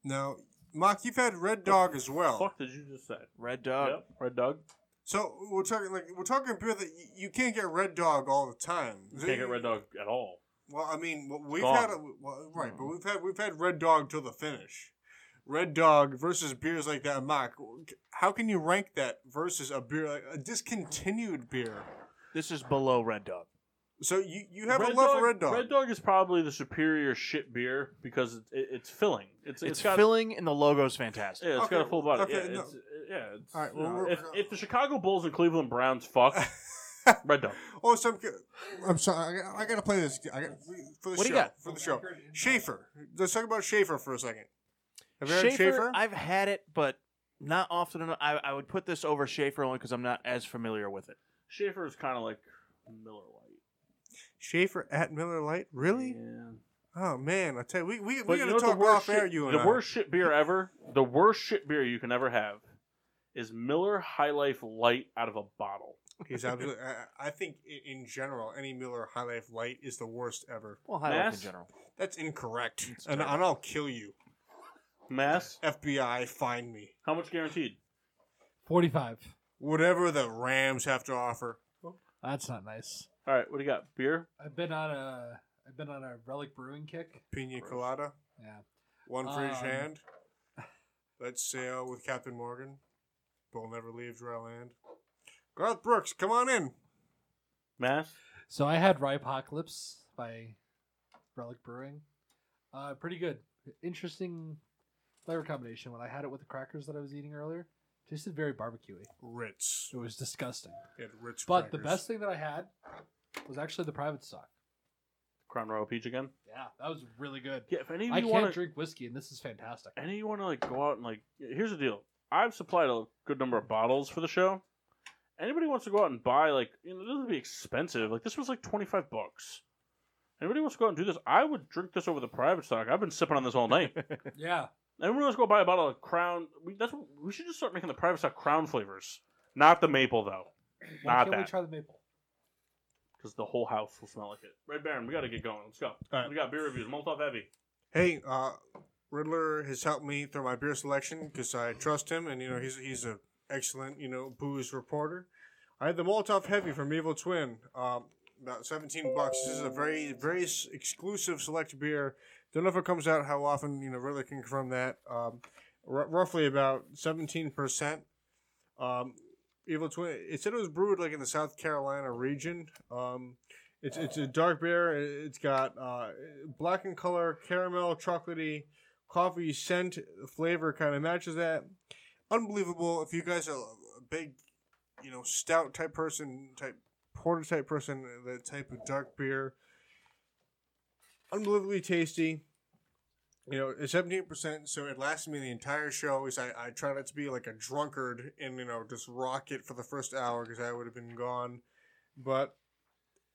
D: Now, Mock, you've had Red Dog as well.
A: fuck did you just say?
B: Red Oh. Dog.
A: Yep, Red Dog.
D: So we're talking like we're talking beer that y- you can't get Red Dog all the time.
A: You can't get Red Dog at all.
D: Well, I mean, w- we've
A: Gone. Mm.
D: had a, well, right, but we've had we've had Red Dog till the finish. Red Dog versus beers like that, Mock. How can you rank that versus a beer like a discontinued beer?
B: This is below Red Dog.
D: So you you have
A: Red
D: a love
A: Dog,
D: for Red Dog.
A: Red Dog is probably the superior shit beer because it, it, it's filling. It's
B: It's,
A: it's got
B: filling and the logo's fantastic.
A: Yeah, it's got a
D: Okay,
A: full body.
D: okay,
A: yeah,
D: no.
A: it's, yeah. It's,
D: All right, well,
A: you know,
D: we're-
A: if, if the Chicago Bulls and Cleveland Browns fuck, Red Dog.
D: Oh, some. I'm sorry. I, I gotta play this. I got for the
B: What do you
D: show.
B: got?
D: For the show. Schaefer. Let's talk about Schaefer for a second. Have you
B: Schaefer,
D: heard Schaefer?
B: I've had it, but not often enough. I, I would put this over Schaefer only because I'm not as familiar with it.
A: Schaefer is kind of like Miller Lite.
D: Schaefer at Miller Lite. Really?
A: Yeah.
D: Oh man, I tell you, we we,
A: But
D: we
A: you
D: gotta
A: know what the
D: talk
A: worst
D: off
A: shit,
D: air. You and
A: the
D: I.
A: worst shit beer ever. The worst shit beer you can ever have is Miller High Life Light out of a bottle.
D: He's absolutely. I, I think i- in general, any Miller High Life Light is the worst ever.
B: Well, high life in
A: Mass?
B: general.
D: That's incorrect. And, and I'll kill you.
A: Mass.
D: FBI, find me.
A: How much guaranteed?
F: 45.
D: Whatever the Rams have to offer.
F: That's not nice.
A: All right, what do you got? Beer.
F: I've been on a I've been on a relic brewing kick.
D: Pina colada,
F: Yeah.
D: one for each
F: Um,
D: hand. Let's sail with Captain Morgan. Bull never leave dry land. Garth Brooks, come on in.
A: Mass.
F: So I had Rhypocalypse by Relic Brewing. Uh, pretty good. Interesting flavor combination. When I had it with the crackers that I was eating earlier, tasted very barbecuey.
D: Ritz.
F: It was disgusting.
D: At Ritz
F: But the
D: Crackers.
F: best thing that I had was actually the private stock.
A: Crown Royal Peach again.
F: Yeah, that was really good.
A: Yeah, if any of
F: I
A: you
F: can't
A: want to
F: drink whiskey, and this is fantastic.
A: any you want to like go out and like here's the deal i've supplied a good number of bottles for the show anybody wants to go out and buy like you know this would be expensive like this was like 25 bucks anybody wants to go out and do this i would drink this over the private stock i've been sipping on this all night
F: Yeah,
A: everyone wants to go buy a bottle of crown we, that's what, we should just start making the private stock crown flavors not the maple though
F: why
A: Not
F: can't we
A: that.
F: try the maple?
A: because the whole house will smell like it red baron we gotta get going let's go
D: right.
A: we got beer reviews molotov heavy
D: Hey, uh, Riddler has helped me through my beer selection because I trust him, and you know he's he's a excellent you know booze reporter. I had the Molotov Heavy from Evil Twin, um, about seventeen bucks. This is a very very s- exclusive select beer. Don't know if it comes out how often. You know, Riddler can confirm that. Um, r- roughly about seventeen percent. Um, Evil Twin. It said it was brewed like in the South Carolina region. Um, it's it's a dark beer. It's got uh, black in color, caramel, chocolatey, coffee scent. The flavor kind of matches that. Unbelievable. If you guys are a big, you know, stout type person, type porter type person, that type of dark beer. Unbelievably tasty. You know, it's seventeen percent, so it lasted me the entire show. Is I, I try not to be like a drunkard and you know just rock it for the first hour because I would have been gone. But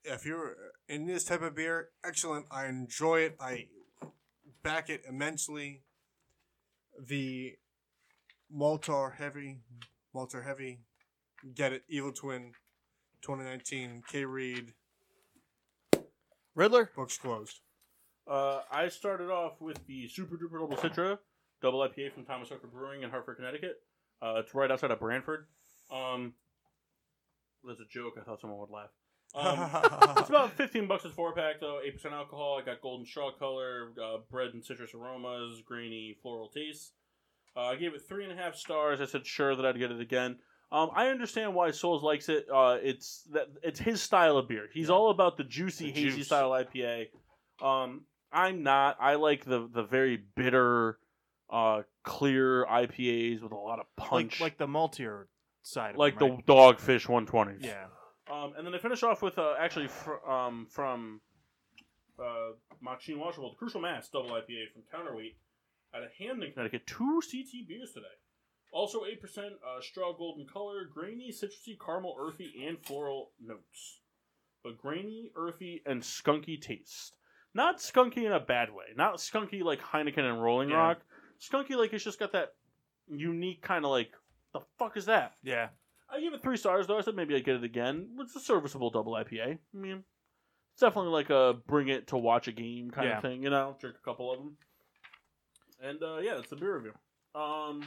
D: if you're uh, in this type of beer, excellent. I enjoy it. I back it immensely. The malt are heavy, malt are heavy. Get it, Evil Twin, 2019. K Reed,
B: Riddler.
D: books closed.
A: Uh, I started off with the Super Duper Double Citra, double IPA from Thomas Hooker Brewing in Hartford, Connecticut. Uh, it's right outside of Branford. Um, that's a joke. I thought someone would laugh. Um, it's about 15 bucks a four pack, though. 8% alcohol. I got golden straw color, uh, bread and citrus aromas, grainy floral taste. Uh, I gave it three and a half stars. I said sure that I'd get it again. Um, I understand why Souls likes it. Uh, it's that it's his style of beer. He's all about the juicy,
B: The
A: hazy
B: juice.
A: style IPA. Um, I'm not. I like the the very bitter, uh, clear IPAs with a lot of punch,
B: Like, like the maltier side. Of
A: like
B: him,
A: the
B: right?
A: Dogfish 120s.
B: yeah.
A: Um, and then I finish off with uh, actually fr- um, from uh, Machine Washable, the Crucial Mass Double IPA from Counterweight out of Hamden, Connecticut. Two CT beers today. Also 8% uh, straw golden color, grainy, citrusy, caramel, earthy, and floral notes. But grainy, earthy, and skunky taste. Not skunky in a bad way. Not skunky like Heineken and Rolling
B: Yeah.
A: Rock. Skunky like it's just got that unique kind of like, the fuck is that?
B: Yeah.
A: I give it three stars though. I said maybe I get it again. It's a serviceable double IPA. I mean, it's definitely like a bring it to watch a game kind
B: Yeah.
A: of thing. You know, drink a couple of them, and uh, yeah, that's the beer review. Um,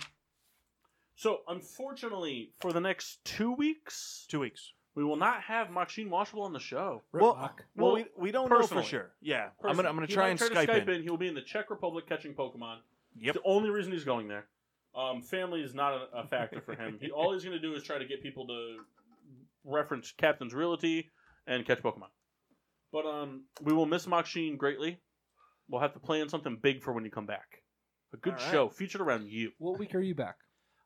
A: so unfortunately, for the next two weeks,
B: Two weeks.
A: we will not have Machine Washable on the show.
B: Well-
F: Rock.
B: Well,
A: Well,
B: we, we don't know
A: personally.
B: for sure. Yeah. I'm
A: Personally,
B: gonna I'm gonna
A: he
B: try
A: might
B: and
A: to
B: Skype, in.
A: He will be in the Czech Republic catching Pokemon.
B: Yep.
A: It's the only reason he's going there. Um, family is not a, a factor for him. He, all he's going to do is try to get people to reference Captain's Realty and catch Pokemon. But um, we will miss Machine greatly. We'll have to plan something big for when you come back. A good
B: All right.
A: show featured around you.
F: What week are you back?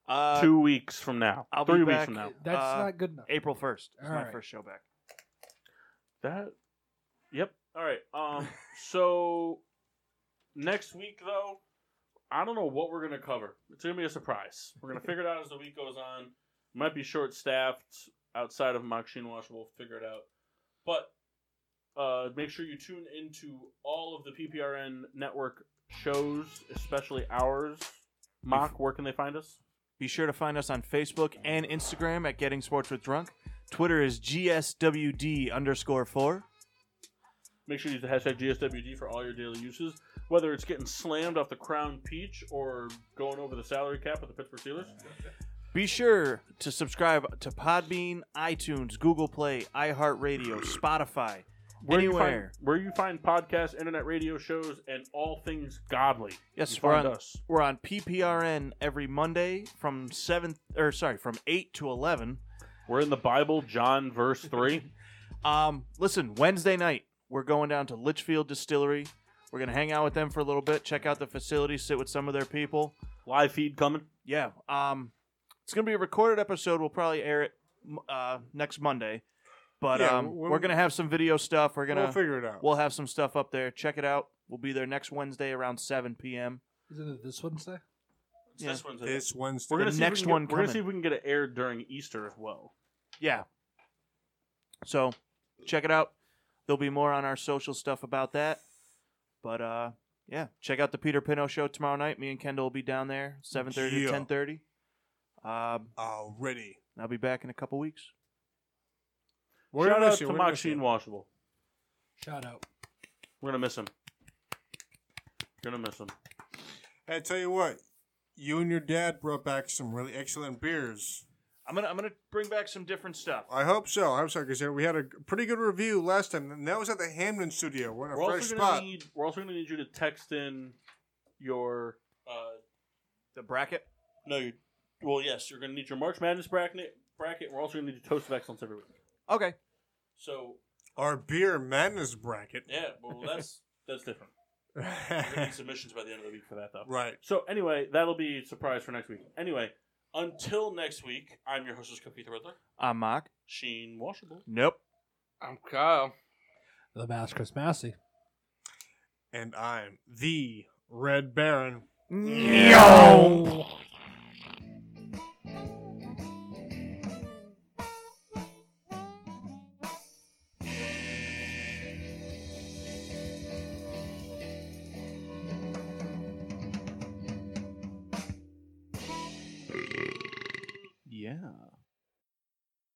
B: Uh,
A: Two weeks from now.
B: I'll be
A: Three weeks
B: back.
A: from now.
F: That's
B: Uh,
F: not good enough.
B: April first. It's
F: All
B: my
F: right.
B: first show back.
A: That. Yep. All right. Um. so next week, though, I don't know what we're gonna cover. It's gonna be a surprise. We're gonna figure it out as the week goes on. Might be short staffed outside of Machine Wash. We'll figure it out. But uh, make sure you tune into all of the PPRN network shows, especially ours. Mock, where can they find us?
B: Be sure to find us on Facebook and Instagram at Getting Sports with Drunk. Twitter is GSWD underscore four.
A: Make sure you use the hashtag GSWD for all your daily uses, whether it's getting slammed off the crown peach or going over the salary cap with the Pittsburgh Steelers.
B: Be sure to subscribe to Podbean, iTunes, Google Play, iHeartRadio, Spotify, anywhere.
A: You find, where you find podcasts, internet radio shows, and all things godly.
B: yes,
A: you
B: we're
A: find
B: on
A: us.
B: we're on PPRN every Monday from seven or sorry from eight to eleven.
A: We're in the Bible, John verse 3.
B: Um, listen, Wednesday night we're going down to Litchfield Distillery. We're gonna hang out with them for a little bit, check out the facility, sit with some of their people.
A: Live feed coming.
B: Yeah. Um, it's gonna be a recorded episode. We'll probably air it m- uh, next Monday, but
D: Yeah,
B: um,
D: we'll-
B: we're gonna have some video stuff. We're gonna
D: we'll figure it out.
B: we'll have some stuff up there. Check it out. We'll be there next Wednesday around 7 p.m.
F: Isn't it this Wednesday?
A: It's
B: Yeah.
A: This one's it.
D: this Wednesday.
A: We're gonna
B: the
A: see if we
B: next
A: can get-
B: one
A: We're going
B: coming.
A: to see if we can get it aired during Easter as well.
B: Yeah. So check it out. There'll be more on our social stuff about that. But uh, yeah, check out the Peter Pino show tomorrow night. Me and Kendall will be down there 7:30
D: Yeah.
B: to 10:30. Um,
D: already.
B: and I'll be back in a couple weeks.
D: We're
A: Shout
D: gonna
A: out
D: miss you,
A: to
D: we're gonna miss
A: Machine
D: you.
A: Washable.
F: Shout out.
A: We're going to miss him. Gonna miss him.
D: Hey, I tell you what, you and your dad brought back some really excellent beers.
B: I'm gonna I'm gonna bring back some different stuff.
D: I hope so. I'm sorry because we had a pretty good review last time, and that was at the Hamden studio. We're in a
A: We're
D: fresh
A: also, gonna
D: spot.
A: need, we're also going to need you to text in your. Uh,
B: The bracket.
A: No, you Well, yes, you're going to need your March Madness bracket. Bracket. We're also going to need your Toast of Excellence every week.
B: Okay.
A: So
D: Our beer madness bracket.
A: yeah, well that's that's different. We're gonna need submissions by the end of the week for that though.
D: right.
A: So anyway, that'll be a surprise for next week. Anyway, until next week, I'm your hostess, Cookie the Riddler,
B: I'm Mark.
A: Sheen Washable.
B: Nope.
C: I'm Kyle.
F: The mask Chris Massey.
D: And I'm the Red Baron.
B: Oh, Yeah.